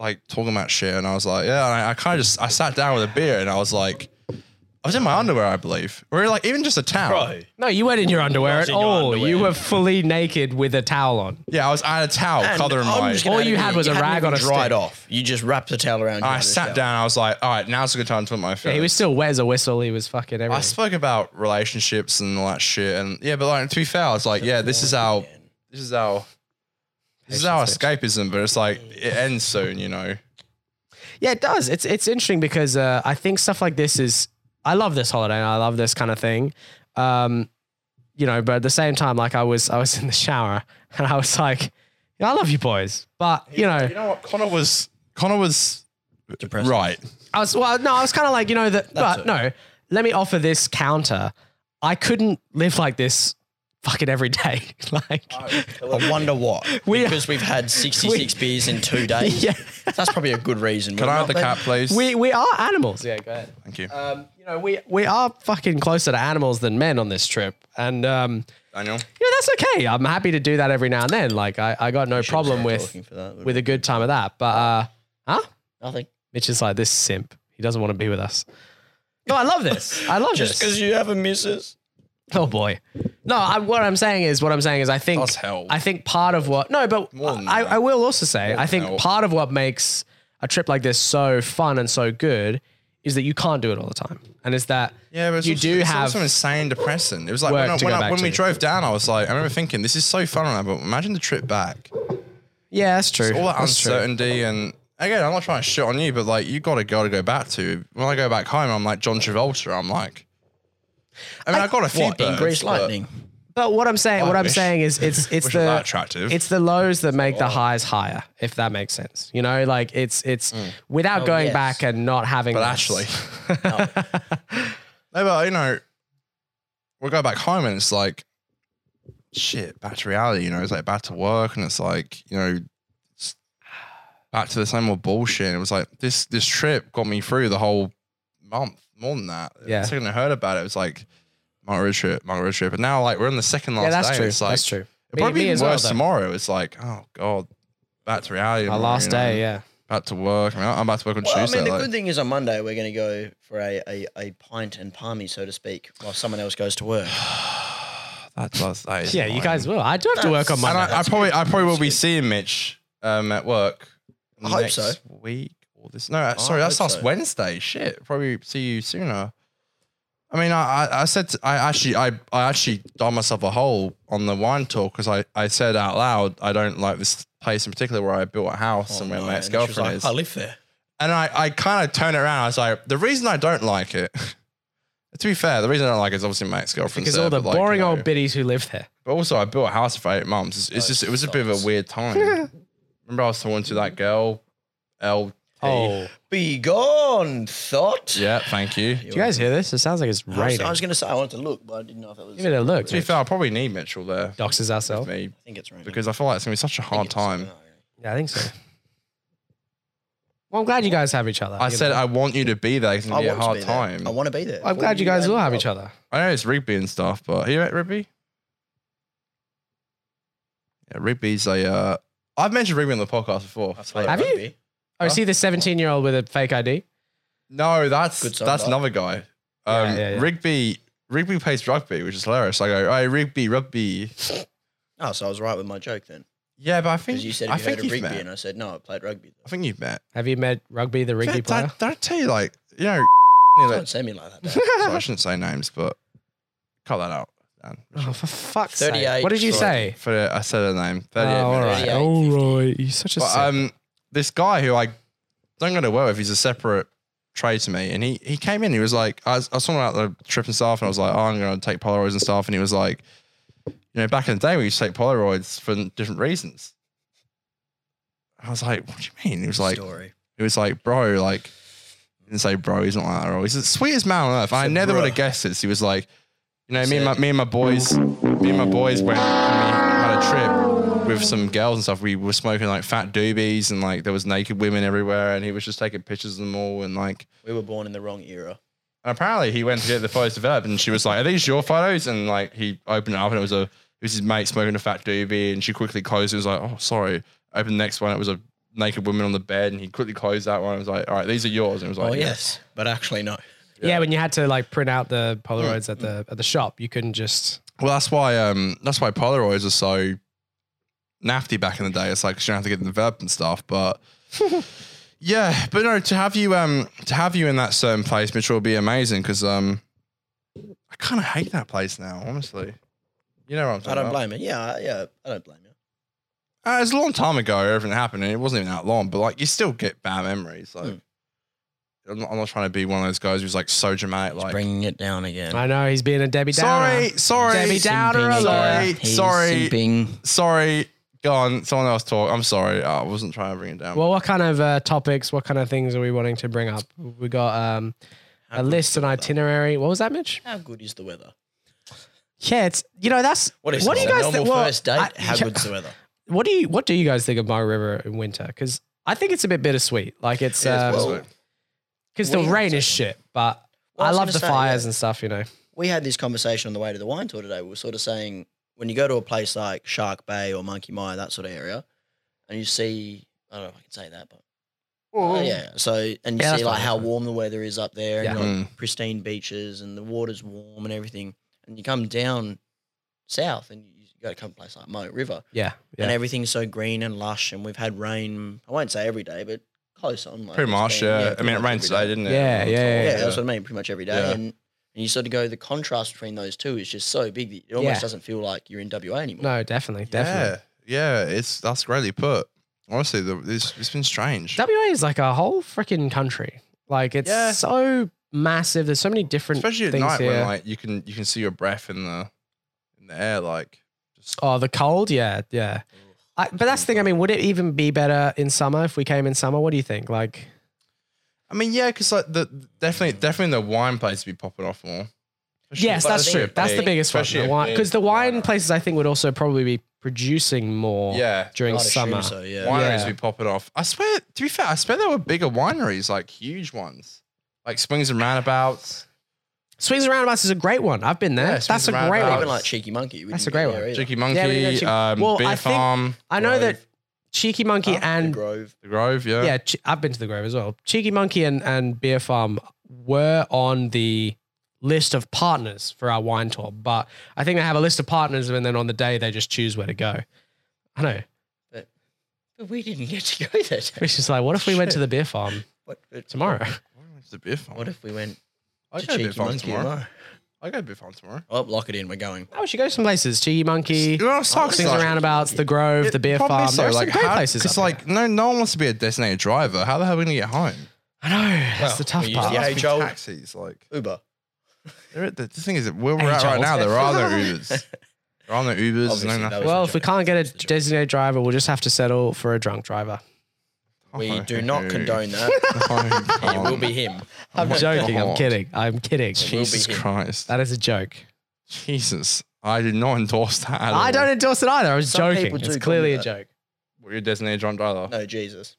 Speaker 2: like talking about shit. And I was like, yeah. And I, I kind of just, I sat down with a beer and I was like, I was in my underwear, I believe. Or like, even just a towel.
Speaker 7: Bro,
Speaker 4: no, you weren't in your underwear at
Speaker 7: in your
Speaker 4: all.
Speaker 7: underwear.
Speaker 4: You were fully naked with a towel on.
Speaker 2: Yeah, I was at a towel,
Speaker 3: And
Speaker 2: covering
Speaker 3: I'm
Speaker 2: my.
Speaker 3: just gonna
Speaker 4: All
Speaker 3: add
Speaker 4: you
Speaker 3: in
Speaker 4: had
Speaker 3: here,
Speaker 4: was a
Speaker 3: hadn't
Speaker 4: rag
Speaker 3: even
Speaker 4: on a
Speaker 3: dried
Speaker 4: stick.
Speaker 3: off. You just wrapped the towel around.
Speaker 2: I sat down. I was like, all right, now's a good time to put my
Speaker 4: Yeah,
Speaker 2: phone.
Speaker 4: he was still wet as a whistle. He was fucking
Speaker 2: I
Speaker 4: everything.
Speaker 2: spoke about relationships and all that shit, and yeah, but like to be fair, I was like, yeah, this is our, this is our, this is our escapism, but it's like it ends soon, you know.
Speaker 4: Yeah, it does. It's it's interesting because uh, I think stuff like this is I love this holiday and I love this kind of thing. Um, you know, but at the same time, like I was I was in the shower and I was like, yeah, I love you boys. But you know,
Speaker 2: You know what, Connor was, Connor was
Speaker 3: Depressed.
Speaker 2: right.
Speaker 4: I was well, no, I was kind of like, you know, that but no, let me offer this counter. I couldn't live like this fucking every day. like
Speaker 3: I wonder what.
Speaker 4: We-
Speaker 3: because we've had 66 beers in two days.
Speaker 4: Yeah.
Speaker 3: That's probably a good reason.
Speaker 2: Can
Speaker 3: We're
Speaker 2: I have
Speaker 3: not
Speaker 2: the
Speaker 3: letting-
Speaker 2: cat, please?
Speaker 4: we we are animals. Yeah, go ahead.
Speaker 2: Thank you,
Speaker 4: Um, you know, we we are fucking closer to animals than men on this trip. And um
Speaker 2: Daniel.
Speaker 4: you know, that's okay. I'm happy to do that every now and then. Like I, I got no problem
Speaker 3: start
Speaker 4: with
Speaker 3: talking for that,
Speaker 4: with a good time of that. But uh huh?
Speaker 3: Nothing.
Speaker 4: Mitch is like this simp. He doesn't want to be with us. No, I love this. I love
Speaker 3: Just
Speaker 4: this.
Speaker 3: because you have a missus.
Speaker 4: Oh boy. No, I, what I'm saying is what I'm saying is I think
Speaker 2: That's hell.
Speaker 4: I think part of what no, but
Speaker 2: More than
Speaker 4: I,
Speaker 2: that.
Speaker 4: I will also say I think
Speaker 2: hell.
Speaker 4: part of what makes a trip like this so fun and so good is that you can't do it all the time. And is that
Speaker 2: Yeah, but it's
Speaker 4: you
Speaker 2: also,
Speaker 4: do
Speaker 2: it's
Speaker 4: have
Speaker 2: also insane depressing. It was like
Speaker 4: work
Speaker 2: when, I,
Speaker 4: to
Speaker 2: when,
Speaker 4: go
Speaker 2: I,
Speaker 4: back
Speaker 2: when
Speaker 4: to.
Speaker 2: we drove down, I was like, I remember thinking, this is so fun, and I- but imagine the trip back,
Speaker 4: Yeah, that's true.
Speaker 2: all that
Speaker 4: That's true.
Speaker 2: uncertainty, and again, I'm not trying to shit on you, but like you got to go to go back to. When I go back home, I'm like John Travolta. I'm like, I mean, I, got a few
Speaker 3: What? In
Speaker 2: birds,
Speaker 3: Grease
Speaker 2: but-
Speaker 3: Lightning.
Speaker 4: But what I'm saying,
Speaker 2: I
Speaker 4: what I'm
Speaker 2: wish-
Speaker 4: saying is, it's it's
Speaker 2: Which was
Speaker 4: the
Speaker 2: that attractive.
Speaker 4: it's the lows that make the highs higher, if that makes sense. You know, like it's it's without going
Speaker 3: yes.
Speaker 4: back and not having.
Speaker 2: Mm. But
Speaker 4: this-
Speaker 2: actually, no, but you know, we go back home and it's like, shit, back to reality. You know, it's like back to work, and it's like you know, it's back to the same old bullshit. And it was like this this trip got me through the whole month, more than that.
Speaker 4: Yeah.
Speaker 2: the second I heard about it, it was like my road trip, my road trip, and now like we're on the second last
Speaker 4: yeah, that's
Speaker 2: day. and
Speaker 4: true.
Speaker 2: It's like,
Speaker 4: that's true.
Speaker 2: It probably
Speaker 4: Me- me
Speaker 2: be even
Speaker 4: as well,
Speaker 2: worse
Speaker 4: though.
Speaker 2: tomorrow. It's like, oh god, back to reality.
Speaker 4: Our
Speaker 2: tomorrow,
Speaker 4: last
Speaker 2: you know?
Speaker 4: day, yeah.
Speaker 2: Back to work. I mean, I'm about to work on
Speaker 3: Well, I
Speaker 2: Tuesday.
Speaker 3: mean, the
Speaker 2: like-
Speaker 3: good thing is on Monday we're going to go for a, a, a pint and palmy, so to speak, while someone else goes to work.
Speaker 2: That does. That is
Speaker 4: Yeah, you
Speaker 2: annoying.
Speaker 4: guys will. I do have to work on
Speaker 3: That's-
Speaker 2: And
Speaker 4: Monday.
Speaker 2: I, I probably, I probably will be seeing Mitch um, at work.
Speaker 3: I hope
Speaker 2: next
Speaker 3: so.
Speaker 2: Week or this? No, uh,
Speaker 3: I
Speaker 2: sorry, that's
Speaker 3: hope
Speaker 2: last
Speaker 3: so.
Speaker 2: Wednesday. Shit, probably see you sooner. I mean, I, I, I said to- I actually, I, I actually dug myself a hole on the wine tour because I, I said out loud I don't like this place in particular where I built a house and where
Speaker 3: Oh,
Speaker 2: my
Speaker 3: no.
Speaker 2: ex
Speaker 3: And she was
Speaker 2: girlfriend
Speaker 3: like,
Speaker 2: is.
Speaker 3: I live there.
Speaker 2: And I, I kind of turned it around. I was like, the reason I don't like it. To be fair, the reason I don't like it is obviously my ex girlfriend.
Speaker 4: because all the boring old biddies who live there.
Speaker 2: But also, I built a house for eight months. It's, it's just, it was a bit of
Speaker 3: Oh, sucks.
Speaker 2: a weird time. Remember, I was talking to that girl, L.
Speaker 4: Oh,
Speaker 3: Be gone, thought.
Speaker 2: Yeah, thank you.
Speaker 4: do you guys hear this? It sounds like it's
Speaker 3: I was,
Speaker 4: raining.
Speaker 3: I was going to say I wanted to look, but I didn't know if it was.
Speaker 4: Give it a look.
Speaker 2: To be fair, I probably need Mitchell there
Speaker 4: Doxes
Speaker 2: with
Speaker 4: ourselves.
Speaker 2: me
Speaker 3: I think it's raining.
Speaker 2: because I feel like it's gonna be such a hard
Speaker 3: uh,
Speaker 2: time.
Speaker 4: Yeah, I think so. Well, I'm glad you guys have each other.
Speaker 2: I
Speaker 4: you
Speaker 2: said
Speaker 4: know.
Speaker 2: I want you to be there. It's
Speaker 3: I
Speaker 2: gonna be a
Speaker 3: want to
Speaker 2: hard
Speaker 3: be there.
Speaker 2: time.
Speaker 3: I want to be there.
Speaker 4: I'm glad you guys will have each other.
Speaker 2: I know it's Rigby and stuff, but are you at Rigby? Yeah, Rigby's a. Uh, I've mentioned Rigby on the podcast before.
Speaker 4: Have you? Oh, see the 17 year old with a fake ID?
Speaker 2: No, that's
Speaker 3: Good song,
Speaker 2: that's
Speaker 3: though.
Speaker 2: another guy. Um,
Speaker 4: yeah, yeah.
Speaker 2: Rigby Rigby plays rugby, which is hilarious. I go, hey, Rigby, rugby.
Speaker 3: Oh, so I was right with my joke then.
Speaker 2: Yeah, but I think
Speaker 3: Because you said
Speaker 2: I
Speaker 3: if you
Speaker 2: think
Speaker 3: heard of
Speaker 2: you've
Speaker 3: rugby,
Speaker 2: met.
Speaker 3: and I said no, I played rugby.
Speaker 2: I think you've met.
Speaker 4: Have you met Rugby, the Rigby
Speaker 2: Did I-
Speaker 4: player?
Speaker 2: Did, I tell you like you know?
Speaker 3: Don't
Speaker 2: like,
Speaker 3: say me like that. Dad.
Speaker 2: so I shouldn't say names, but cut that out. Dan.
Speaker 4: Oh, for fuck's
Speaker 3: 38
Speaker 4: sake. What did you
Speaker 3: Troy.
Speaker 4: say?
Speaker 2: For the- I said her name.
Speaker 4: Oh,
Speaker 2: Thirty-eight.
Speaker 4: all
Speaker 2: minutes.
Speaker 4: right.
Speaker 3: 38,
Speaker 4: All right. You're such a
Speaker 2: But,
Speaker 4: simp.
Speaker 2: um, this guy who I don't go to work with, he's a separate trade to me. And he, he came in, he was like, I was, I was talking about the trip and stuff, and I was like, oh, I'm going to take Polaroids and stuff. And he was like, you know, back in the day, we used to take Polaroids for different reasons. I was like, what do you mean? He was like,
Speaker 3: Story.
Speaker 2: he was like, bro, like, he didn't say bro, he's not like that at all. He's the sweetest man on earth. I
Speaker 3: said,
Speaker 2: never
Speaker 3: "Bruh."
Speaker 2: would have guessed this. He was like, you know, me and my
Speaker 3: Said-
Speaker 2: me and my boys, me and my boys went and we had a trip, with some girls and stuff, we were smoking like fat doobies and like there was naked women everywhere, and he was just taking pictures of them all and like
Speaker 3: We were born in the wrong era.
Speaker 2: and apparently he went to get the photos developed and she was like, Are these your photos? And like he opened it up and it was a it was his mate smoking a fat doobie and she quickly closed it and was like, Oh, sorry. Opened the next one, it was a naked woman on the bed and he quickly closed that one and was like, All right, these are yours. And it was like,
Speaker 3: oh yes, but actually no.
Speaker 4: Yeah. when you had to like print out the
Speaker 2: Mm,
Speaker 4: Polaroids at the at the shop, you couldn't just
Speaker 2: Well that's why um that's why Polaroids are so nafty back in the day. It's like 'cause you don't have to get them developed and stuff, but yeah, but no, to have you um to have you in that certain place, Mitchell, would be amazing because um I kind of hate that place now, honestly. You know what I'm talking
Speaker 3: I don't
Speaker 2: about.
Speaker 3: blame you. Yeah, I- yeah, I don't blame you.
Speaker 2: Uh, it's a long time ago, everything happened, and it wasn't even that long, but like you still get bad memories. Like,
Speaker 4: Hmm.
Speaker 2: I'm, not, I'm not trying to be one of those guys who's like so dramatic. Like,
Speaker 3: Bringing it down again.
Speaker 4: I know he's being a Debbie
Speaker 2: sorry,
Speaker 4: Downer.
Speaker 2: sorry,
Speaker 4: Debbie Downer
Speaker 3: Simping
Speaker 2: sorry,
Speaker 3: again. He's
Speaker 2: sorry.
Speaker 3: Simping.
Speaker 2: sorry. Go on, someone else talk. I'm sorry, I wasn't trying to bring it down.
Speaker 4: Well, what kind of uh, topics, what kind of things are we wanting to bring up? We got um, a list, an itinerary. What was that, Mitch?
Speaker 3: How good is the weather?
Speaker 4: Yeah, it's you know that's
Speaker 3: What is
Speaker 4: what do
Speaker 3: it?
Speaker 4: you
Speaker 3: A
Speaker 4: guys
Speaker 3: normal
Speaker 4: think? Well,
Speaker 3: first date?
Speaker 4: I-
Speaker 3: How
Speaker 4: yeah.
Speaker 3: good's the weather?
Speaker 4: what do you what do you guys think of Margaret River in winter? Because I think it's a bit bittersweet. Like it's
Speaker 2: Yeah, it's
Speaker 4: because
Speaker 2: possible.
Speaker 4: the
Speaker 3: Well,
Speaker 4: rain is shit, but
Speaker 3: Well, I
Speaker 4: I,
Speaker 3: was
Speaker 4: love
Speaker 3: gonna
Speaker 4: the
Speaker 3: say,
Speaker 4: fires
Speaker 3: yeah.
Speaker 4: and stuff. You know,
Speaker 3: we had this conversation on the way to the wine tour today. We were sort of saying when you go to a place like Shark Bay or Monkey Mire, that sort of area, and you see, I don't know if I can say that, but Oh, yeah. So and you
Speaker 4: Yeah, that's
Speaker 3: see like
Speaker 4: fine,
Speaker 3: how
Speaker 4: that's fine.
Speaker 3: warm the weather is up there, and
Speaker 4: Yeah.
Speaker 3: you're
Speaker 2: Hmm.
Speaker 3: like pristine beaches, and the water's warm and everything. And you come down south, and you go to come to a place like Moat River,
Speaker 4: yeah,
Speaker 3: and
Speaker 4: yeah.
Speaker 3: everything's so green and lush. And we've had rain. I won't say every day, but close on. Like
Speaker 2: pretty
Speaker 3: it's
Speaker 2: much.
Speaker 3: been-
Speaker 2: Yeah, I
Speaker 3: pretty
Speaker 2: mean, it
Speaker 3: much
Speaker 2: rained
Speaker 3: every
Speaker 2: today,
Speaker 3: day.
Speaker 2: didn't it?
Speaker 4: Yeah,
Speaker 2: That's
Speaker 4: yeah,
Speaker 2: all.
Speaker 3: Yeah, that's what I mean. Pretty much every day,
Speaker 2: Yeah.
Speaker 3: and and you sort of go the contrast between those two is just so big that it almost
Speaker 4: Yeah.
Speaker 3: doesn't feel like you're in WA anymore.
Speaker 4: No, definitely, definitely.
Speaker 2: Yeah, yeah, it's that's greatly put. Honestly, the, it's, it's been strange.
Speaker 4: WA is like a whole freaking country. Like it's
Speaker 2: Yeah.
Speaker 4: so massive. There's so many different
Speaker 2: Especially at
Speaker 4: things
Speaker 2: night
Speaker 4: here.
Speaker 2: when like you can you can see your breath in the in the air, like just
Speaker 4: oh, the cold. Yeah, yeah. I, but that's the thing. I mean, would it even be better in summer if we came in summer? What do you think? Like,
Speaker 2: I mean, yeah, because like the definitely definitely the wine place would be popping off more. Especially-
Speaker 4: yes,
Speaker 3: But I
Speaker 4: that's
Speaker 3: think
Speaker 4: true.
Speaker 3: if
Speaker 4: That's
Speaker 3: they-
Speaker 4: the biggest one.
Speaker 2: especially
Speaker 4: The
Speaker 2: if
Speaker 4: wine,
Speaker 2: they-
Speaker 4: because the wine places I think would also probably be producing more.
Speaker 2: Yeah.
Speaker 4: during
Speaker 3: I'd assume
Speaker 4: summer.
Speaker 3: So yeah.
Speaker 2: Wineries
Speaker 4: Yeah.
Speaker 2: would be popping off. I swear, to be fair, I swear there were bigger wineries, like huge ones, like swings and roundabouts.
Speaker 4: Swings and roundabouts is a great one. I've been there.
Speaker 2: Yeah,
Speaker 4: that's
Speaker 2: swings
Speaker 4: a
Speaker 2: and
Speaker 4: great
Speaker 2: roundabouts.
Speaker 4: one.
Speaker 3: Even like Cheeky Monkey. we
Speaker 4: That's
Speaker 3: didn't
Speaker 4: a
Speaker 3: get
Speaker 4: great
Speaker 3: there
Speaker 4: one.
Speaker 3: either.
Speaker 2: Cheeky
Speaker 4: Yeah, we
Speaker 2: Monkey,
Speaker 4: know Cheeky-
Speaker 2: um,
Speaker 4: Well,
Speaker 2: Beer
Speaker 4: I think-
Speaker 2: Farm,
Speaker 4: I know that Cheeky Monkey
Speaker 2: Huh?
Speaker 3: The
Speaker 4: and
Speaker 3: Grove.
Speaker 2: the Grove. Yeah,
Speaker 4: yeah, Che- I've been to the Grove as well. Cheeky Monkey and and Beer Farm were on the list of partners for our wine tour, but I think they have a list of partners, and then on the day they just choose where to go. I know.
Speaker 3: But we didn't get to go there. Jack.
Speaker 4: It's just like, what if we went to the beer farm
Speaker 3: What, what-
Speaker 4: tomorrow?
Speaker 2: It's the beer farm.
Speaker 3: What if we went
Speaker 2: I
Speaker 3: to
Speaker 2: go to beer
Speaker 3: Cheeky
Speaker 2: farm
Speaker 3: Monkey?
Speaker 2: tomorrow.
Speaker 3: tomorrow?
Speaker 2: I go to beer farm tomorrow.
Speaker 3: Oh, lock it in. We're going.
Speaker 4: Oh, we should go some places. Cheeky Monkey,
Speaker 2: You know, it sucks,
Speaker 4: Swings
Speaker 2: like-
Speaker 4: and Roundabouts, the Grove, the Beer
Speaker 2: Problem
Speaker 4: Farm.
Speaker 2: is,
Speaker 4: there
Speaker 2: though,
Speaker 4: are some great
Speaker 2: how-
Speaker 4: places.
Speaker 2: It's
Speaker 4: up
Speaker 2: like no, no one wants to be a designated driver. How the hell are we gonna get home?
Speaker 4: there. I know that's
Speaker 3: Well,
Speaker 4: the tough
Speaker 3: we used
Speaker 4: part.
Speaker 3: the
Speaker 2: Must
Speaker 3: Hey,
Speaker 2: be
Speaker 3: Joel.
Speaker 2: taxis. Like
Speaker 3: Uber.
Speaker 2: they're at the, the thing is, that where we're
Speaker 4: Hey,
Speaker 2: at right
Speaker 4: Joel.
Speaker 2: now, there are no Ubers. There are no Ubers.
Speaker 3: Obviously,
Speaker 2: No
Speaker 3: that
Speaker 2: nothing.
Speaker 3: was-
Speaker 4: Well, if we can't get a designated driver, we'll just have to settle for a drunk driver.
Speaker 3: We
Speaker 2: Oh,
Speaker 3: do not
Speaker 2: okay.
Speaker 3: condone that.
Speaker 2: Oh,
Speaker 3: It will be him.
Speaker 4: I'm
Speaker 2: my
Speaker 4: joking. I'm
Speaker 2: God.
Speaker 4: kidding. I'm kidding.
Speaker 3: will be
Speaker 2: Jesus
Speaker 3: him.
Speaker 2: Christ.
Speaker 4: That is a joke.
Speaker 2: Jesus. I did not endorse that. At
Speaker 4: I
Speaker 2: all.
Speaker 4: don't endorse it either. I was
Speaker 3: Some
Speaker 4: joking.
Speaker 3: people do
Speaker 4: It's
Speaker 3: call
Speaker 4: clearly
Speaker 3: me
Speaker 4: a
Speaker 3: that.
Speaker 4: joke.
Speaker 2: Were you a designated drunk driver?
Speaker 3: No, Jesus.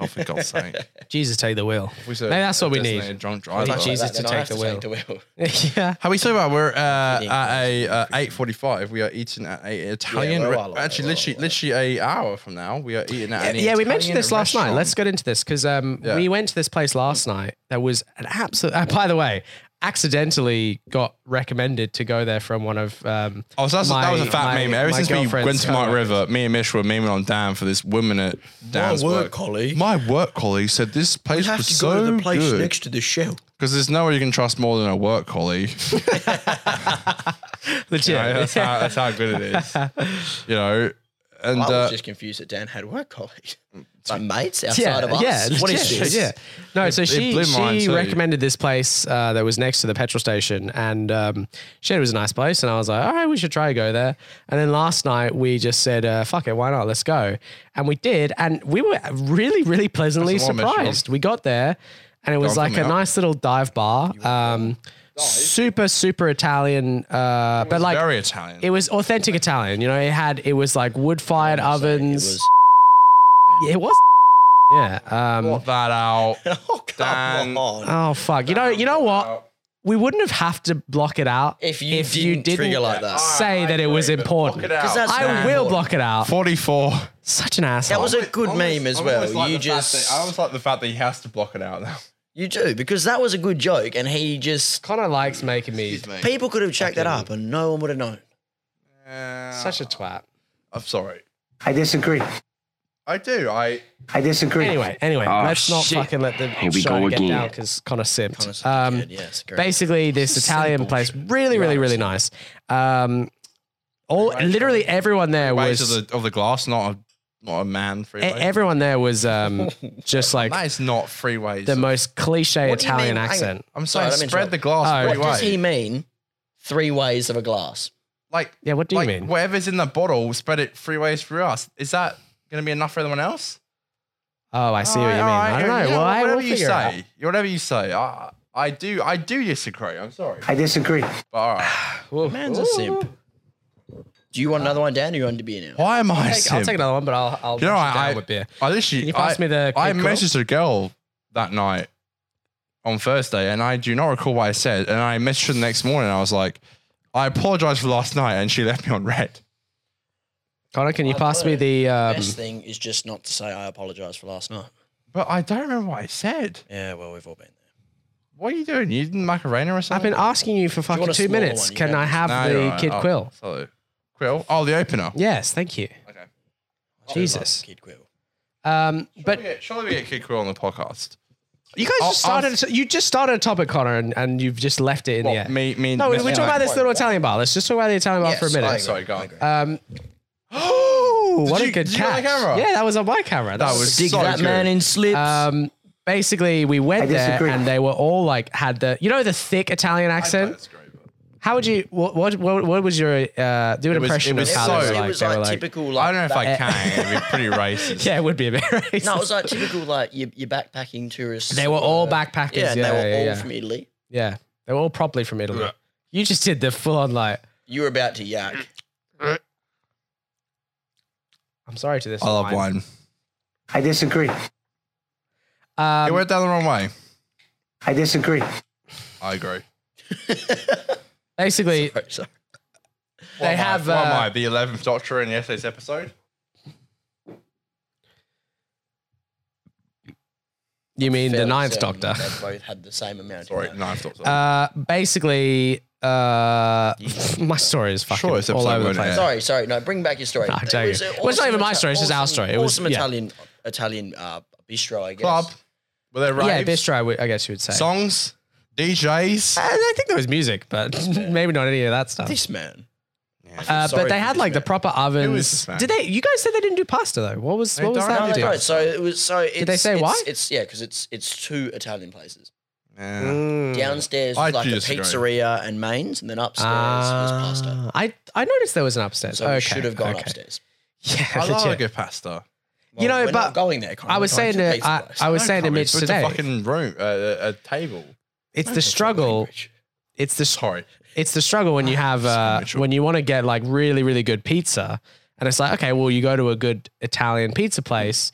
Speaker 2: Oh, for God's sake.
Speaker 4: Jesus, take the wheel.
Speaker 2: If we said
Speaker 4: Maybe that's
Speaker 2: a
Speaker 4: what we need.
Speaker 2: designated Drunk
Speaker 4: need
Speaker 2: driver.
Speaker 4: Jesus
Speaker 3: Like that,
Speaker 4: to
Speaker 3: then I
Speaker 4: take
Speaker 3: have
Speaker 4: the
Speaker 3: to take the wheel.
Speaker 4: yeah.
Speaker 2: How we so far? We're uh,
Speaker 3: Freaking
Speaker 2: at a uh, eight forty-five. We are eating at a Italian.
Speaker 3: we're
Speaker 2: re-
Speaker 3: well,
Speaker 2: actually,
Speaker 3: well,
Speaker 2: literally,
Speaker 3: well.
Speaker 2: literally a hour from now, we are eating at.
Speaker 4: Yeah,
Speaker 2: an
Speaker 4: yeah, we mentioned
Speaker 2: Italian
Speaker 4: this last night.
Speaker 2: restaurant.
Speaker 4: Let's get into this because um,
Speaker 2: Yeah.
Speaker 4: we went to this place last night that was an absolute. Uh, by the way, accidentally got recommended to go there from one of. Um,
Speaker 2: Oh, so that's, that was a
Speaker 4: my-
Speaker 2: fat
Speaker 4: my-
Speaker 2: meme. Ever
Speaker 4: my
Speaker 2: since we went
Speaker 4: girlfriend's
Speaker 2: to Mike
Speaker 4: coworkers.
Speaker 2: River, me and Mish were memeing on Dan for this woman at Dan's work.
Speaker 3: colleague.
Speaker 2: My work colleague said this place was so good
Speaker 3: to the shell.
Speaker 2: because there's no way you can trust more than a work colleague.
Speaker 4: Legit.
Speaker 2: You know, that's, how, that's how good it is. You know, and
Speaker 3: I
Speaker 2: uh, Mm,
Speaker 3: was just confused that Dan had work colleague. Like mates outside
Speaker 4: yeah,
Speaker 3: of us.
Speaker 4: yeah,
Speaker 3: what is
Speaker 4: legit,
Speaker 3: this?
Speaker 4: Yeah. No, so
Speaker 2: it
Speaker 4: she
Speaker 2: blew mine
Speaker 4: she
Speaker 2: too.
Speaker 4: recommended this place uh, that was next to the petrol station, and um, she said it was a nice place, and I was like, all right, we should try to go there. And then last night we just said, uh, fuck it, why not? Let's go, and we did, and we were really, really pleasantly
Speaker 2: That's the one, Mitch,
Speaker 4: surprised. We got there, and it was
Speaker 2: Don't
Speaker 4: like
Speaker 2: put me
Speaker 4: a
Speaker 2: up.
Speaker 4: nice little dive bar. Um, super super Italian, uh, but like
Speaker 2: very Italian.
Speaker 4: it was authentic Italian. You know, it had it was like wood fired ovens.
Speaker 3: It
Speaker 4: Yeah, it was. Yeah. Um,
Speaker 2: Cut that out.
Speaker 3: was, oh, come
Speaker 2: Dan.
Speaker 3: on.
Speaker 4: oh fuck! You know, you know what? We wouldn't have have to block it out
Speaker 3: If you didn't trigger like that.
Speaker 4: say that it was important.
Speaker 2: Block it out.
Speaker 3: that's-
Speaker 4: I will block it out.
Speaker 2: Forty-four.
Speaker 4: Such an asshole.
Speaker 3: That was a good meme as well. you just,
Speaker 2: I always like the fact that he has to block it out now.
Speaker 3: you do because that was a good joke, and he just
Speaker 4: Connor likes making me
Speaker 3: people could have checked that up, and no one would have known.
Speaker 4: such a twat.
Speaker 2: I'm sorry.
Speaker 5: I disagree.
Speaker 2: I do. I
Speaker 5: I disagree.
Speaker 4: Anyway, anyway,
Speaker 6: Oh,
Speaker 4: let's not
Speaker 6: shit.
Speaker 4: fucking let the
Speaker 6: Here we
Speaker 4: show
Speaker 6: go
Speaker 4: get
Speaker 6: again.
Speaker 4: down because Connor simped.
Speaker 3: Honestly,
Speaker 4: um,
Speaker 3: good, yes, great.
Speaker 4: basically, this Italian place, really, really, really nice. Um, all literally everyone there
Speaker 2: ways
Speaker 4: was.
Speaker 2: of the of the glass, not a not a man
Speaker 4: e-
Speaker 2: freeway.
Speaker 4: Everyone there was um, just like
Speaker 2: that is not freeways.
Speaker 4: the most cliche
Speaker 3: What do you
Speaker 4: Italian
Speaker 3: mean? Hang on.
Speaker 4: accent.
Speaker 2: I'm
Speaker 3: Sorry,
Speaker 2: saying
Speaker 3: I didn't
Speaker 2: spread
Speaker 3: interrupt.
Speaker 2: the glass
Speaker 4: Oh.
Speaker 2: three
Speaker 3: What
Speaker 2: ways.
Speaker 3: does he mean? Three ways of a glass.
Speaker 2: like
Speaker 4: Yeah, what do
Speaker 2: like
Speaker 4: you mean?
Speaker 2: whatever's in the bottle, spread it three ways through us. Is that gonna be enough for everyone else?
Speaker 4: Oh, I see what you mean.
Speaker 2: Alright,
Speaker 4: I don't
Speaker 2: alright,
Speaker 4: know.
Speaker 2: yeah,
Speaker 4: well, I
Speaker 2: whatever
Speaker 4: will
Speaker 2: you
Speaker 4: figure it out.
Speaker 2: say, whatever you say, I I do I do disagree. I'm sorry,
Speaker 5: I disagree.
Speaker 2: but all right.
Speaker 3: Man's a simp. Do you want another
Speaker 2: Uh,
Speaker 3: one, Dan? Or you want to be now?
Speaker 2: Why am I?
Speaker 4: I'll take, I'll take another one, but I'll, I'll
Speaker 2: You know,
Speaker 4: wash it
Speaker 2: I,
Speaker 4: down with beer.
Speaker 2: I, I literally,
Speaker 4: Can you pass
Speaker 2: I,
Speaker 4: me the
Speaker 2: I
Speaker 4: Cape Coral?
Speaker 2: messaged a girl that night on Thursday, and I do not recall what I said. And I messaged her the next morning. And I was like, I apologize for last night, and she left me on red.
Speaker 4: Connor, can you pass me the? Um,
Speaker 3: Best thing is just not to say I apologise for last night.
Speaker 2: But I don't remember what I said.
Speaker 3: Yeah, well, we've all been there.
Speaker 2: What are you doing? You didn't macarena or
Speaker 4: I've
Speaker 2: something?
Speaker 4: been asking you for fucking
Speaker 3: want a
Speaker 4: two
Speaker 3: smaller
Speaker 4: minutes.
Speaker 3: one? You
Speaker 4: Can
Speaker 3: don't
Speaker 4: I
Speaker 3: need-
Speaker 4: have
Speaker 2: No,
Speaker 4: the
Speaker 2: you're right.
Speaker 4: kid
Speaker 2: Oh,
Speaker 4: quill?
Speaker 2: So quill. Oh, the opener.
Speaker 4: Yes, thank you.
Speaker 2: Okay.
Speaker 4: Jesus.
Speaker 3: Kid Quill.
Speaker 4: Um, but
Speaker 2: Surely we get- surely we get kid quill on the podcast.
Speaker 4: you guys
Speaker 2: I'll-
Speaker 4: just started. you just started a topic, Connor, and, and you've just left it in the air.
Speaker 2: Me, me.
Speaker 4: no, we're
Speaker 2: me-
Speaker 4: talking about this
Speaker 2: Wait,
Speaker 4: little Italian bar. Let's just talk about the Italian bar for a
Speaker 3: Yes,
Speaker 4: minute.
Speaker 3: I
Speaker 2: Sorry, go. on.
Speaker 4: Um, oh, what
Speaker 2: you-
Speaker 4: a good
Speaker 2: did you get
Speaker 4: catch!
Speaker 2: on camera?
Speaker 4: Yeah, that was on my camera. That,
Speaker 2: That
Speaker 4: was.
Speaker 2: was
Speaker 3: Dig
Speaker 2: so
Speaker 3: that
Speaker 2: good.
Speaker 3: man in slips.
Speaker 4: Um, basically, we went
Speaker 5: I
Speaker 4: there
Speaker 5: disagree.
Speaker 4: and they were all like had the you know the thick Italian accent.
Speaker 2: That's great. but-
Speaker 4: How would you? What? What? What, what was your? Uh, do an
Speaker 2: was-
Speaker 4: impression
Speaker 2: it was
Speaker 4: of how
Speaker 2: so-
Speaker 4: they were
Speaker 3: it
Speaker 4: like.
Speaker 3: was
Speaker 4: they
Speaker 3: like,
Speaker 4: were like
Speaker 3: typical.
Speaker 2: I
Speaker 3: Like,
Speaker 2: don't know if I can. It'd be pretty racist.
Speaker 4: yeah, it would be a bit racist.
Speaker 3: No, it was like typical like your, your backpacking tourists.
Speaker 4: they were all backpackers.
Speaker 3: yeah,
Speaker 4: Yeah,
Speaker 3: and they were
Speaker 4: yeah,
Speaker 3: all
Speaker 4: yeah.
Speaker 3: from Italy.
Speaker 4: Yeah, they were all properly from Italy.
Speaker 2: Yeah.
Speaker 4: You just did the full on like.
Speaker 3: You were about to yak.
Speaker 4: I'm sorry to this.
Speaker 2: I love wine.
Speaker 5: I disagree.
Speaker 2: it
Speaker 4: Um,
Speaker 2: went down the wrong way.
Speaker 5: I disagree.
Speaker 2: I agree.
Speaker 4: basically,
Speaker 3: Sorry, sorry.
Speaker 4: they have.
Speaker 2: What am
Speaker 4: uh,
Speaker 2: I? The eleventh Doctor in yesterday's episode.
Speaker 4: you mean the
Speaker 3: Fairly
Speaker 4: Ninth
Speaker 3: certain
Speaker 4: Doctor?
Speaker 3: They both had the same amount. of
Speaker 2: Sorry,
Speaker 3: that.
Speaker 2: ninth Doctor.
Speaker 4: Uh, basically, uh, my story is fucking
Speaker 2: Sure, it's
Speaker 4: all
Speaker 2: episode
Speaker 4: over the
Speaker 2: one,
Speaker 4: place.
Speaker 2: yeah.
Speaker 3: Sorry, sorry. No, bring back your story.
Speaker 4: No, I'm
Speaker 3: It
Speaker 4: joking.
Speaker 3: was an
Speaker 4: Well, it's not even my
Speaker 3: Ita-
Speaker 4: story, it's just our
Speaker 3: awesome-
Speaker 4: story. It was-
Speaker 3: awesome
Speaker 4: yeah.
Speaker 3: Italian, Italian uh, bistro, I guess.
Speaker 2: Club. Were they
Speaker 4: Yeah,
Speaker 2: right?
Speaker 4: bistro. we- I guess you would say.
Speaker 2: songs, DJs.
Speaker 4: I, I think there was music, but maybe not any of that stuff.
Speaker 3: This man.
Speaker 4: Uh,
Speaker 3: Sorry
Speaker 4: but
Speaker 3: for
Speaker 4: they had
Speaker 3: this
Speaker 4: like the
Speaker 3: man.
Speaker 4: proper ovens.
Speaker 2: was this man?
Speaker 4: Did they? You guys said they didn't do pasta though. What was
Speaker 2: They
Speaker 4: what was
Speaker 2: don't.
Speaker 4: that?
Speaker 2: No,
Speaker 3: No,
Speaker 2: they
Speaker 4: deal?
Speaker 3: right. So it was. So it's,
Speaker 4: they say
Speaker 3: it's,
Speaker 4: why?
Speaker 3: It's yeah, because it's it's two Italian places.
Speaker 2: Yeah.
Speaker 4: Mm.
Speaker 3: Mm,
Speaker 4: Hmm.
Speaker 3: Downstairs
Speaker 2: I
Speaker 3: was like
Speaker 2: do
Speaker 3: the
Speaker 2: disagree.
Speaker 3: pizzeria and mains, and then upstairs was pasta.
Speaker 4: Ah, I I noticed there was an upstairs.
Speaker 3: So
Speaker 4: okay,
Speaker 3: we should have gone
Speaker 4: okay.
Speaker 3: upstairs.
Speaker 4: Yeah,
Speaker 2: I love a
Speaker 4: legit.
Speaker 2: good pasta.
Speaker 4: You know,
Speaker 3: we're
Speaker 4: but
Speaker 3: not going there. Connor.
Speaker 4: I
Speaker 3: We're
Speaker 4: was
Speaker 3: going
Speaker 4: saying
Speaker 3: to
Speaker 4: that
Speaker 3: the
Speaker 4: I,
Speaker 3: pizza
Speaker 4: I
Speaker 3: place.
Speaker 4: was saying to
Speaker 2: Can't we
Speaker 4: Mitch
Speaker 2: booked
Speaker 4: today.
Speaker 2: a fucking room, uh, a, a table.
Speaker 4: it's the struggle. It's the
Speaker 2: Sorry,
Speaker 4: it's the struggle when you
Speaker 2: Ah,
Speaker 4: have uh,
Speaker 2: much-
Speaker 4: when you want to get like really really good pizza, and it's like okay, well you go to a good Italian pizza place.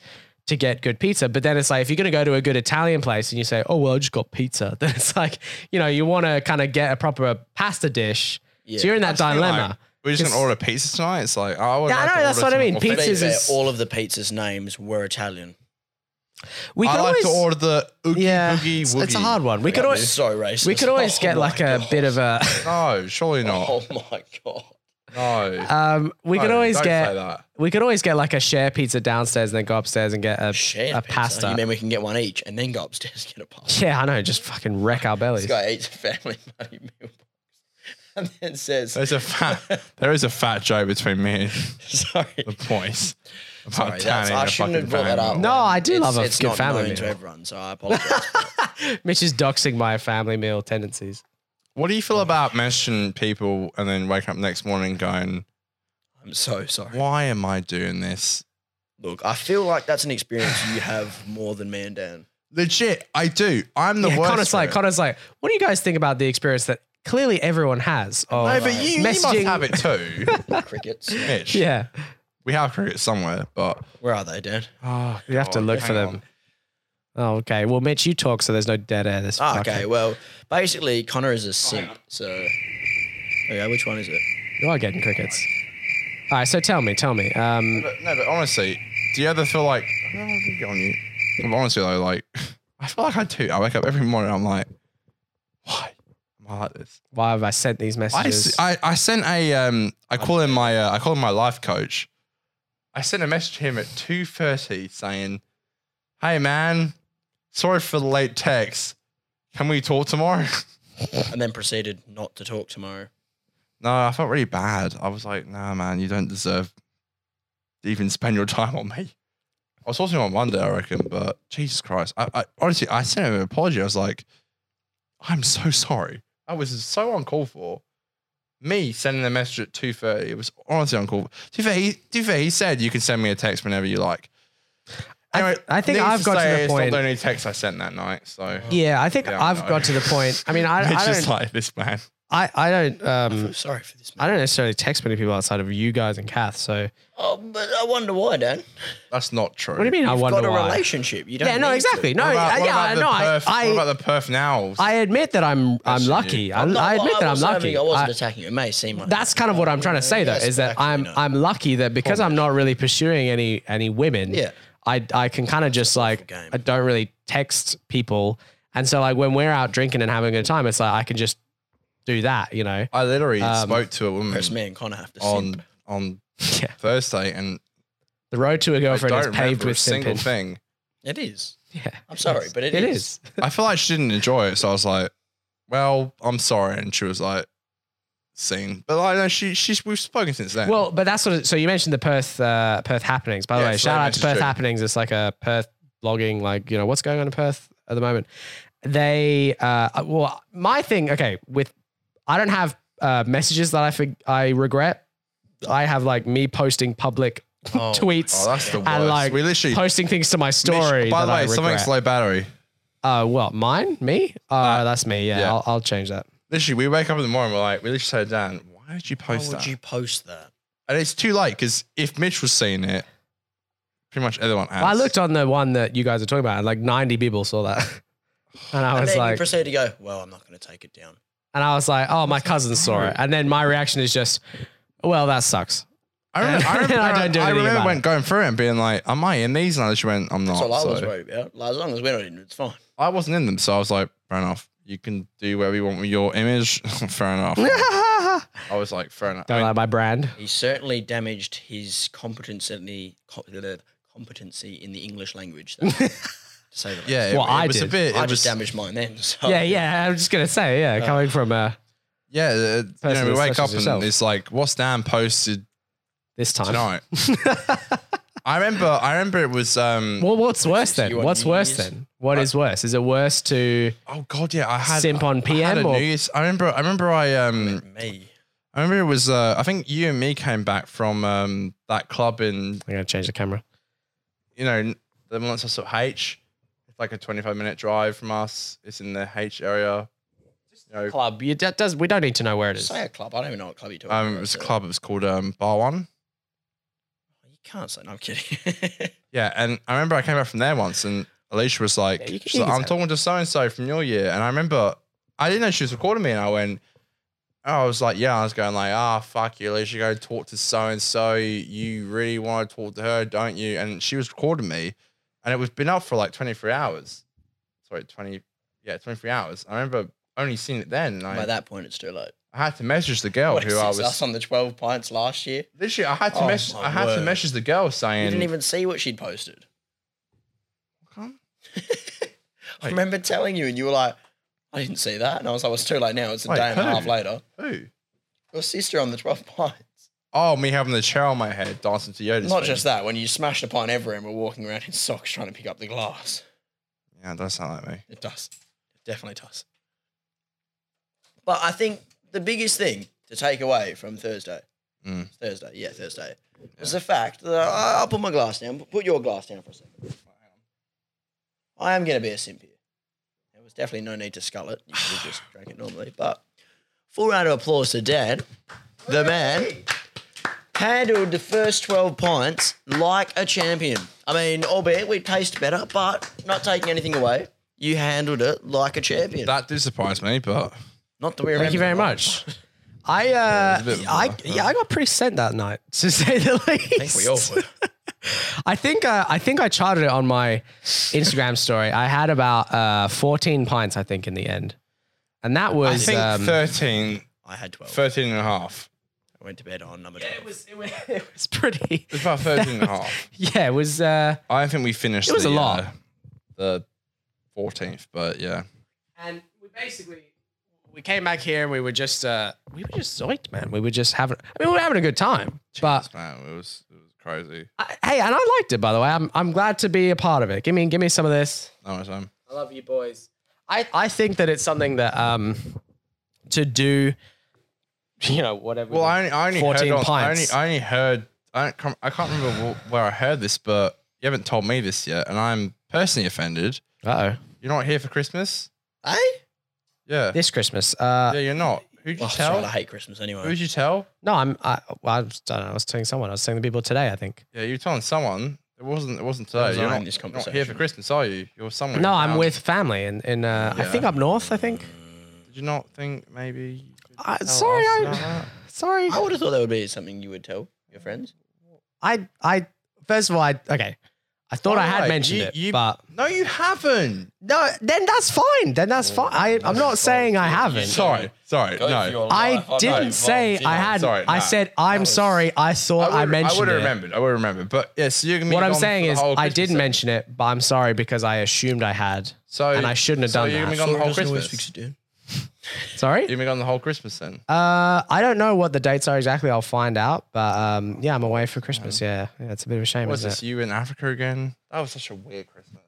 Speaker 4: To get good pizza, but then it's like if you're going to go to a good Italian place and you say, "Oh well, I just got pizza," then it's like you know you want to kind of get a proper pasta dish.
Speaker 3: Yeah.
Speaker 4: So you're in that dilemma.
Speaker 2: Like, we're just gonna
Speaker 4: It's-
Speaker 2: order pizza tonight. It's like, oh, I would
Speaker 4: Yeah, I
Speaker 2: like to
Speaker 4: know, that's
Speaker 2: order
Speaker 4: what I
Speaker 2: some
Speaker 4: mean. Pizza
Speaker 2: authentic-
Speaker 3: To be fair,
Speaker 4: is-
Speaker 3: all of the pizzas' names were Italian.
Speaker 4: we
Speaker 2: I
Speaker 4: could
Speaker 2: like
Speaker 4: always
Speaker 2: to order the oogie
Speaker 4: yeah,
Speaker 2: boogie
Speaker 4: it's,
Speaker 2: woogie.
Speaker 4: it's a hard one. We could
Speaker 3: That
Speaker 4: always
Speaker 3: was so racist.
Speaker 4: we could always
Speaker 3: Oh
Speaker 4: get
Speaker 3: my
Speaker 4: like a
Speaker 3: God.
Speaker 4: bit of a
Speaker 2: No, surely not.
Speaker 3: Oh my god!
Speaker 2: no,
Speaker 4: um, we
Speaker 2: No,
Speaker 4: could always
Speaker 2: don't
Speaker 4: get
Speaker 2: say that.
Speaker 4: we could always get like a share pizza downstairs and then go upstairs and get a,
Speaker 3: Shared
Speaker 4: a
Speaker 3: pizza. You
Speaker 4: pasta.
Speaker 3: mean we can get one each and then go upstairs and get a pasta?
Speaker 4: yeah, I know, just fucking wreck our bellies.
Speaker 3: This guy eats a family money meal box and then says,
Speaker 2: There's a fat. there is a fat joke between me and
Speaker 3: "Sorry,
Speaker 2: the boys about
Speaker 3: Sorry, that's,
Speaker 2: tanning
Speaker 3: I
Speaker 2: a
Speaker 3: shouldn't have
Speaker 2: fucking
Speaker 3: brought that
Speaker 2: van.
Speaker 3: up.
Speaker 4: No, I do
Speaker 3: It's-
Speaker 4: love a
Speaker 3: it's
Speaker 4: good
Speaker 3: not
Speaker 4: family
Speaker 3: known to
Speaker 4: meal.
Speaker 3: everyone, so I apologize.
Speaker 4: Mitch is doxing my family meal tendencies.
Speaker 2: What do you feel about mentioning people and then waking up next morning going,
Speaker 3: I'm so sorry.
Speaker 2: "Why am I doing this?"
Speaker 3: Look, I feel like that's an experience you have more than me and Dan.
Speaker 2: Legit, I do. I'm the
Speaker 4: yeah,
Speaker 2: worst.
Speaker 4: Connor's
Speaker 2: for
Speaker 4: like,
Speaker 2: it.
Speaker 4: Connor's like, what do you guys think about the experience that clearly everyone has? Of
Speaker 2: no, but you, you must
Speaker 4: messaging-
Speaker 2: have it too,
Speaker 3: Crickets.
Speaker 2: Mitch.
Speaker 4: Yeah,
Speaker 2: We have cricket somewhere, but
Speaker 3: Where are they, Dan?
Speaker 4: oh, you have to
Speaker 2: God,
Speaker 4: look for
Speaker 2: hang
Speaker 4: them.
Speaker 2: on.
Speaker 4: Oh, okay. Well, Mitch, you talk, so there's no dead air. This
Speaker 3: Ah,
Speaker 4: fucking-
Speaker 3: okay. Well, basically, Connor is a simp. So, okay, which one is it?
Speaker 4: You are getting crickets. All right, so tell me, tell me. Um,
Speaker 2: But no, but honestly, do you ever feel like I don't know if I can get on you? But honestly though, like I feel like I do. I wake up every morning. I'm like, why am I like this?
Speaker 4: why have I sent these
Speaker 2: I,
Speaker 4: messages?
Speaker 2: s- I, I sent a um I call him my uh, I call him my life coach. I sent a message to him at two thirty saying, "Hey man, sorry for the late text. Can we talk tomorrow?"
Speaker 3: And then proceeded not to talk tomorrow.
Speaker 2: no, I felt really bad. I was like, "Nah, man, you don't deserve to even spend your time on me." I was talking to him on Monday, I reckon, but Jesus Christ, I, I honestly I sent him an apology. I was like, "I'm so sorry. That was so uncalled for." Me sending the message at two thirty. It was honestly uncalled. For. To be fair, he, to be fair, he said you can send me a text whenever you like.
Speaker 4: I th- I think I've got to the
Speaker 2: it's
Speaker 4: point-
Speaker 2: Not the only text I sent that night, so
Speaker 4: yeah, I think
Speaker 2: Yeah, I
Speaker 4: I've
Speaker 2: know.
Speaker 4: got to the point. I mean, I,
Speaker 2: it's
Speaker 4: I
Speaker 2: just
Speaker 4: don't,
Speaker 2: like this man.
Speaker 4: I, I don't,
Speaker 3: I
Speaker 4: um,
Speaker 3: feel sorry for this
Speaker 4: I
Speaker 3: man.
Speaker 4: don't necessarily text many people outside of you guys and Kath. So
Speaker 3: Oh, but I wonder why, Dan.
Speaker 2: That's not true.
Speaker 4: what do you mean? I
Speaker 3: You've
Speaker 4: wonder
Speaker 3: got a
Speaker 4: why?
Speaker 3: relationship. You don't.
Speaker 4: Yeah, no,
Speaker 3: need to.
Speaker 4: exactly. No,
Speaker 2: What about,
Speaker 4: uh,
Speaker 2: what
Speaker 4: yeah,
Speaker 2: about the
Speaker 4: no, I,
Speaker 2: Perth,
Speaker 4: I,
Speaker 2: what about the Perth Nowls?
Speaker 4: I admit that I'm I'm
Speaker 2: you.
Speaker 4: lucky. I,
Speaker 3: No,
Speaker 4: I admit that I'm
Speaker 3: wasn't
Speaker 4: lucky.
Speaker 3: having- I wasn't
Speaker 4: I-
Speaker 3: attacking you. It may seem like
Speaker 4: that's kind of what I'm trying to say though,
Speaker 3: Yes,
Speaker 4: is
Speaker 3: but
Speaker 4: that
Speaker 3: actually
Speaker 4: I'm
Speaker 3: not.
Speaker 4: I'm lucky that because I'm not really pursuing any any women.
Speaker 3: Yeah.
Speaker 4: I I can kind of just like
Speaker 3: game.
Speaker 4: I don't really text people, and so like when we're out drinking and having a good time, it's like I can just do that, you know.
Speaker 2: I literally
Speaker 4: Um,
Speaker 2: spoke to a woman
Speaker 3: Whereas me and Connor have to simp.
Speaker 2: on on
Speaker 4: Yeah.
Speaker 2: Thursday, and
Speaker 4: The road to a
Speaker 2: I
Speaker 4: girlfriend is
Speaker 2: don't
Speaker 4: paved
Speaker 2: remember a
Speaker 4: with
Speaker 2: single
Speaker 4: simping.
Speaker 2: thing.
Speaker 3: It is.
Speaker 4: Yeah.
Speaker 3: I'm sorry, but
Speaker 4: It is.
Speaker 2: I feel like she didn't enjoy it, so I was like, "Well, I'm sorry," and she was like, "Seen," but like, no, she she's we've spoken since then.
Speaker 4: Well, but that's what. It, so you mentioned the Perth uh, Perth happenings. By the
Speaker 2: Yeah,
Speaker 4: way,
Speaker 2: so
Speaker 4: shout
Speaker 2: they
Speaker 4: out to
Speaker 2: messaged
Speaker 4: Perth
Speaker 2: you.
Speaker 4: happenings. It's like a Perth blogging, like you know what's going on in Perth at the moment. They uh, well, my thing. Okay, with I don't have uh, messages that I for, I regret. I have like me posting public
Speaker 3: Oh,
Speaker 2: oh,
Speaker 4: tweets,
Speaker 2: that's the worst.
Speaker 4: and like
Speaker 2: we literally
Speaker 4: posting things to my
Speaker 2: Mitch,
Speaker 4: story.
Speaker 2: By the
Speaker 4: that I
Speaker 2: way, something's
Speaker 4: regret.
Speaker 2: low battery.
Speaker 4: uh, well, mine, me. Uh, that's me. Yeah,
Speaker 2: yeah.
Speaker 4: I'll, I'll change that.
Speaker 2: Literally, we wake up in the morning, we're like, we literally said, Dan, why did you
Speaker 3: Why
Speaker 2: post
Speaker 3: would
Speaker 2: that?
Speaker 3: you post that?
Speaker 2: And it's too late because if Mitch was seeing it, pretty much everyone has.
Speaker 4: I looked on the one that you guys are talking about, and like ninety people saw that, and I
Speaker 3: And
Speaker 4: was
Speaker 3: then you
Speaker 4: like,
Speaker 3: proceed to go. Well, I'm not going to take it down.
Speaker 4: And I was like, oh, my cousin saw it. And then my reaction is just, well, that sucks.
Speaker 2: I remember, I
Speaker 4: And
Speaker 2: remember,
Speaker 4: I don't do
Speaker 2: I
Speaker 4: anything
Speaker 2: remember
Speaker 4: about
Speaker 2: when
Speaker 4: it.
Speaker 2: going through it and being like, am I in these? And I just went, I'm not.
Speaker 3: That's
Speaker 4: Oh,
Speaker 3: all I was
Speaker 2: so-
Speaker 3: worried about. Like, as long as we're not in, it, it's fine.
Speaker 2: I wasn't in them, so I was like, fair enough. You can do whatever you want with your image. fair enough.
Speaker 4: Don't
Speaker 2: I was like, fair enough. I mean,
Speaker 4: like my brand.
Speaker 3: He certainly damaged his competence in the co- the competency in the English language. that- to say the least.
Speaker 2: yeah, it,
Speaker 4: Well,
Speaker 2: it
Speaker 4: I
Speaker 2: was a
Speaker 4: did.
Speaker 2: bit. It
Speaker 3: I
Speaker 2: was
Speaker 3: just damaged mine then. So.
Speaker 4: Yeah, yeah. I'm just going to say, yeah, coming from uh,
Speaker 2: yeah. uh, You
Speaker 4: Person
Speaker 2: know, we
Speaker 4: as
Speaker 2: wake
Speaker 4: such as
Speaker 2: up and
Speaker 4: yourself.
Speaker 2: it's like, what's Dan posted
Speaker 4: this time.
Speaker 2: tonight? I remember. I remember it was. um
Speaker 4: Well, what's worse
Speaker 3: So you
Speaker 4: then?
Speaker 3: want
Speaker 4: What's
Speaker 3: New
Speaker 4: worse
Speaker 3: Year's?
Speaker 4: then? What is worse? Is it worse to
Speaker 2: Oh God, yeah. I had
Speaker 4: simp on
Speaker 2: I had
Speaker 4: PM
Speaker 2: a
Speaker 4: or
Speaker 2: New Year's. I remember. I remember. I um.
Speaker 3: Me.
Speaker 2: I remember it was. Uh, I think you and me came back from um that club in
Speaker 4: I'm going to change the camera.
Speaker 2: you know the one that's also H. It's like a twenty-five minute drive from us. It's in the H area. You know,
Speaker 4: Club. You, that does, we don't need to know where it is.
Speaker 3: Say a club. I don't even know what club you're talking
Speaker 2: Um,
Speaker 3: about.
Speaker 2: it was a
Speaker 3: so-
Speaker 2: club. It was called um, Bar One.
Speaker 3: You can't say. No, I'm kidding.
Speaker 2: Yeah, and I remember I came back from there once, and Alicia was like,
Speaker 4: Yeah, you can-
Speaker 2: she's
Speaker 4: you
Speaker 2: like,
Speaker 4: can
Speaker 2: "I'm
Speaker 4: say
Speaker 2: talking to so and so from your year," and I remember I didn't know she was recording me, and I went, oh, "I was like, yeah," I was going like, "Ah, fuck you, Alicia, go talk to so and so. You really want to talk to her, don't you?" And she was recording me, and it was been up for like 23 hours. Sorry, 20, yeah, 23 hours. I remember only seeing it then. and I,
Speaker 3: By that point, it's too late.
Speaker 2: I had to message the girl
Speaker 3: What
Speaker 2: Oh, who
Speaker 3: is
Speaker 2: I
Speaker 3: this, us
Speaker 2: was.
Speaker 3: on the 12 pints last year?
Speaker 2: Literally, I had to
Speaker 3: Oh
Speaker 2: message.
Speaker 3: my
Speaker 2: I had to
Speaker 3: word.
Speaker 2: message the girl saying,
Speaker 3: You didn't even see what she'd posted.
Speaker 2: come?
Speaker 3: I remember telling you, and you were like, I didn't see that. And I was like, well, it's too late now. It's a
Speaker 2: Wait,
Speaker 3: day and a
Speaker 2: who?
Speaker 3: half later.
Speaker 2: "Who?"
Speaker 3: Your sister on the 12 pints.
Speaker 2: Oh, me having the chair on my head, dancing to Yoda's.
Speaker 3: Not
Speaker 2: theme.
Speaker 3: just that, when you smashed a pint everywhere and were walking around in socks trying to pick up the glass.
Speaker 2: Yeah, it does sound like me.
Speaker 3: It does. It definitely does. But I think the biggest thing to take away from Thursday,
Speaker 2: Mm.
Speaker 3: Thursday, yeah, Thursday, was the fact that I, I'll put my glass down. Put your glass down for a second. I am going to be a simp here. There was definitely no need to scull it. You could have just drank it normally. But full round of applause to Dad, the man. Handled the first 12 pints like a champion. I mean, albeit we taste better, but not taking anything away. You handled it like a champion.
Speaker 2: That did surprise me, but
Speaker 3: not that we
Speaker 4: Thank you very much. I uh,
Speaker 2: it was a bit
Speaker 4: I
Speaker 2: rough, huh?
Speaker 4: yeah, I got pretty sent that night, to say the least. I think
Speaker 3: we all were.
Speaker 4: I think uh, I think I charted it on my Instagram story. I had about uh, 14 pints, I think, in the end, and that
Speaker 2: I
Speaker 4: was
Speaker 2: think
Speaker 4: um,
Speaker 2: 13,
Speaker 3: I had 12.
Speaker 2: 13 and a half.
Speaker 3: I went to bed on number 12.
Speaker 4: it was it was, it was pretty.
Speaker 2: It's about 13 and a half.
Speaker 4: Yeah, it was. Uh,
Speaker 2: I think we finished
Speaker 4: It was
Speaker 2: the,
Speaker 4: a lot.
Speaker 2: uh, the 14th, but yeah.
Speaker 4: and we basically we came back here and we were just uh, we were just zoinked, man. We were just having. I mean, we were having a good time, but
Speaker 2: Man, it was, it was crazy.
Speaker 4: I, hey, and I liked it by the way. I'm I'm glad to be a part of it. Give me give me some of this.
Speaker 2: No, it's, um,
Speaker 4: I love you boys. I, I think that it's something that um to do, you know, whatever.
Speaker 2: Well, I only, I only
Speaker 4: 14
Speaker 2: heard. On, I only,
Speaker 4: pints.
Speaker 2: I only heard. I, don't, com- I can't remember wh- where I heard this, but you haven't told me this yet, and I'm personally offended.
Speaker 4: Uh oh.
Speaker 2: You're not here for Christmas.
Speaker 3: Eh?
Speaker 2: Yeah,
Speaker 4: This Christmas. Uh
Speaker 2: yeah, you're not. Who'd you
Speaker 3: Oh, that's
Speaker 2: tell?
Speaker 3: right, I hate Christmas anyway.
Speaker 2: Who'd you tell?
Speaker 4: no, I'm I, well, I, was, I don't know, I was telling someone. I was telling the people today, I think.
Speaker 2: Yeah, you were telling someone. It wasn't. It wasn't today.
Speaker 3: was
Speaker 2: you're
Speaker 3: I
Speaker 2: not,
Speaker 3: in this
Speaker 2: you're not here for
Speaker 3: conversation?
Speaker 2: Christmas, are you? You're somewhere.
Speaker 4: No,
Speaker 2: in
Speaker 4: I'm
Speaker 2: town.
Speaker 4: with family in in uh, I
Speaker 2: Yeah.
Speaker 4: think up north, I think.
Speaker 2: Did you not think maybe? you could
Speaker 4: Uh,
Speaker 2: tell
Speaker 4: sorry,
Speaker 2: us
Speaker 4: I-
Speaker 2: about that?
Speaker 4: Sorry.
Speaker 3: I would have thought that would be something you would tell your friends.
Speaker 4: I I first of all, I okay. I thought
Speaker 2: By
Speaker 4: I
Speaker 2: the
Speaker 4: had
Speaker 2: way,
Speaker 4: mentioned
Speaker 2: you-
Speaker 4: it,
Speaker 2: you-
Speaker 4: but
Speaker 2: No, you haven't.
Speaker 4: no, then that's fine. Then that's fine. I, I'm not saying I haven't.
Speaker 2: Sorry, sorry. No,
Speaker 4: I didn't say I had.
Speaker 2: Sorry,
Speaker 4: I
Speaker 2: nah.
Speaker 4: said I'm sorry. I thought I,
Speaker 2: would've- I
Speaker 4: mentioned
Speaker 2: would have
Speaker 4: it.
Speaker 2: remembered. I would have remembered. But yes, you're gonna be
Speaker 4: What I'm
Speaker 2: gone
Speaker 4: saying
Speaker 2: for the
Speaker 4: is
Speaker 2: whole
Speaker 4: I
Speaker 2: Christmas
Speaker 4: didn't
Speaker 2: then.
Speaker 4: mention it, but I'm sorry because I assumed I had.
Speaker 2: So
Speaker 4: and I shouldn't have
Speaker 2: so
Speaker 4: done
Speaker 2: you're
Speaker 4: that.
Speaker 2: Gonna be gone the whole Christmas.
Speaker 4: Sorry.
Speaker 2: You're gonna be gone the whole Christmas then.
Speaker 4: Uh, I don't know what the dates are exactly. I'll find out. But um, yeah, I'm away for Christmas. Yeah, yeah it's a bit of a shame,
Speaker 2: Was
Speaker 4: isn't
Speaker 2: this
Speaker 4: it?
Speaker 2: you in Africa again? That was such a weird Christmas.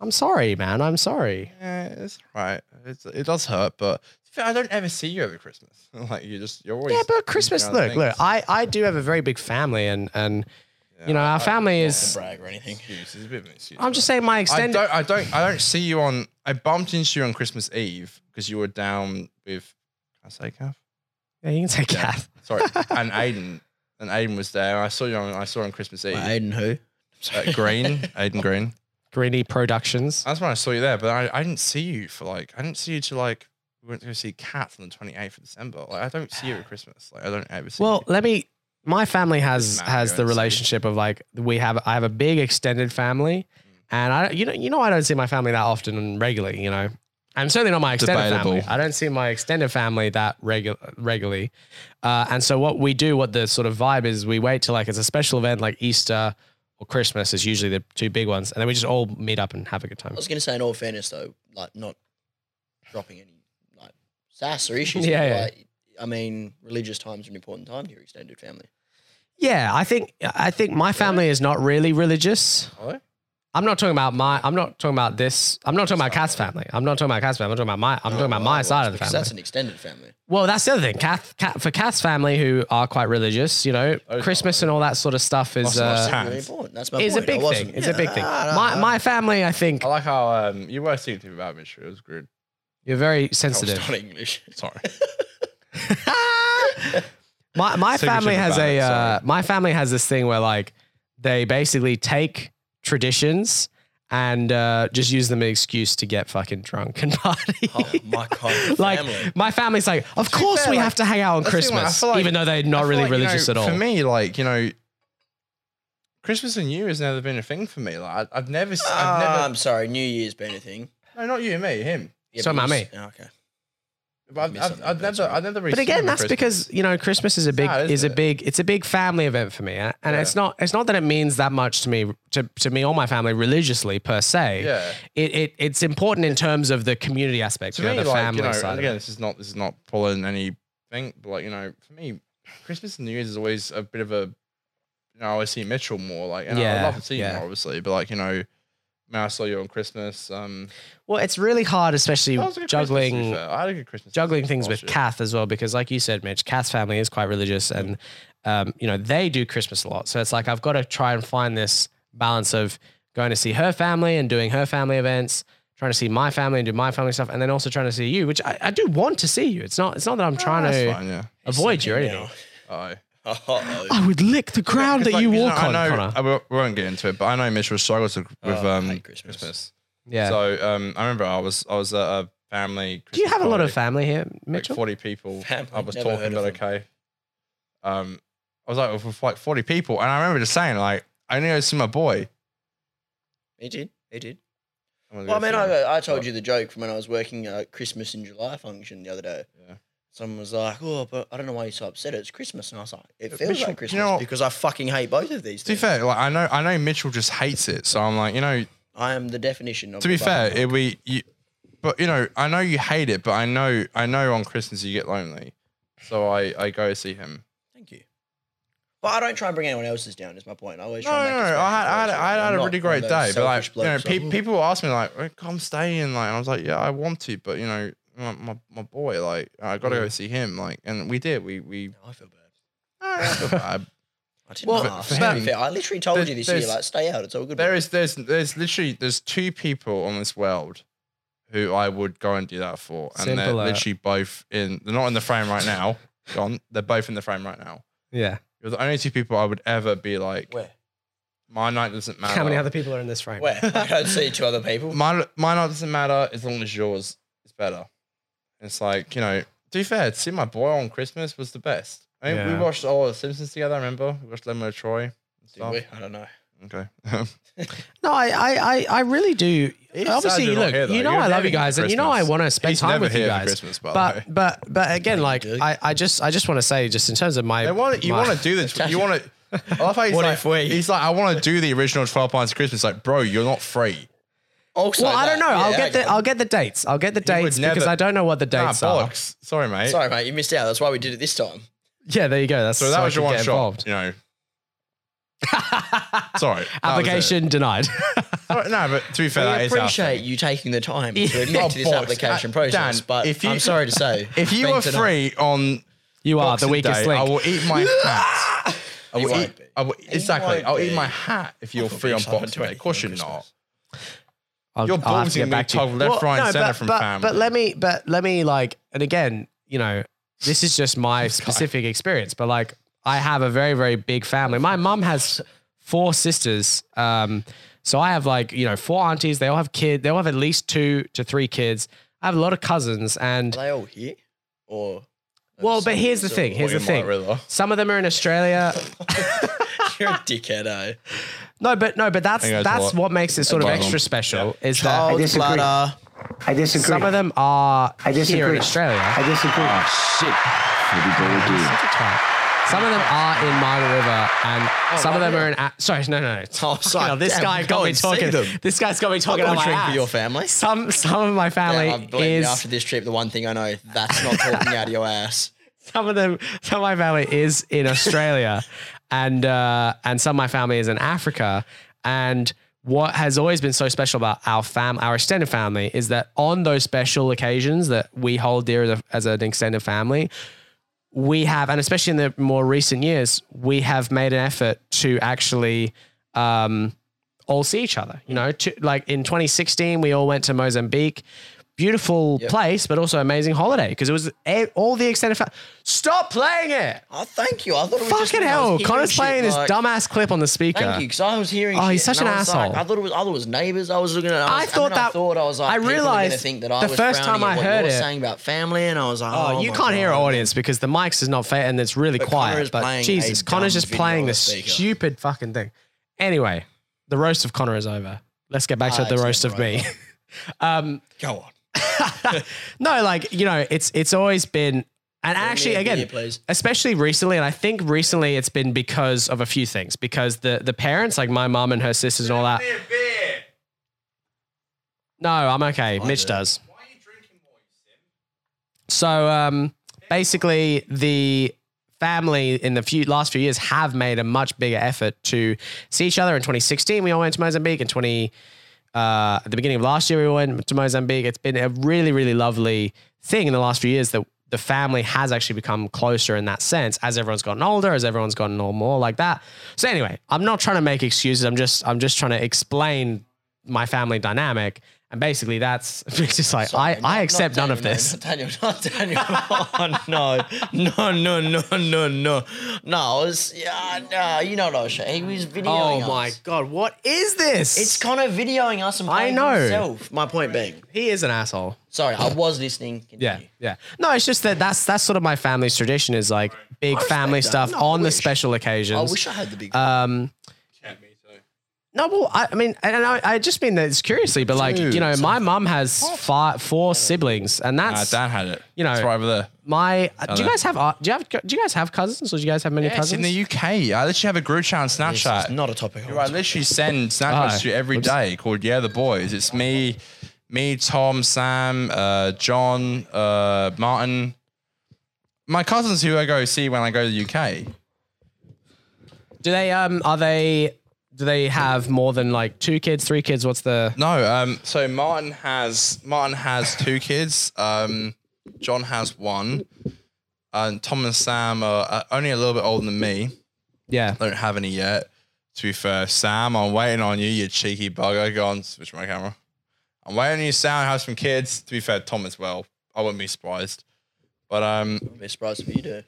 Speaker 4: I'm sorry, man. I'm sorry.
Speaker 2: Yeah, it's right. It's, it does hurt, but I don't ever see you over Christmas. like you just you're always
Speaker 4: Yeah, but Christmas.
Speaker 2: doing other
Speaker 4: Look, look.
Speaker 2: things.
Speaker 4: I I do have a very big family, and and you know our family is.
Speaker 3: brag or anything.
Speaker 2: Excuse, it's a bit of an excuse,
Speaker 4: I'm
Speaker 2: but-
Speaker 4: just saying my
Speaker 2: I
Speaker 4: extended.
Speaker 2: don't. I don't. I don't see you on. I bumped into you on Christmas Eve because you were down with. Can I say Kath?
Speaker 4: Yeah, you can say Kath.
Speaker 2: Sorry, and Aiden. And Aiden was there. I saw you on. I saw you on Christmas Eve.
Speaker 3: Aiden who?
Speaker 2: Uh, Green, Aiden Green.
Speaker 4: Greeny Productions.
Speaker 2: That's when I saw you there, but I, I didn't see you for like I didn't see you to like we went to go see Cats on the twenty eighth of December. Like I don't see you at Christmas. Like I don't ever see.
Speaker 4: Well,
Speaker 2: you.
Speaker 4: let me. My family has
Speaker 2: Doesn't matter,
Speaker 4: has
Speaker 2: you
Speaker 4: the
Speaker 2: don't see.
Speaker 4: relationship of like we have. I have a big extended family, and I you know you know I don't see my family that often and regularly. You know, and certainly not my extended
Speaker 2: Debatable.
Speaker 4: family. I don't see my extended family that regu- regularly. Uh, and so what we do, what the sort of vibe is, we wait till like it's a special event like Easter or Christmas is usually the two big ones, and then we just all meet up and have a good
Speaker 3: I
Speaker 4: time.
Speaker 3: was going to say, in all fairness, though, like not dropping any like sass or issues.
Speaker 4: Yeah,
Speaker 3: but,
Speaker 4: yeah.
Speaker 3: Like, I mean, religious times are an important time to your extended family.
Speaker 4: Yeah, I think I think my family is not really religious.
Speaker 2: Really?
Speaker 4: I'm not talking about my. I'm not talking about this. I'm not talking about Kath's family. I'm not talking about Kath's family. I'm talking about my. I'm talking about
Speaker 3: Oh,
Speaker 4: my side of the
Speaker 3: Because
Speaker 4: family.
Speaker 3: that's an extended family.
Speaker 4: well, that's the other thing. Kath, Kath, for Kath's family, who are quite religious, you know,
Speaker 3: Oh,
Speaker 2: are
Speaker 4: Christmas and all that sort of stuff is
Speaker 2: Lots and lots
Speaker 4: uh,
Speaker 2: of
Speaker 3: Really
Speaker 2: hands.
Speaker 3: important. That's my
Speaker 4: is a
Speaker 3: point. I
Speaker 4: big
Speaker 3: wasn't-
Speaker 4: thing. It's
Speaker 3: Yeah,
Speaker 4: a big thing.
Speaker 3: nah, nah,
Speaker 4: My
Speaker 3: nah.
Speaker 4: my family, I think,
Speaker 3: Oh.
Speaker 2: I like how um you were seeing to me about ministry. It was good.
Speaker 4: you're very
Speaker 3: It's
Speaker 4: sensitive.
Speaker 3: not English.
Speaker 2: Sorry.
Speaker 4: my my
Speaker 2: Signature
Speaker 4: family has a
Speaker 2: Nevada,
Speaker 4: uh,
Speaker 2: sorry.
Speaker 4: my family has this thing where like they basically take traditions and uh, just use them as an excuse to get fucking drunk and party.
Speaker 3: Oh my god.
Speaker 4: like
Speaker 3: family.
Speaker 4: my family's like, of course
Speaker 2: fair,
Speaker 4: we
Speaker 2: like,
Speaker 4: have to hang out on
Speaker 2: that's the thing, like, I
Speaker 4: Christmas,
Speaker 2: feel like-
Speaker 4: even though they're
Speaker 2: I
Speaker 4: not
Speaker 2: feel
Speaker 4: really
Speaker 2: like, you know,
Speaker 4: religious at all.
Speaker 2: For me, like you know, Christmas and New Year's never been a thing for me. Like I, I've never. s- I've
Speaker 3: Ah,
Speaker 4: uh,
Speaker 2: never.
Speaker 3: I'm sorry. New Year's been a thing.
Speaker 2: No, not you, me, him.
Speaker 3: Yeah,
Speaker 4: So
Speaker 3: but
Speaker 4: am
Speaker 3: you
Speaker 4: I.
Speaker 3: s- oh, Okay.
Speaker 2: But I've,
Speaker 3: missed
Speaker 2: I've,
Speaker 3: something,
Speaker 2: I've
Speaker 3: that's
Speaker 2: never.
Speaker 3: right.
Speaker 2: I've never. really
Speaker 4: But
Speaker 2: seen you
Speaker 4: again,
Speaker 2: at
Speaker 4: that's
Speaker 2: Christmas.
Speaker 4: because you know Christmas is a big
Speaker 2: sad, isn't
Speaker 4: is a
Speaker 2: it?
Speaker 4: big it's a big family event for me, and and it's not it's not that it means that much to me to, to me or my family religiously per se.
Speaker 2: Yeah.
Speaker 4: it, it it's important in terms of the community aspect,
Speaker 2: to
Speaker 4: you know,
Speaker 2: me,
Speaker 4: the
Speaker 2: like,
Speaker 4: family
Speaker 2: you know,
Speaker 4: side.
Speaker 2: and
Speaker 4: of
Speaker 2: again,
Speaker 4: it.
Speaker 2: this is not this is not pulling anything, but like you know, for me, Christmas and New Year's is always a bit of a. You know, I always see Mitchell more, like, and I
Speaker 4: Yeah,
Speaker 2: love to see
Speaker 4: yeah.
Speaker 2: him more, obviously, but like you know, man, I saw you on Christmas. Um,
Speaker 4: Well, it's really hard, especially
Speaker 2: that was a good Christmas, to be
Speaker 4: juggling
Speaker 2: fair. I had a good Christmas.
Speaker 4: juggling things with
Speaker 2: cats.
Speaker 4: Kath as well, because like you said, Mitch, Kath's family is quite religious, and um, you know they do Christmas a lot. So it's like I've got to try and find this balance of going to see her family and doing her family events, trying to see my family and do my family stuff, and then also trying to see you, which I, I do want to see you. It's not it's not that I'm trying
Speaker 2: That's
Speaker 4: to
Speaker 2: fine, yeah.
Speaker 4: avoid you or
Speaker 3: Sleeping
Speaker 4: anything.
Speaker 2: Aye.
Speaker 3: now.
Speaker 4: I would lick the ground
Speaker 2: 'Cause,
Speaker 4: that
Speaker 2: like,
Speaker 4: you
Speaker 2: know,
Speaker 4: walk
Speaker 2: I
Speaker 4: on,
Speaker 2: know,
Speaker 4: Connor.
Speaker 2: I- we we won't get into it, but I know Mitchell struggles with, with
Speaker 3: Oh, I
Speaker 2: um,
Speaker 3: hate Christmas.
Speaker 2: Christmas.
Speaker 4: Yeah.
Speaker 2: So um, I remember I was I was at a family.
Speaker 4: do you
Speaker 2: Christmas
Speaker 4: have a lot
Speaker 2: party,
Speaker 4: of family here,
Speaker 2: like
Speaker 4: Mitchell?
Speaker 2: forty people.
Speaker 3: Family,
Speaker 2: I was
Speaker 3: never
Speaker 2: talking
Speaker 3: heard
Speaker 2: about
Speaker 3: of
Speaker 2: okay. Um, I was like with- with like forty people, and I remember just saying like, I need to go see my boy.
Speaker 3: He did. He did.
Speaker 2: I'm gonna
Speaker 3: Well, I
Speaker 2: go
Speaker 3: mean,
Speaker 2: see him.
Speaker 3: I, I told you the joke from when I was working a Christmas in July function the other day.
Speaker 2: Yeah.
Speaker 3: Someone was like, "Oh, but I don't know why you're so upset. It's Christmas." And I was like, "It
Speaker 2: But
Speaker 3: feels
Speaker 2: Mitchell,
Speaker 3: like
Speaker 2: do you
Speaker 3: Christmas
Speaker 2: know what-
Speaker 3: because I fucking hate both of these."
Speaker 2: To be
Speaker 3: things.
Speaker 2: fair, like I know I know Mitchell just hates it, so I'm like, you know,
Speaker 3: I am the definition of.
Speaker 2: to be
Speaker 3: a
Speaker 2: fair,
Speaker 3: butthole.
Speaker 2: it we you, but you know, I know you hate it, but I know I know on Christmas you get lonely, so I I go see him.
Speaker 3: Thank you. But I don't try and bring anyone else's down. Is my point. I always
Speaker 2: No,
Speaker 3: try
Speaker 2: no,
Speaker 3: and
Speaker 2: no.
Speaker 3: make
Speaker 2: I
Speaker 3: it
Speaker 2: had, I had,
Speaker 3: special for
Speaker 2: I had, a
Speaker 3: everyone. I'm not
Speaker 2: really
Speaker 3: one of
Speaker 2: great
Speaker 3: those
Speaker 2: day, but
Speaker 3: selfish
Speaker 2: like, you know,
Speaker 3: blokes, like,
Speaker 2: pe- people ask me like, "Oh, "Come stay in," like, and I was like, "Yeah, I want to," but you know, my my, my boy, like, I got to go see him, like, and we did. We we.
Speaker 3: "Oh, I feel bad.
Speaker 2: I
Speaker 3: Ah.
Speaker 2: don't feel bad.
Speaker 3: I didn't
Speaker 4: Well,
Speaker 3: ask.
Speaker 2: for
Speaker 3: to be
Speaker 2: him,
Speaker 3: fair, I literally told
Speaker 2: there-
Speaker 3: you this year,
Speaker 2: there's-
Speaker 3: like, stay out. It's all good.
Speaker 2: there
Speaker 3: mate.
Speaker 2: is there's there's literally there's two people on this world who I would go and do that for, and they're
Speaker 4: Simple, uh,
Speaker 2: literally both in. They're not in the frame right now. John, they're both in the frame right now.
Speaker 4: Yeah.
Speaker 2: You're the only two people I would ever be like,
Speaker 3: Where?
Speaker 2: my night doesn't matter.
Speaker 4: How many other people are in this frame?
Speaker 3: Where? I don't see two other people.
Speaker 2: my my night doesn't matter as long as yours is better. It's like you know, to be fair, see my boy on Christmas was the best. I mean, we
Speaker 4: Yeah.
Speaker 2: watched all the Simpsons together. I remember we watched Lemon Troy. And
Speaker 3: Did
Speaker 2: stuff.
Speaker 3: we? I don't know.
Speaker 2: Okay.
Speaker 4: No, I, I, I, I really do.
Speaker 2: It's sad
Speaker 4: Obviously,
Speaker 2: you're
Speaker 4: you
Speaker 2: not
Speaker 4: look,
Speaker 2: here, though.
Speaker 4: you know,
Speaker 2: You're
Speaker 4: I love you
Speaker 2: leaving for
Speaker 4: guys, and you know, I
Speaker 2: Christmas.
Speaker 4: want to spend
Speaker 2: He's
Speaker 4: time
Speaker 2: never
Speaker 4: with you
Speaker 2: here for
Speaker 4: guys.
Speaker 2: Christmas, by the way.
Speaker 4: but, but, but again, like,
Speaker 3: do.
Speaker 4: I, I just, I just want to say, just in terms of my,
Speaker 2: They want you
Speaker 4: my-
Speaker 2: want to do this. You want to. I love how he's
Speaker 3: What
Speaker 2: like,
Speaker 3: if we-
Speaker 2: he's like, I want to do the original Twelve Pints of Christmas. Like, bro, you're not free.
Speaker 3: Also,
Speaker 4: well, I don't know.
Speaker 3: that-
Speaker 4: I'll
Speaker 3: yeah,
Speaker 4: get the,
Speaker 3: okay.
Speaker 4: I'll get the dates. I'll get the
Speaker 2: would
Speaker 4: dates because
Speaker 2: never-
Speaker 4: I don't know what the
Speaker 2: Nah,
Speaker 4: dates are.
Speaker 2: bollocks. Sorry, mate.
Speaker 3: Sorry, mate, you missed out. That's why we did it this time.
Speaker 4: Yeah, there you go. That's
Speaker 2: So that
Speaker 4: I
Speaker 2: was your
Speaker 4: could
Speaker 2: one
Speaker 4: get
Speaker 2: shot.
Speaker 4: involved.
Speaker 2: You know. Sorry. that was it.
Speaker 4: Application denied.
Speaker 2: Sorry, No, but to be fair, that
Speaker 3: we
Speaker 2: is our
Speaker 3: appreciate
Speaker 2: thing.
Speaker 3: you taking the time to admit
Speaker 2: Well,
Speaker 3: to this
Speaker 2: bollocks.
Speaker 3: application
Speaker 2: Uh,
Speaker 3: process,
Speaker 2: Dan,
Speaker 3: but
Speaker 2: if you-
Speaker 3: I'm sorry to say,
Speaker 2: If you
Speaker 3: being
Speaker 2: are
Speaker 3: denied-
Speaker 2: free on
Speaker 4: you are the
Speaker 2: Boxing
Speaker 4: weakest
Speaker 2: Day,
Speaker 4: link.
Speaker 2: I will eat my hat. I
Speaker 3: He
Speaker 2: will
Speaker 3: won't
Speaker 2: eat.
Speaker 3: be.
Speaker 2: I will, exactly.
Speaker 3: won't
Speaker 2: I'll eat
Speaker 3: be.
Speaker 2: my hat if you're
Speaker 3: I'll
Speaker 2: free
Speaker 3: be
Speaker 2: on
Speaker 3: excited
Speaker 2: Boxing
Speaker 3: to
Speaker 2: Day.
Speaker 3: eat
Speaker 2: Of course you're
Speaker 3: on
Speaker 2: not.
Speaker 3: Christmas.
Speaker 4: I'll,
Speaker 2: You're
Speaker 4: I'll have to
Speaker 2: ballsing
Speaker 4: get
Speaker 2: me
Speaker 4: back to you.
Speaker 2: told left, right, and centre
Speaker 4: but,
Speaker 2: from
Speaker 4: but,
Speaker 2: family.
Speaker 4: But let me, but let me, like, and again, you know, this is just my specific experience. But like, I have a very, very big family. My mum has four sisters. Um, so I have like, you know, four aunties. They all have kids. They all have at least two to three kids. I have a lot of cousins, and
Speaker 3: Are they all here? Or
Speaker 4: well, but here's the thing. Here's the
Speaker 2: Fucking
Speaker 4: thing.
Speaker 2: Mike Rilla.
Speaker 4: Some of them are in Australia.
Speaker 3: you're a dickhead, eh?
Speaker 4: No, but no, but that's
Speaker 2: think that's
Speaker 4: that's
Speaker 2: a lot.
Speaker 4: what makes it sort of
Speaker 2: Well,
Speaker 4: extra special is
Speaker 5: I
Speaker 4: that
Speaker 3: Child's
Speaker 5: disagree.
Speaker 3: bladder.
Speaker 5: I disagree.
Speaker 4: some of them are
Speaker 5: I
Speaker 4: here in
Speaker 5: disagree.
Speaker 4: Australia.
Speaker 5: I disagree.
Speaker 6: Oh shit. Here we go again.
Speaker 4: Some of them are in Margaret River, and some of them are in. A- Sorry, no, no, no.
Speaker 3: Oh, sorry.
Speaker 4: Hell, this
Speaker 3: Damn,
Speaker 4: guy
Speaker 3: go
Speaker 4: got me
Speaker 3: and see
Speaker 4: talking.
Speaker 3: them.
Speaker 4: This guy's got me
Speaker 3: I'm
Speaker 4: talking.
Speaker 3: not
Speaker 4: out my
Speaker 3: drink for
Speaker 4: ass.
Speaker 3: your family.
Speaker 4: Some some of my family
Speaker 3: Damn, I believe me,
Speaker 4: is
Speaker 3: after this trip, the one thing I know that's not talking out of your ass.
Speaker 4: some of them some of my family is in Australia, and uh, and some of my family is in Africa, and. What has always been so special about our fam, our extended family, is that on those special occasions that we hold dear as, a, as an extended family, we have, and especially in the more recent years, we have made an effort to actually um, all see each other. You know, to, like in 2016, we all went to Mozambique. Beautiful place, but also amazing holiday because it was a- all the extended family. Stop playing it!
Speaker 3: Oh, thank you. I thought it was just
Speaker 4: Fucking
Speaker 3: when I was
Speaker 4: hell!
Speaker 3: hearing
Speaker 4: Connor's
Speaker 3: shit,
Speaker 4: playing this
Speaker 3: like-
Speaker 4: dumbass clip on the speaker.
Speaker 3: Thank you, because I was hearing.
Speaker 4: Oh,
Speaker 3: shit,
Speaker 4: he's such
Speaker 3: and
Speaker 4: an
Speaker 3: I was like-
Speaker 4: asshole.
Speaker 3: I thought it was. I thought it was neighbors. I was looking at.
Speaker 4: I
Speaker 3: I, was,
Speaker 4: thought
Speaker 3: and then I
Speaker 4: that-
Speaker 3: thought I was like.
Speaker 4: I
Speaker 3: people are
Speaker 4: realized
Speaker 3: gonna think that I
Speaker 4: the
Speaker 3: was
Speaker 4: first
Speaker 3: frowning
Speaker 4: time
Speaker 3: at
Speaker 4: I
Speaker 3: what
Speaker 4: heard
Speaker 3: you're
Speaker 4: it-
Speaker 3: Saying about family, and I was like,
Speaker 4: Oh,
Speaker 3: oh,
Speaker 4: you
Speaker 3: my
Speaker 4: can't hear our
Speaker 3: God.
Speaker 4: audience because the mics is not fair and it's really quiet.
Speaker 3: Connor is
Speaker 4: but
Speaker 3: playing
Speaker 4: Jesus,
Speaker 3: a
Speaker 4: Connor's
Speaker 3: dumb
Speaker 4: just
Speaker 3: video
Speaker 4: playing
Speaker 3: on
Speaker 4: this
Speaker 3: the speaker.
Speaker 4: stupid fucking thing. Anyway, the roast of Connor is over. Let's get back
Speaker 3: Ah,
Speaker 4: to the
Speaker 3: it's
Speaker 4: roast
Speaker 3: never
Speaker 4: of me. um,
Speaker 3: Go on.
Speaker 4: no, like you know, it's it's always been, and actually,
Speaker 3: Beer,
Speaker 4: again,
Speaker 3: beer, please.
Speaker 4: especially recently, and I think recently it's been because of a few things. Because the the parents, like my mum and her sisters and all that. No, I'm okay. Mitch
Speaker 3: do.
Speaker 4: does. So um, basically, the family in the few last few years have made a much bigger effort to see each other. In 2016, we all went to Mozambique. In 20 uh, at the beginning of last year, we went to Mozambique. It's been a really, really lovely thing in the last few years that the family has actually become closer in that sense as everyone's gotten older, as everyone's gotten all more like that. So anyway, I'm not trying to make excuses. I'm just I'm just trying to explain my family dynamic. And basically that's it's just like I, I accept none of this.
Speaker 3: Daniel, not Daniel. oh, no, no, no, no, no, no. No, I was, yeah, no, you know what I was saying. He was videoing
Speaker 4: Oh my
Speaker 3: us.
Speaker 4: god, what is this?
Speaker 3: It's Connor videoing us and playing
Speaker 4: I know.
Speaker 3: himself. My point being,
Speaker 4: he is an asshole.
Speaker 3: sorry, I was listening.
Speaker 4: Yeah,
Speaker 3: Continue.
Speaker 4: yeah. No, it's just that that's that's sort of my family's tradition is like big family
Speaker 3: that.
Speaker 4: stuff
Speaker 3: No, I
Speaker 4: on the
Speaker 3: wish.
Speaker 4: special
Speaker 3: I
Speaker 4: occasions.
Speaker 3: wish I had the big.
Speaker 4: um, no, well, I, I mean, and I, I just mean that it's curiously, but like you know, my mum has fi- four siblings, and
Speaker 2: Nah,
Speaker 4: that's
Speaker 2: Dad had it.
Speaker 4: you know-
Speaker 2: it's right over there.
Speaker 4: my. do you
Speaker 2: no.
Speaker 4: guys have uh, do you have do you guys have cousins or do you guys have many
Speaker 2: Yeah, it's in
Speaker 4: cousins?
Speaker 2: the UK. I literally have a group chat on
Speaker 3: it's
Speaker 2: Snapchat.
Speaker 3: not a topic. I
Speaker 2: I
Speaker 3: want to-
Speaker 2: literally send Snapchats to you every day called Yeah the Boys. It's me, me, Tom, Sam, uh, John, uh, Martin. My cousins who I go see when I go to the UK.
Speaker 4: do they um are they do they have more than like two kids, three kids? What's the
Speaker 2: No, um, so Martin has Martin has two kids. Um, John has one. And Tom and Sam are uh, only a little bit older than me.
Speaker 4: yeah?
Speaker 2: Don't have any yet. To be fair, Sam, I'm waiting on you, you cheeky bugger. Go on, switch my camera. I'm waiting on you, Sam. Have some kids. To be fair, Tom as well. I wouldn't be surprised. But um,
Speaker 3: I'd be surprised if you do.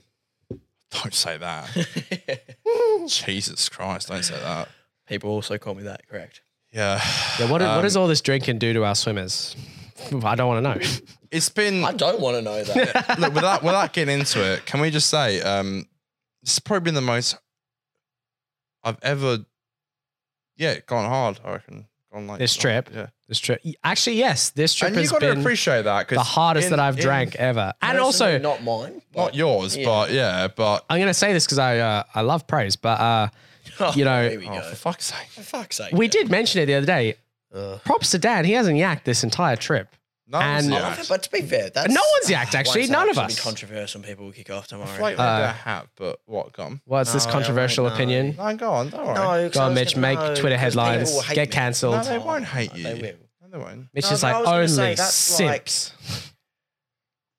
Speaker 2: don't say that. Jesus Christ, don't say that.
Speaker 3: People also call me that, correct?
Speaker 2: Yeah,
Speaker 4: Yeah, what, what does all this drinking do to our swimmers? I don't want to know.
Speaker 2: it's been
Speaker 3: I don't want to know that.
Speaker 2: look without without getting into it. Can we just say um, this has probably been the most I've ever, yeah, gone hard. I reckon gone like
Speaker 4: This trip?
Speaker 2: Yeah,
Speaker 4: This trip, actually, yes, this trip
Speaker 2: and you
Speaker 4: has
Speaker 2: got to
Speaker 4: been
Speaker 2: appreciate that because
Speaker 4: the hardest that I've drank ever. And also,
Speaker 3: Personally, not mine.
Speaker 2: not yours,
Speaker 3: Yeah.
Speaker 2: but yeah, but
Speaker 4: I'm going to say this because I uh, I love praise, but uh, you know,
Speaker 3: here we
Speaker 2: oh,
Speaker 3: go.
Speaker 2: for fuck's sake,
Speaker 3: For fuck's sake.
Speaker 4: we
Speaker 3: Dan.
Speaker 4: did mention it the other day.
Speaker 3: Ugh.
Speaker 4: Props to Dan, he hasn't yacked this entire trip.
Speaker 2: no,
Speaker 4: And-
Speaker 2: yeah.
Speaker 4: Oh,
Speaker 2: I
Speaker 3: But to be fair, that's
Speaker 4: No one's yacked,
Speaker 3: I won't
Speaker 4: actually.
Speaker 3: say
Speaker 4: None
Speaker 3: that
Speaker 4: of
Speaker 3: 'cause it'll
Speaker 4: us.
Speaker 3: Be controversial. People will kick off. Don't worry.
Speaker 2: feel like
Speaker 4: Uh,
Speaker 2: I did a hat, but what gum?
Speaker 4: What's this
Speaker 3: No,
Speaker 4: controversial
Speaker 3: I don't
Speaker 4: opinion?
Speaker 2: No, go on, don't worry.
Speaker 3: no, 'cause
Speaker 4: Go
Speaker 3: I
Speaker 4: on,
Speaker 3: was
Speaker 4: Mitch,
Speaker 3: gonna-
Speaker 4: make
Speaker 3: no, 'cause
Speaker 4: Twitter
Speaker 3: people
Speaker 4: headlines,
Speaker 3: will hate
Speaker 4: get
Speaker 3: me.
Speaker 2: no,
Speaker 4: cancelled.
Speaker 2: they won't hate
Speaker 3: They
Speaker 2: you.
Speaker 3: will.
Speaker 2: No, they won't.
Speaker 4: Mitch
Speaker 3: No,
Speaker 4: is
Speaker 3: but I
Speaker 4: like
Speaker 3: was gonna
Speaker 4: only
Speaker 3: say, that's like-
Speaker 4: simps.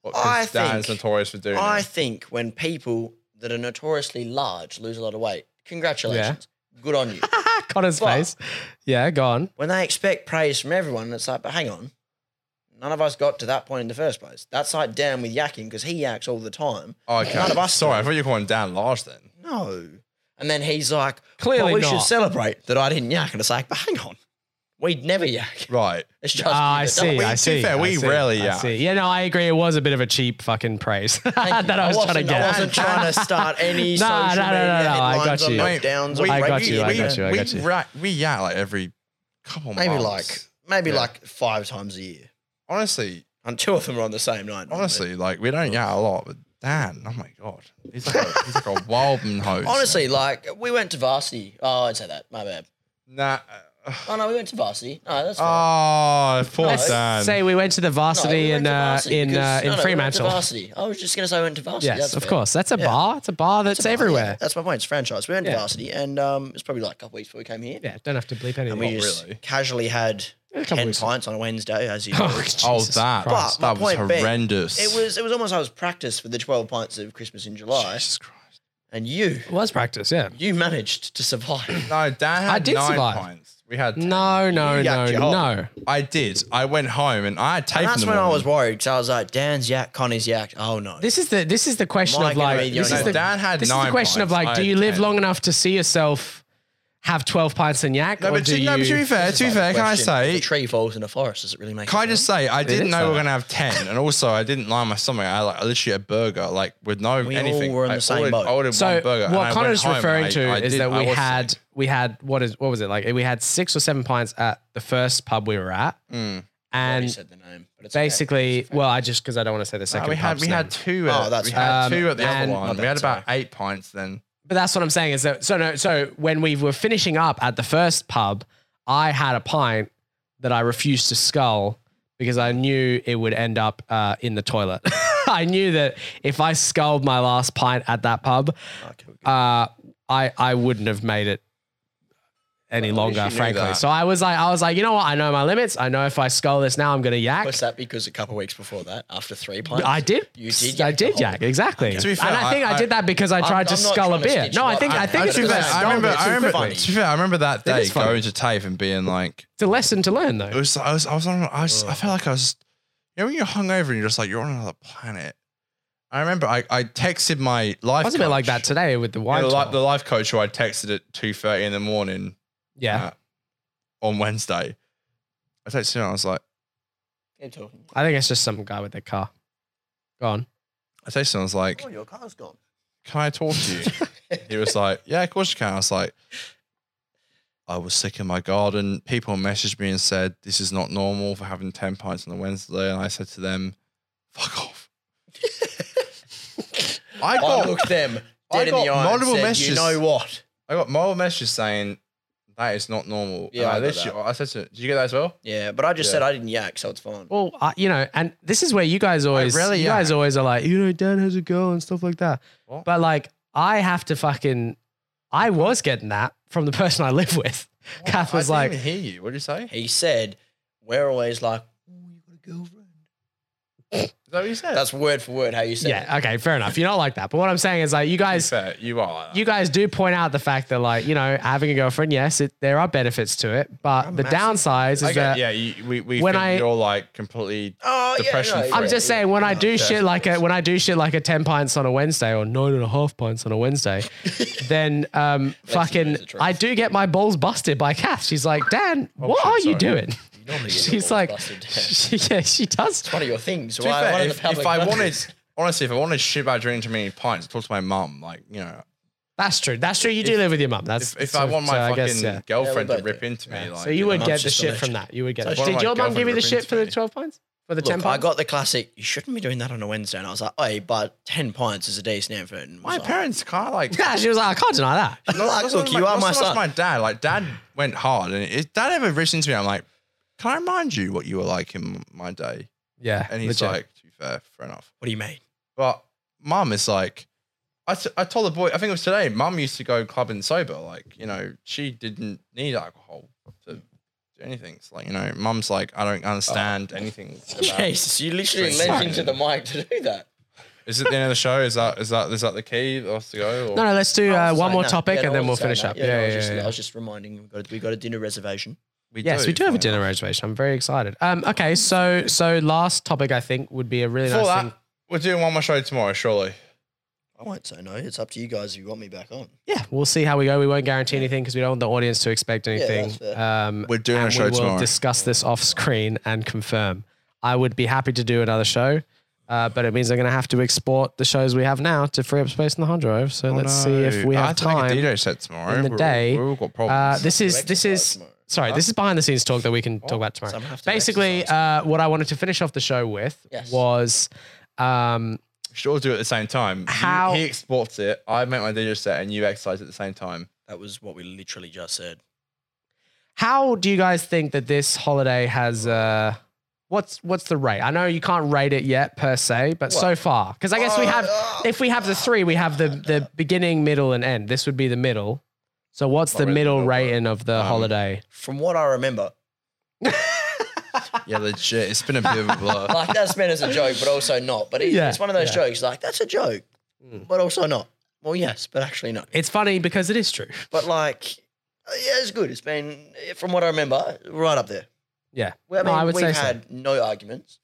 Speaker 2: What,
Speaker 3: I
Speaker 2: 'cause Dan's
Speaker 3: think-
Speaker 2: notorious for doing
Speaker 3: I
Speaker 2: it.
Speaker 3: think when people that are notoriously large lose a lot of weight, congratulations. Good on you.
Speaker 4: Connor's
Speaker 3: But-
Speaker 4: face. Yeah, go on.
Speaker 3: when they expect praise from everyone, it's like, but hang on, none of us got to that point in the first place. That's like Dan with yakking because he yaks all the time.
Speaker 2: Okay,
Speaker 3: None of us
Speaker 2: Sorry,
Speaker 3: do.
Speaker 2: I thought you were calling Dan large then.
Speaker 3: No. And then he's like,
Speaker 4: Clearly
Speaker 3: well, we
Speaker 4: not.
Speaker 3: should celebrate that I didn't yak. And it's like, but hang on, we'd never yak.
Speaker 2: Right.
Speaker 3: It's just.
Speaker 4: Ah, I
Speaker 3: you that don't.
Speaker 4: see. I
Speaker 2: to
Speaker 4: see.
Speaker 2: be fair,
Speaker 4: I
Speaker 2: we
Speaker 4: see,
Speaker 2: rarely
Speaker 4: I
Speaker 2: yack.
Speaker 4: see. Yeah, no, I agree. It was a bit of a cheap fucking praise that
Speaker 3: Thank you.
Speaker 4: I was trying to
Speaker 3: wasn't-
Speaker 4: get.
Speaker 3: I wasn't trying to start any
Speaker 4: No,
Speaker 3: social
Speaker 4: no,
Speaker 3: media
Speaker 4: no, no, no, I
Speaker 3: headlines
Speaker 4: got
Speaker 3: on
Speaker 4: you.
Speaker 2: I mean,
Speaker 3: lockdowns.
Speaker 2: we-
Speaker 3: or
Speaker 4: I got
Speaker 2: we-
Speaker 4: you, I
Speaker 2: we-
Speaker 4: got you, I
Speaker 2: we
Speaker 4: got you.
Speaker 2: ra- we yeah, like every couple
Speaker 3: Maybe
Speaker 2: months.
Speaker 3: like maybe
Speaker 2: Yeah.
Speaker 3: like five times a year.
Speaker 2: honestly,
Speaker 3: And two of them are on the same night.
Speaker 2: honestly, like we don't yeah a lot, but Dan, oh my god, he's like a, he's like a wild man host.
Speaker 3: Honestly, like we went to varsity. Oh, I'd say that. My bad.
Speaker 2: nah. uh,
Speaker 3: Oh no, we went to varsity. No, that's fine.
Speaker 2: Oh, poor
Speaker 3: Let's
Speaker 2: Dan.
Speaker 4: Say we went to the
Speaker 3: No,
Speaker 4: varsity
Speaker 3: we went
Speaker 4: in
Speaker 3: to
Speaker 4: uh,
Speaker 3: varsity
Speaker 4: in
Speaker 3: because-
Speaker 4: uh,
Speaker 3: no,
Speaker 4: in
Speaker 3: no, we went to
Speaker 4: Fremantle.
Speaker 3: varsity. I was just gonna say we went to varsity.
Speaker 4: Yes,
Speaker 3: that's
Speaker 4: of
Speaker 3: fair.
Speaker 4: course. That's a
Speaker 3: Yeah.
Speaker 4: bar. It's a bar that's
Speaker 3: It's a varsity.
Speaker 4: everywhere.
Speaker 3: That's my point. It's franchise. We went
Speaker 4: Yeah.
Speaker 3: to varsity, and um, it was probably like a couple weeks before we came here.
Speaker 4: Yeah, don't have to bleep
Speaker 3: and
Speaker 4: anything.
Speaker 3: we just
Speaker 2: really.
Speaker 3: casually had
Speaker 4: couple
Speaker 3: ten
Speaker 4: weeks.
Speaker 3: pints on a Wednesday, as you know.
Speaker 4: oh,
Speaker 2: oh,
Speaker 4: Jesus
Speaker 2: that
Speaker 4: Christ.
Speaker 3: But my
Speaker 2: that was
Speaker 3: point being,
Speaker 2: horrendous.
Speaker 3: It was it was almost like I was practiced for the twelve pints of Christmas in July,
Speaker 2: Jesus Christ.
Speaker 3: and you
Speaker 4: It was practice, yeah.
Speaker 3: you managed to survive.
Speaker 2: No, Dan had
Speaker 4: I did
Speaker 2: nine
Speaker 4: survive.
Speaker 2: pints. We had.
Speaker 4: No, no,
Speaker 3: You
Speaker 4: no,
Speaker 3: yacked your hole.
Speaker 4: no.
Speaker 2: I did. I went home and I had tape.
Speaker 3: And
Speaker 2: in
Speaker 3: that's
Speaker 2: the
Speaker 3: when I
Speaker 2: morning.
Speaker 3: was worried because I was like, Dan's yak, Connie's yak. Oh no,
Speaker 4: This is the this is the question
Speaker 3: Mine
Speaker 4: of
Speaker 3: gonna
Speaker 4: like
Speaker 3: be the
Speaker 4: this
Speaker 3: only
Speaker 4: is the,
Speaker 3: one.
Speaker 2: Dan had
Speaker 4: this is the
Speaker 2: nine
Speaker 4: question of
Speaker 2: pints.
Speaker 4: like
Speaker 2: I
Speaker 4: do you
Speaker 2: had
Speaker 4: live
Speaker 2: ten.
Speaker 4: long enough to see yourself have twelve pints and yak?
Speaker 2: No,
Speaker 4: or
Speaker 2: but
Speaker 4: do
Speaker 2: to, no, but to
Speaker 4: you-
Speaker 2: be fair, to be
Speaker 3: Like
Speaker 2: fair,
Speaker 3: the
Speaker 2: can I
Speaker 3: question, if
Speaker 2: say
Speaker 3: a tree falls in a forest? Does it really make?
Speaker 2: Can I
Speaker 3: a
Speaker 2: just say I didn't
Speaker 4: is
Speaker 2: know we
Speaker 4: like
Speaker 2: were gonna have ten, and also I didn't line my stomach. I like I literally had a burger like with no
Speaker 3: We all
Speaker 2: anything.
Speaker 3: were in
Speaker 2: I
Speaker 3: the same
Speaker 2: ordered,
Speaker 3: boat.
Speaker 2: I ordered
Speaker 4: So
Speaker 2: one burger. and I
Speaker 4: what Connor's
Speaker 2: went home and
Speaker 4: referring
Speaker 2: I-
Speaker 4: to
Speaker 2: I
Speaker 4: is
Speaker 2: did-
Speaker 4: that
Speaker 2: I
Speaker 4: we
Speaker 2: was
Speaker 4: had
Speaker 2: sick.
Speaker 4: we had what is what was it like? We had six or seven pints at the first pub we were at,
Speaker 2: Mm.
Speaker 3: difference? You
Speaker 4: and
Speaker 3: said the name, but it's okay.
Speaker 4: basically, well, I just because I don't want to say the
Speaker 2: Uh,
Speaker 4: second.
Speaker 2: we had
Speaker 4: pub's
Speaker 2: we
Speaker 4: name.
Speaker 2: had two.
Speaker 3: Oh,
Speaker 2: At,
Speaker 3: that's
Speaker 2: we had
Speaker 4: fine.
Speaker 2: two at the
Speaker 4: Um,
Speaker 2: other
Speaker 4: my
Speaker 2: one. We
Speaker 3: bad,
Speaker 2: had about eight pints then.
Speaker 4: But that's what I'm saying is that so no so when we were finishing up at the first pub, I had a pint that I refused to scull because I knew it would end up uh, in the toilet. I knew that if I sculled my last pint at that pub,
Speaker 3: Okay, we're good.
Speaker 4: uh, I I wouldn't have made it any
Speaker 2: Well, at least
Speaker 4: longer,
Speaker 2: you knew
Speaker 4: frankly.
Speaker 2: that.
Speaker 4: So I was like, I was like, you know what? I know my limits. I know if I skull this now, I'm gonna yak.
Speaker 3: Was that because a couple of weeks before that, after three pints,
Speaker 4: I did.
Speaker 3: You did.
Speaker 4: I
Speaker 3: yak the
Speaker 4: did
Speaker 3: whole-
Speaker 4: yak exactly.
Speaker 2: To be fair,
Speaker 4: and I think I,
Speaker 2: I-
Speaker 4: did that because I
Speaker 3: I'm-
Speaker 4: tried to
Speaker 3: I'm not
Speaker 4: scull a
Speaker 3: trying to
Speaker 4: beer.
Speaker 3: snitch
Speaker 4: No,
Speaker 3: you
Speaker 4: I
Speaker 3: up.
Speaker 4: think I,
Speaker 3: I-
Speaker 4: think
Speaker 3: I-
Speaker 2: To
Speaker 4: it's
Speaker 2: be
Speaker 3: it's
Speaker 2: fair,
Speaker 3: just
Speaker 2: I remember,
Speaker 3: nostalgia.
Speaker 2: I remember,
Speaker 3: It's funny.
Speaker 2: to be fair, I remember that
Speaker 4: It
Speaker 2: day
Speaker 4: is funny.
Speaker 2: going to TAFE and being like,
Speaker 4: It's a lesson to learn
Speaker 2: it
Speaker 4: though.
Speaker 2: was, I was, I was on, I, was, I felt like I was, you know, when you're hungover and you're just like, you're on another planet. I remember I, I texted my life
Speaker 4: I was a bit like that
Speaker 2: coach.
Speaker 4: today with the
Speaker 2: Yeah,
Speaker 4: wine.
Speaker 2: the, li-
Speaker 4: tour.
Speaker 2: the life coach who I texted at 2.30 in the morning
Speaker 4: yeah.
Speaker 2: uh, on Wednesday. I texted him, I was like,
Speaker 3: Keep talking.
Speaker 4: I think it's just some guy with their car. Go on.
Speaker 2: I texted him, I was like,
Speaker 3: Oh, your car's gone.
Speaker 2: can I talk to you? he was like, yeah, of course you can. I was like, I was sick in my garden. People messaged me and said, this is not normal for having 10 pints on a Wednesday. And I said to them, fuck off. I
Speaker 3: I
Speaker 2: got,
Speaker 3: looked them
Speaker 2: I
Speaker 3: dead in the
Speaker 2: got
Speaker 3: eye and
Speaker 2: multiple
Speaker 3: said,
Speaker 2: messages.
Speaker 3: "You know what?
Speaker 2: I got more messages saying, that is not normal.
Speaker 3: Yeah,
Speaker 2: And
Speaker 3: I
Speaker 2: I,
Speaker 3: got
Speaker 2: literally-
Speaker 3: that.
Speaker 2: I said to did you get that as well?
Speaker 3: Yeah, but I just
Speaker 2: Yeah.
Speaker 3: said I didn't yak, so it's fine.
Speaker 4: Well, I, you know, and this is where you guys always,
Speaker 2: really
Speaker 4: you guys
Speaker 2: am.
Speaker 4: always are like, you know, Dan has a girl and stuff like that.
Speaker 2: What?
Speaker 4: But like, I have to fucking, I was getting that from the person I live with. Kath was
Speaker 2: I
Speaker 4: like,
Speaker 2: didn't even hear you. What did you say? Is
Speaker 3: He said, "We're always like, oh, you got a girlfriend."
Speaker 2: that what you said?
Speaker 3: That's word for word how you said it.
Speaker 4: yeah, uh, okay, fair enough. You're not like that. But what I'm saying is like, you
Speaker 2: To be
Speaker 4: guys,
Speaker 2: fair. You are. Like that.
Speaker 4: you guys do point out the fact that like, you know, having a girlfriend, yes, it, there are benefits to it, but the downsides is
Speaker 2: I get-
Speaker 4: that
Speaker 2: yeah, you, we, we
Speaker 4: when
Speaker 2: think
Speaker 4: I-
Speaker 2: you're like completely
Speaker 3: Oh
Speaker 2: Depression
Speaker 3: yeah, no,
Speaker 2: free.
Speaker 4: I'm just saying when I do
Speaker 2: yeah,
Speaker 4: shit
Speaker 2: of
Speaker 4: like a when I do shit like a ten pints on a Wednesday or nine and a half pints on a Wednesday, then um fucking
Speaker 3: knows the truth.
Speaker 4: I do get my balls busted by Kath. She's like, Dan, what
Speaker 2: Oh, shit,
Speaker 4: are you
Speaker 2: sorry.
Speaker 4: doing?
Speaker 3: Normally get your
Speaker 4: She's
Speaker 3: balls
Speaker 4: like,
Speaker 3: busted.
Speaker 4: she, yeah, she does.
Speaker 3: one of your things.
Speaker 2: To be
Speaker 3: Why,
Speaker 2: fair,
Speaker 3: one of
Speaker 2: if,
Speaker 3: the
Speaker 2: if
Speaker 3: public
Speaker 2: I
Speaker 3: ones.
Speaker 2: wanted, honestly, if I wanted shit about drinking too many pints, talk to my mum. Like, you know,
Speaker 4: That's true. That's true. You do
Speaker 2: If-
Speaker 4: live with your mum. That's
Speaker 2: if, if
Speaker 4: so-
Speaker 2: I want my
Speaker 4: so
Speaker 2: fucking
Speaker 4: guess, yeah.
Speaker 2: girlfriend
Speaker 3: Yeah, we
Speaker 2: to
Speaker 3: both
Speaker 2: rip
Speaker 3: do.
Speaker 2: into me, like,
Speaker 4: So you would
Speaker 3: mum's
Speaker 4: get the
Speaker 3: just a
Speaker 4: shit from
Speaker 3: legend.
Speaker 4: that. You would get.
Speaker 3: So
Speaker 4: that.
Speaker 2: one of
Speaker 4: Did
Speaker 2: my
Speaker 4: your mum give you the
Speaker 2: girlfriend
Speaker 4: shit for the
Speaker 2: ripped into me.
Speaker 4: twelve pints? For the ten
Speaker 3: Look, I
Speaker 4: pints?
Speaker 3: got the classic. You shouldn't be doing that on a Wednesday, and I was like, "Hey, but ten pints is a decent effort." And
Speaker 2: my
Speaker 3: was like,
Speaker 2: parents kind of like.
Speaker 4: Yeah, she was like, I can't deny that.
Speaker 2: not- not
Speaker 3: Like, look,
Speaker 2: so much
Speaker 3: you are
Speaker 2: not
Speaker 3: my
Speaker 2: so much
Speaker 3: son.
Speaker 2: My dad, like, dad went hard, and if dad ever reached into me, I'm like, can I remind you what you were like in my day?
Speaker 4: Yeah,
Speaker 2: And he's
Speaker 4: legit.
Speaker 2: like, to be fair, fair enough.
Speaker 3: "What do you mean?"
Speaker 2: But mum is like, I, t- I told the boy, I think it was today, mum used to go clubbing sober. Like, you know, she didn't need alcohol to do anything. It's like, you know, mum's like, I don't understand
Speaker 4: Oh.
Speaker 2: anything. About.
Speaker 3: Jesus, you literally
Speaker 2: Sorry.
Speaker 3: leant into the mic to do that.
Speaker 2: Is it the end of the show? Is that is that is that the key that has to go? Or?
Speaker 4: No, no, let's do
Speaker 3: I
Speaker 4: uh,
Speaker 3: was
Speaker 4: one
Speaker 3: saying
Speaker 4: more
Speaker 3: that.
Speaker 4: topic
Speaker 3: Yeah, no,
Speaker 4: and
Speaker 3: I
Speaker 4: then we'll
Speaker 3: was
Speaker 4: finish
Speaker 3: saying
Speaker 4: up.
Speaker 3: that. no, I
Speaker 4: Yeah,
Speaker 3: was
Speaker 4: yeah,
Speaker 3: just-
Speaker 4: yeah.
Speaker 3: I was just reminding him we got, we got a dinner reservation.
Speaker 2: we
Speaker 4: Yes, we do have a
Speaker 2: fine.
Speaker 4: dinner reservation. I'm very excited. Um, okay, so so last topic I think would be a really
Speaker 2: Before
Speaker 4: nice
Speaker 2: that,
Speaker 4: thing.
Speaker 2: we're doing one more show tomorrow, surely.
Speaker 3: I won't say no. It's up to you guys if you want me back on.
Speaker 4: Yeah, we'll see how we go. We won't guarantee anything because we don't want the audience to expect anything.
Speaker 3: that's fair.
Speaker 4: um,
Speaker 2: We're doing
Speaker 4: and
Speaker 2: a show
Speaker 4: we will
Speaker 2: tomorrow.
Speaker 4: discuss this off screen and confirm. I would be happy to do another show, uh, but it means I'm going to have to export the shows we have now to free up space in the hard drive. So let's see if we have
Speaker 2: Oh, I
Speaker 4: time.
Speaker 2: Take a DJ set tomorrow.
Speaker 4: in the
Speaker 2: We're all-
Speaker 4: day.
Speaker 2: we've all got
Speaker 4: Uh,
Speaker 3: Oh,
Speaker 2: problems.
Speaker 4: this is
Speaker 3: Direct
Speaker 4: this
Speaker 3: flight
Speaker 4: is
Speaker 3: tomorrow.
Speaker 4: sorry. This is behind the scenes talk that we can
Speaker 3: Oh,
Speaker 4: talk about tomorrow.
Speaker 3: Some have to
Speaker 4: Basically, uh, what I wanted to finish off the show with
Speaker 3: Yes.
Speaker 4: was um,
Speaker 2: we should all do it at the same time. You-
Speaker 4: How-
Speaker 2: he exports it, I make my DJ set, and you exercise at the same time.
Speaker 3: That was what we literally just said.
Speaker 4: how do you guys think that this holiday has? Uh, what's what's the rate? I know you can't rate it yet per se, but so far, because I guess we have
Speaker 3: Uh, Ah!
Speaker 4: if we have the three, we have the the beginning, middle, and end. This would be the middle. So what's
Speaker 2: Not
Speaker 4: the
Speaker 2: really the
Speaker 4: middle
Speaker 2: middle, but,
Speaker 4: rating of the
Speaker 2: um,
Speaker 4: holiday?
Speaker 3: From what I remember,
Speaker 2: Yeah, legit. It's been a bit of a blur.
Speaker 3: like that's meant as a joke, but also not. But it-
Speaker 4: Yeah,
Speaker 3: it's one of those jokes. Like that's a joke, but also not. Well, yes, but actually no.
Speaker 4: It's funny because it is true.
Speaker 3: But like, uh, yeah, it's good. It's been, uh, from what I remember, right up there.
Speaker 4: Yeah,
Speaker 3: Well, I
Speaker 4: No,
Speaker 3: mean,
Speaker 4: I would
Speaker 3: we've
Speaker 4: say so.
Speaker 3: had no arguments.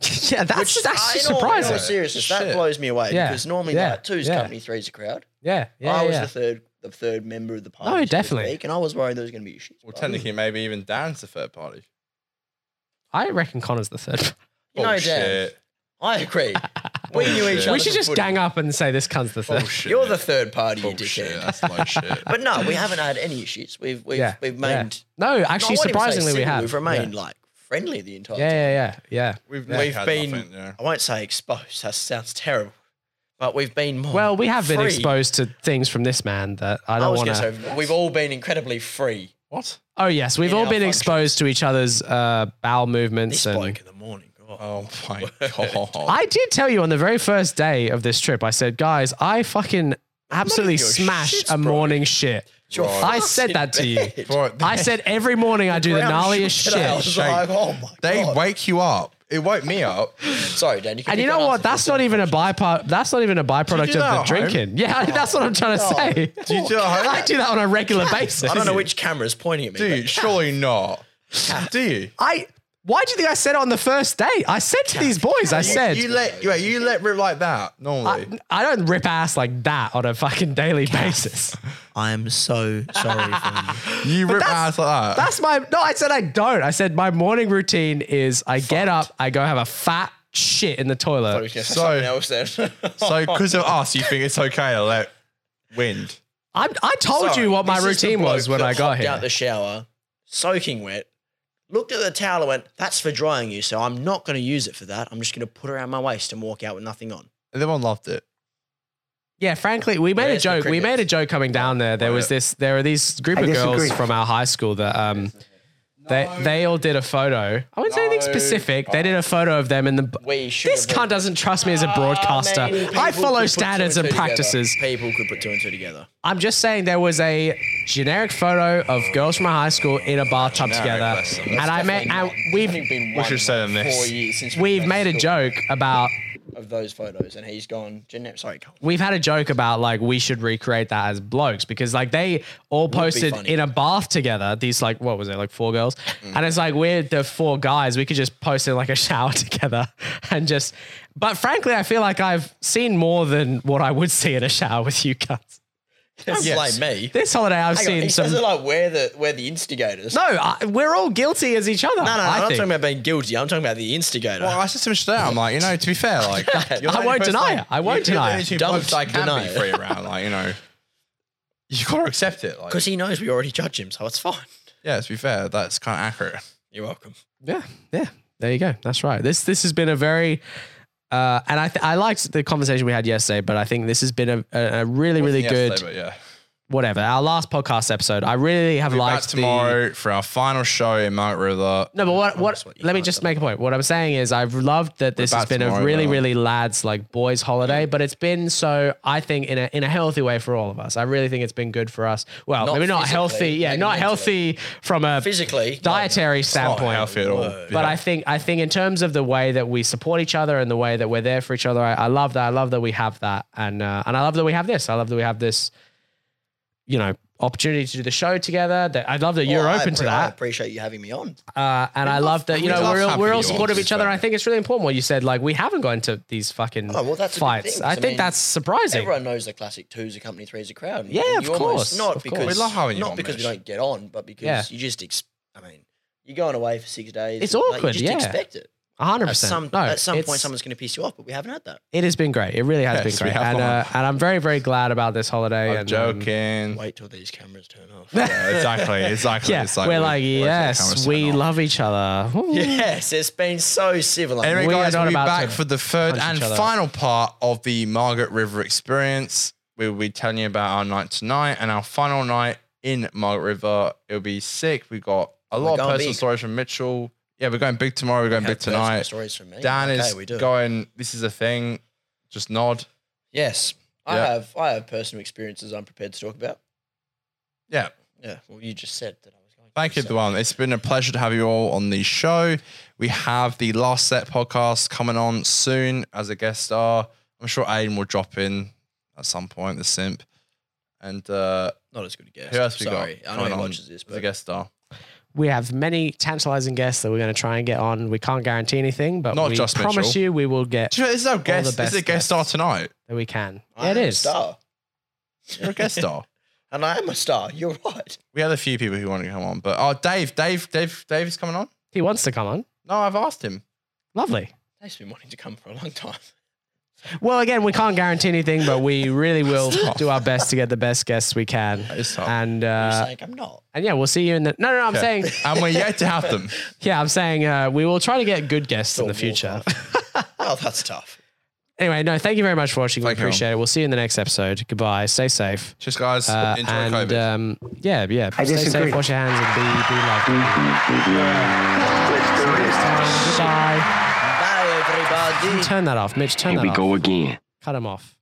Speaker 4: yeah, that's
Speaker 3: which
Speaker 4: that's
Speaker 3: I-
Speaker 4: just
Speaker 3: in all-
Speaker 4: surprising.
Speaker 3: In all seriousness,
Speaker 2: Shit.
Speaker 3: that blows me away
Speaker 4: Yeah.
Speaker 3: because normally
Speaker 4: Yeah.
Speaker 3: like two's
Speaker 4: Yeah.
Speaker 3: company, three's a crowd.
Speaker 4: Yeah, yeah,
Speaker 3: I was
Speaker 4: yeah.
Speaker 3: the third, the third member of the party. so to
Speaker 4: definitely.
Speaker 3: speak, and I was worried there was going to be issues.
Speaker 2: Well,
Speaker 3: but-
Speaker 2: technically, maybe even Dan's the third party.
Speaker 4: I reckon Connor's the third.
Speaker 2: Oh,
Speaker 3: You know, Dan, I agree. we knew each other.
Speaker 4: we should
Speaker 3: from
Speaker 4: just
Speaker 3: footy. Oh,
Speaker 4: gang up and say this cunt's the third.
Speaker 2: Bullshit.
Speaker 3: You're the third party, you
Speaker 2: Bullshit.
Speaker 3: dickhead.
Speaker 2: That's like Oh, shit.
Speaker 3: But no, we haven't had any issues. We've we've
Speaker 4: yeah,
Speaker 3: we've
Speaker 4: yeah.
Speaker 3: mained.
Speaker 4: No,
Speaker 3: no, I wouldn't
Speaker 4: actually,
Speaker 3: even say
Speaker 4: surprisingly, we
Speaker 3: civil,
Speaker 4: have.
Speaker 3: We've remained like friendly the entire.
Speaker 4: yeah,
Speaker 3: time.
Speaker 4: yeah, yeah,
Speaker 2: We've,
Speaker 4: Yeah.
Speaker 2: we've had
Speaker 3: been-
Speaker 2: nothing, yeah.
Speaker 3: I won't say exposed. That sounds terrible. But we've been more.
Speaker 4: yeah. Well, we have been
Speaker 3: free.
Speaker 4: exposed to things from this man that I
Speaker 3: I
Speaker 4: don't
Speaker 3: was
Speaker 4: want
Speaker 3: going
Speaker 4: to.
Speaker 3: to say we've all been incredibly free.
Speaker 2: What?
Speaker 4: oh yes, we've
Speaker 3: in
Speaker 4: all
Speaker 3: our
Speaker 4: been
Speaker 3: functions.
Speaker 4: exposed to each other's uh, bowel
Speaker 3: This
Speaker 4: movements and.
Speaker 3: bloke in the morning. Oh.
Speaker 2: Oh my god!
Speaker 4: I did tell you on the very first day of this trip. I said, guys, I fucking absolutely
Speaker 3: your
Speaker 4: smash
Speaker 3: shits,
Speaker 4: a
Speaker 3: bro.
Speaker 4: morning shit.
Speaker 3: Sure.
Speaker 4: I said that to you.
Speaker 2: Bro,
Speaker 4: I said every morning I do the gnarliest
Speaker 3: I
Speaker 4: shit.
Speaker 3: was
Speaker 2: Shame.
Speaker 3: like, oh my
Speaker 2: they
Speaker 3: god.
Speaker 2: wake you up. It woke me up.
Speaker 3: Sorry, Dan. You can
Speaker 4: And you
Speaker 3: pick
Speaker 4: know
Speaker 3: that
Speaker 4: what?
Speaker 3: up.
Speaker 4: That's not even a byproduct. That's not even a byproduct of
Speaker 2: do that
Speaker 4: the
Speaker 2: at home?
Speaker 4: drinking. Yeah, that's what I'm trying to say.
Speaker 2: Do you do that at home?
Speaker 4: I do that on a regular basis.
Speaker 3: I don't know which camera is pointing at me.
Speaker 2: Do
Speaker 3: but-
Speaker 2: you? Surely not. Do you?
Speaker 4: I. Why do you think I said it on the first date? I said to these boys, I said,
Speaker 2: you let wait, you let rip like that normally.
Speaker 4: I, I don't rip ass like that on a fucking daily basis.
Speaker 3: I'm so sorry for you.
Speaker 2: you rip ass like that.
Speaker 4: That's my no. I said I don't. I said my morning routine is I get up, I go have a fat shit in the toilet.
Speaker 3: Yes,
Speaker 2: So-
Speaker 3: something else then.
Speaker 2: so because of us, you think it's okay to let wind.
Speaker 4: I, I told
Speaker 2: Sorry,
Speaker 4: you what my
Speaker 3: This is the
Speaker 4: routine
Speaker 3: bloke
Speaker 4: was when
Speaker 3: that
Speaker 4: I got
Speaker 3: hopped out
Speaker 4: here.
Speaker 3: the shower, soaking wet, looked at the towel and went, that's for drying you, so I'm not going to use it for that. I'm just going to put it around my waist and walk out with nothing on.
Speaker 2: And everyone loved it.
Speaker 4: Yeah, frankly, we made a
Speaker 3: Where's the
Speaker 4: joke. We
Speaker 3: crickets? Oh,
Speaker 4: made a joke coming down there. There was this. There were these group
Speaker 5: I
Speaker 4: of girls
Speaker 5: disagree.
Speaker 4: from our high school that um, they they all did a photo. I wouldn't say anything specific. They did a photo of them in the.
Speaker 3: We should
Speaker 4: This
Speaker 3: have-
Speaker 4: cunt doesn't trust me as a broadcaster.
Speaker 3: Ah, man, people
Speaker 4: I
Speaker 3: could
Speaker 4: follow
Speaker 3: put two
Speaker 4: standards
Speaker 3: two
Speaker 4: and
Speaker 3: together.
Speaker 4: practices.
Speaker 3: People could put two and two together.
Speaker 4: I'm just saying there was a generic photo of girls from our high school in a bathtub together,
Speaker 2: bless them.
Speaker 4: and I made and we've
Speaker 3: been
Speaker 2: should have said in this.
Speaker 3: four years since we
Speaker 4: we've
Speaker 3: left
Speaker 4: made a
Speaker 3: school
Speaker 4: joke about
Speaker 3: of those photos, and he's gone. Jeanette, sorry, Cole.
Speaker 4: we've had a joke about like we should recreate that as blokes because like they all posted
Speaker 3: funny. Mm.
Speaker 4: in a bath together. These like what was it like four girls, and it's like we're the four guys. We could just post in like a shower together and just. But frankly, I feel like I've seen more than what I would see in a shower with you guys.
Speaker 3: Don't
Speaker 2: Yes.
Speaker 3: blame me.
Speaker 4: This holiday, I've
Speaker 3: Hang on,
Speaker 4: seen
Speaker 3: he
Speaker 4: some.
Speaker 3: says it like we're the we're the instigators.
Speaker 4: no, I, we're all guilty as each other.
Speaker 3: no, no. no
Speaker 4: I
Speaker 3: I'm not
Speaker 4: think.
Speaker 3: talking about being guilty. I'm talking about the instigator.
Speaker 2: Well, I said some shit out. I'm like, you know, to be fair, like you're the
Speaker 4: I
Speaker 2: only
Speaker 4: won't
Speaker 2: person
Speaker 4: deny it. I won't
Speaker 2: you're the
Speaker 4: deny
Speaker 2: only
Speaker 4: it.
Speaker 2: two
Speaker 3: Don't
Speaker 2: blokes I can
Speaker 3: deny
Speaker 2: be
Speaker 3: it.
Speaker 2: free around. Like, you know, you gotta accept it. Like
Speaker 3: Because he knows we already judge him, so it's fine.
Speaker 2: yeah, to be fair, that's kinda accurate.
Speaker 3: You're welcome.
Speaker 4: Yeah, yeah. There you go. That's right. This this has been a very, uh, and I th- I liked the conversation we had yesterday, but I think this has been a, a, a really really good
Speaker 2: Yesterday, but yeah.
Speaker 4: whatever. Our last podcast episode, I really have
Speaker 2: We'll be back
Speaker 4: liked the.
Speaker 2: tomorrow for our final show in Mount River.
Speaker 4: No, but what
Speaker 3: Promise
Speaker 4: what?
Speaker 3: what you
Speaker 4: Let me
Speaker 3: can't
Speaker 4: just make a point. What I'm saying is, I've loved that this has
Speaker 2: back
Speaker 4: been a
Speaker 2: tomorrow,
Speaker 4: really
Speaker 2: though.
Speaker 4: really lads like boys holiday, but it's been so I think in a in a healthy way for all of us. I really think it's been good for us. Well,
Speaker 3: Not
Speaker 4: maybe not
Speaker 3: physically,
Speaker 4: healthy. Yeah,
Speaker 3: maybe
Speaker 4: not
Speaker 3: mentally.
Speaker 4: healthy from a
Speaker 3: Physically, no,
Speaker 4: dietary
Speaker 2: Not
Speaker 4: standpoint.
Speaker 2: healthy at all.
Speaker 4: But
Speaker 2: Yeah.
Speaker 4: I think I think in terms of the way that we support each other and the way that we're there for each other, I, I love that. I love that we have that, and uh, and I love that we have this. I love that we have this, you know, opportunity to do the show together. That I love that you're
Speaker 3: Well, Oh, I
Speaker 4: open to
Speaker 3: appre- I
Speaker 4: that,
Speaker 3: appreciate you having me on.
Speaker 4: uh, and I love that you
Speaker 2: we
Speaker 4: know
Speaker 2: love
Speaker 4: we're all,
Speaker 2: having
Speaker 4: we're
Speaker 2: you
Speaker 4: all
Speaker 2: on, to
Speaker 4: supportive of
Speaker 2: be
Speaker 4: each other.
Speaker 2: fair.
Speaker 4: And I think it's really important what you said. Like we haven't gone into these fucking
Speaker 3: Oh, well, that's a good
Speaker 4: fights.
Speaker 3: thing,
Speaker 4: I
Speaker 3: 'cause I
Speaker 4: think
Speaker 3: mean,
Speaker 4: that's surprising.
Speaker 3: Everyone knows the classic two's a company, three's a crowd.
Speaker 4: Yeah,
Speaker 3: And
Speaker 4: of
Speaker 3: you almost-
Speaker 4: course,
Speaker 3: Not
Speaker 4: of course.
Speaker 3: because
Speaker 2: We love having you
Speaker 3: not
Speaker 2: on,
Speaker 3: because we
Speaker 2: Mitch.
Speaker 3: don't get on, but because
Speaker 4: Yeah.
Speaker 3: you just. Ex- I mean, you're going away for six days.
Speaker 4: It's
Speaker 3: like,
Speaker 4: awkward,
Speaker 3: You
Speaker 4: yeah.
Speaker 3: just expect it.
Speaker 4: hundred
Speaker 3: At some
Speaker 4: percent. No,
Speaker 3: at some point,
Speaker 4: it's-
Speaker 3: someone's going to piss you off, but we haven't had that.
Speaker 4: it has been great. It really has
Speaker 2: Yes,
Speaker 4: been
Speaker 2: we
Speaker 4: great,
Speaker 2: have
Speaker 4: and
Speaker 2: fun.
Speaker 4: uh, and I'm very very glad about this
Speaker 2: I'm
Speaker 4: holiday. and, um,
Speaker 2: joking.
Speaker 3: Wait till these cameras turn off.
Speaker 2: Yeah, exactly, exactly.
Speaker 4: Yeah,
Speaker 2: It's like
Speaker 4: we're
Speaker 2: we-
Speaker 4: like
Speaker 2: we- we-
Speaker 4: yes,
Speaker 2: cameras
Speaker 4: we
Speaker 2: turn off.
Speaker 4: love each other. Ooh.
Speaker 3: yes, it's been so civil.
Speaker 2: Anyway,
Speaker 4: We
Speaker 2: guys,
Speaker 4: are not
Speaker 2: we'll be
Speaker 4: about
Speaker 2: back
Speaker 4: to
Speaker 2: for the third
Speaker 4: punch
Speaker 2: and
Speaker 4: each other.
Speaker 2: final part of the Margaret River experience. We will be telling you about our night tonight and our final night in Margaret River. It'll be sick. We've got a lot of
Speaker 3: going
Speaker 2: personal
Speaker 3: big.
Speaker 2: stories from Mitchell. Yeah, we're going big tomorrow. We're going big
Speaker 3: Personal
Speaker 2: tonight.
Speaker 3: Stories from me.
Speaker 2: Dan
Speaker 3: okay,
Speaker 2: is
Speaker 3: we do.
Speaker 2: going, this is a thing. Just nod.
Speaker 3: Yes, I
Speaker 2: Yeah.
Speaker 3: have. I have personal experiences I'm prepared to talk about.
Speaker 2: Yeah.
Speaker 3: Yeah. Well, you just said that I was going. to,
Speaker 2: Thank you,
Speaker 3: so-
Speaker 2: everyone. It's been a pleasure to have you all on the show. We have the Last Set podcast coming on soon as a guest star. I'm sure Aiden will drop in at some point, the simp. And uh,
Speaker 3: Not as good a guess.
Speaker 2: who else we
Speaker 3: Sorry,
Speaker 2: got?
Speaker 3: I
Speaker 2: coming
Speaker 3: know
Speaker 2: on
Speaker 3: he watches this,
Speaker 2: as a
Speaker 3: but
Speaker 2: guest star.
Speaker 4: we have many tantalizing guests that we're going to try and get on. We can't guarantee anything, but
Speaker 2: Not
Speaker 4: we
Speaker 2: just
Speaker 4: promise
Speaker 2: Mitchell.
Speaker 4: you we will get
Speaker 2: Do you know, This is our guest. This
Speaker 4: best
Speaker 2: is a guest star tonight.
Speaker 4: that we can.
Speaker 3: I
Speaker 4: it
Speaker 3: am a
Speaker 4: is.
Speaker 3: star,
Speaker 2: You're a guest star.
Speaker 3: and I am a star. You're right.
Speaker 2: We had a few people who wanted to come on, but oh, Dave, Dave, Dave, Dave is coming on.
Speaker 4: He wants to come on.
Speaker 2: No, I've asked him.
Speaker 4: Lovely.
Speaker 3: Dave's been wanting to come for a long time.
Speaker 4: Well, again, we can't guarantee anything, but we really will do our best to get the best guests we can.
Speaker 2: It's tough.
Speaker 4: And
Speaker 3: You're
Speaker 4: uh,
Speaker 3: saying I'm not.
Speaker 4: and yeah, we'll see you in the. No, no, no I'm
Speaker 2: Okay.
Speaker 4: saying
Speaker 2: and we're yet to have them.
Speaker 4: yeah, I'm saying uh, we will try to get good guests in the
Speaker 3: Still
Speaker 4: future.
Speaker 3: more Well, Oh, that's tough.
Speaker 4: anyway, no, thank you very much for watching.
Speaker 2: Thank
Speaker 4: we
Speaker 2: you.
Speaker 4: appreciate it. We'll see you in the next episode. Goodbye. Stay safe.
Speaker 2: Just guys,
Speaker 4: Uh,
Speaker 2: enjoy
Speaker 4: and
Speaker 2: COVID.
Speaker 4: um, yeah, yeah.
Speaker 5: I
Speaker 4: Stay
Speaker 5: disagree.
Speaker 4: safe. Wash your hands and be be loved. Goodbye.
Speaker 3: Bye, everybody.
Speaker 4: Turn that off, Mitch. Turn
Speaker 6: Here
Speaker 4: that
Speaker 6: we
Speaker 4: off.
Speaker 6: go again.
Speaker 4: Cut him off.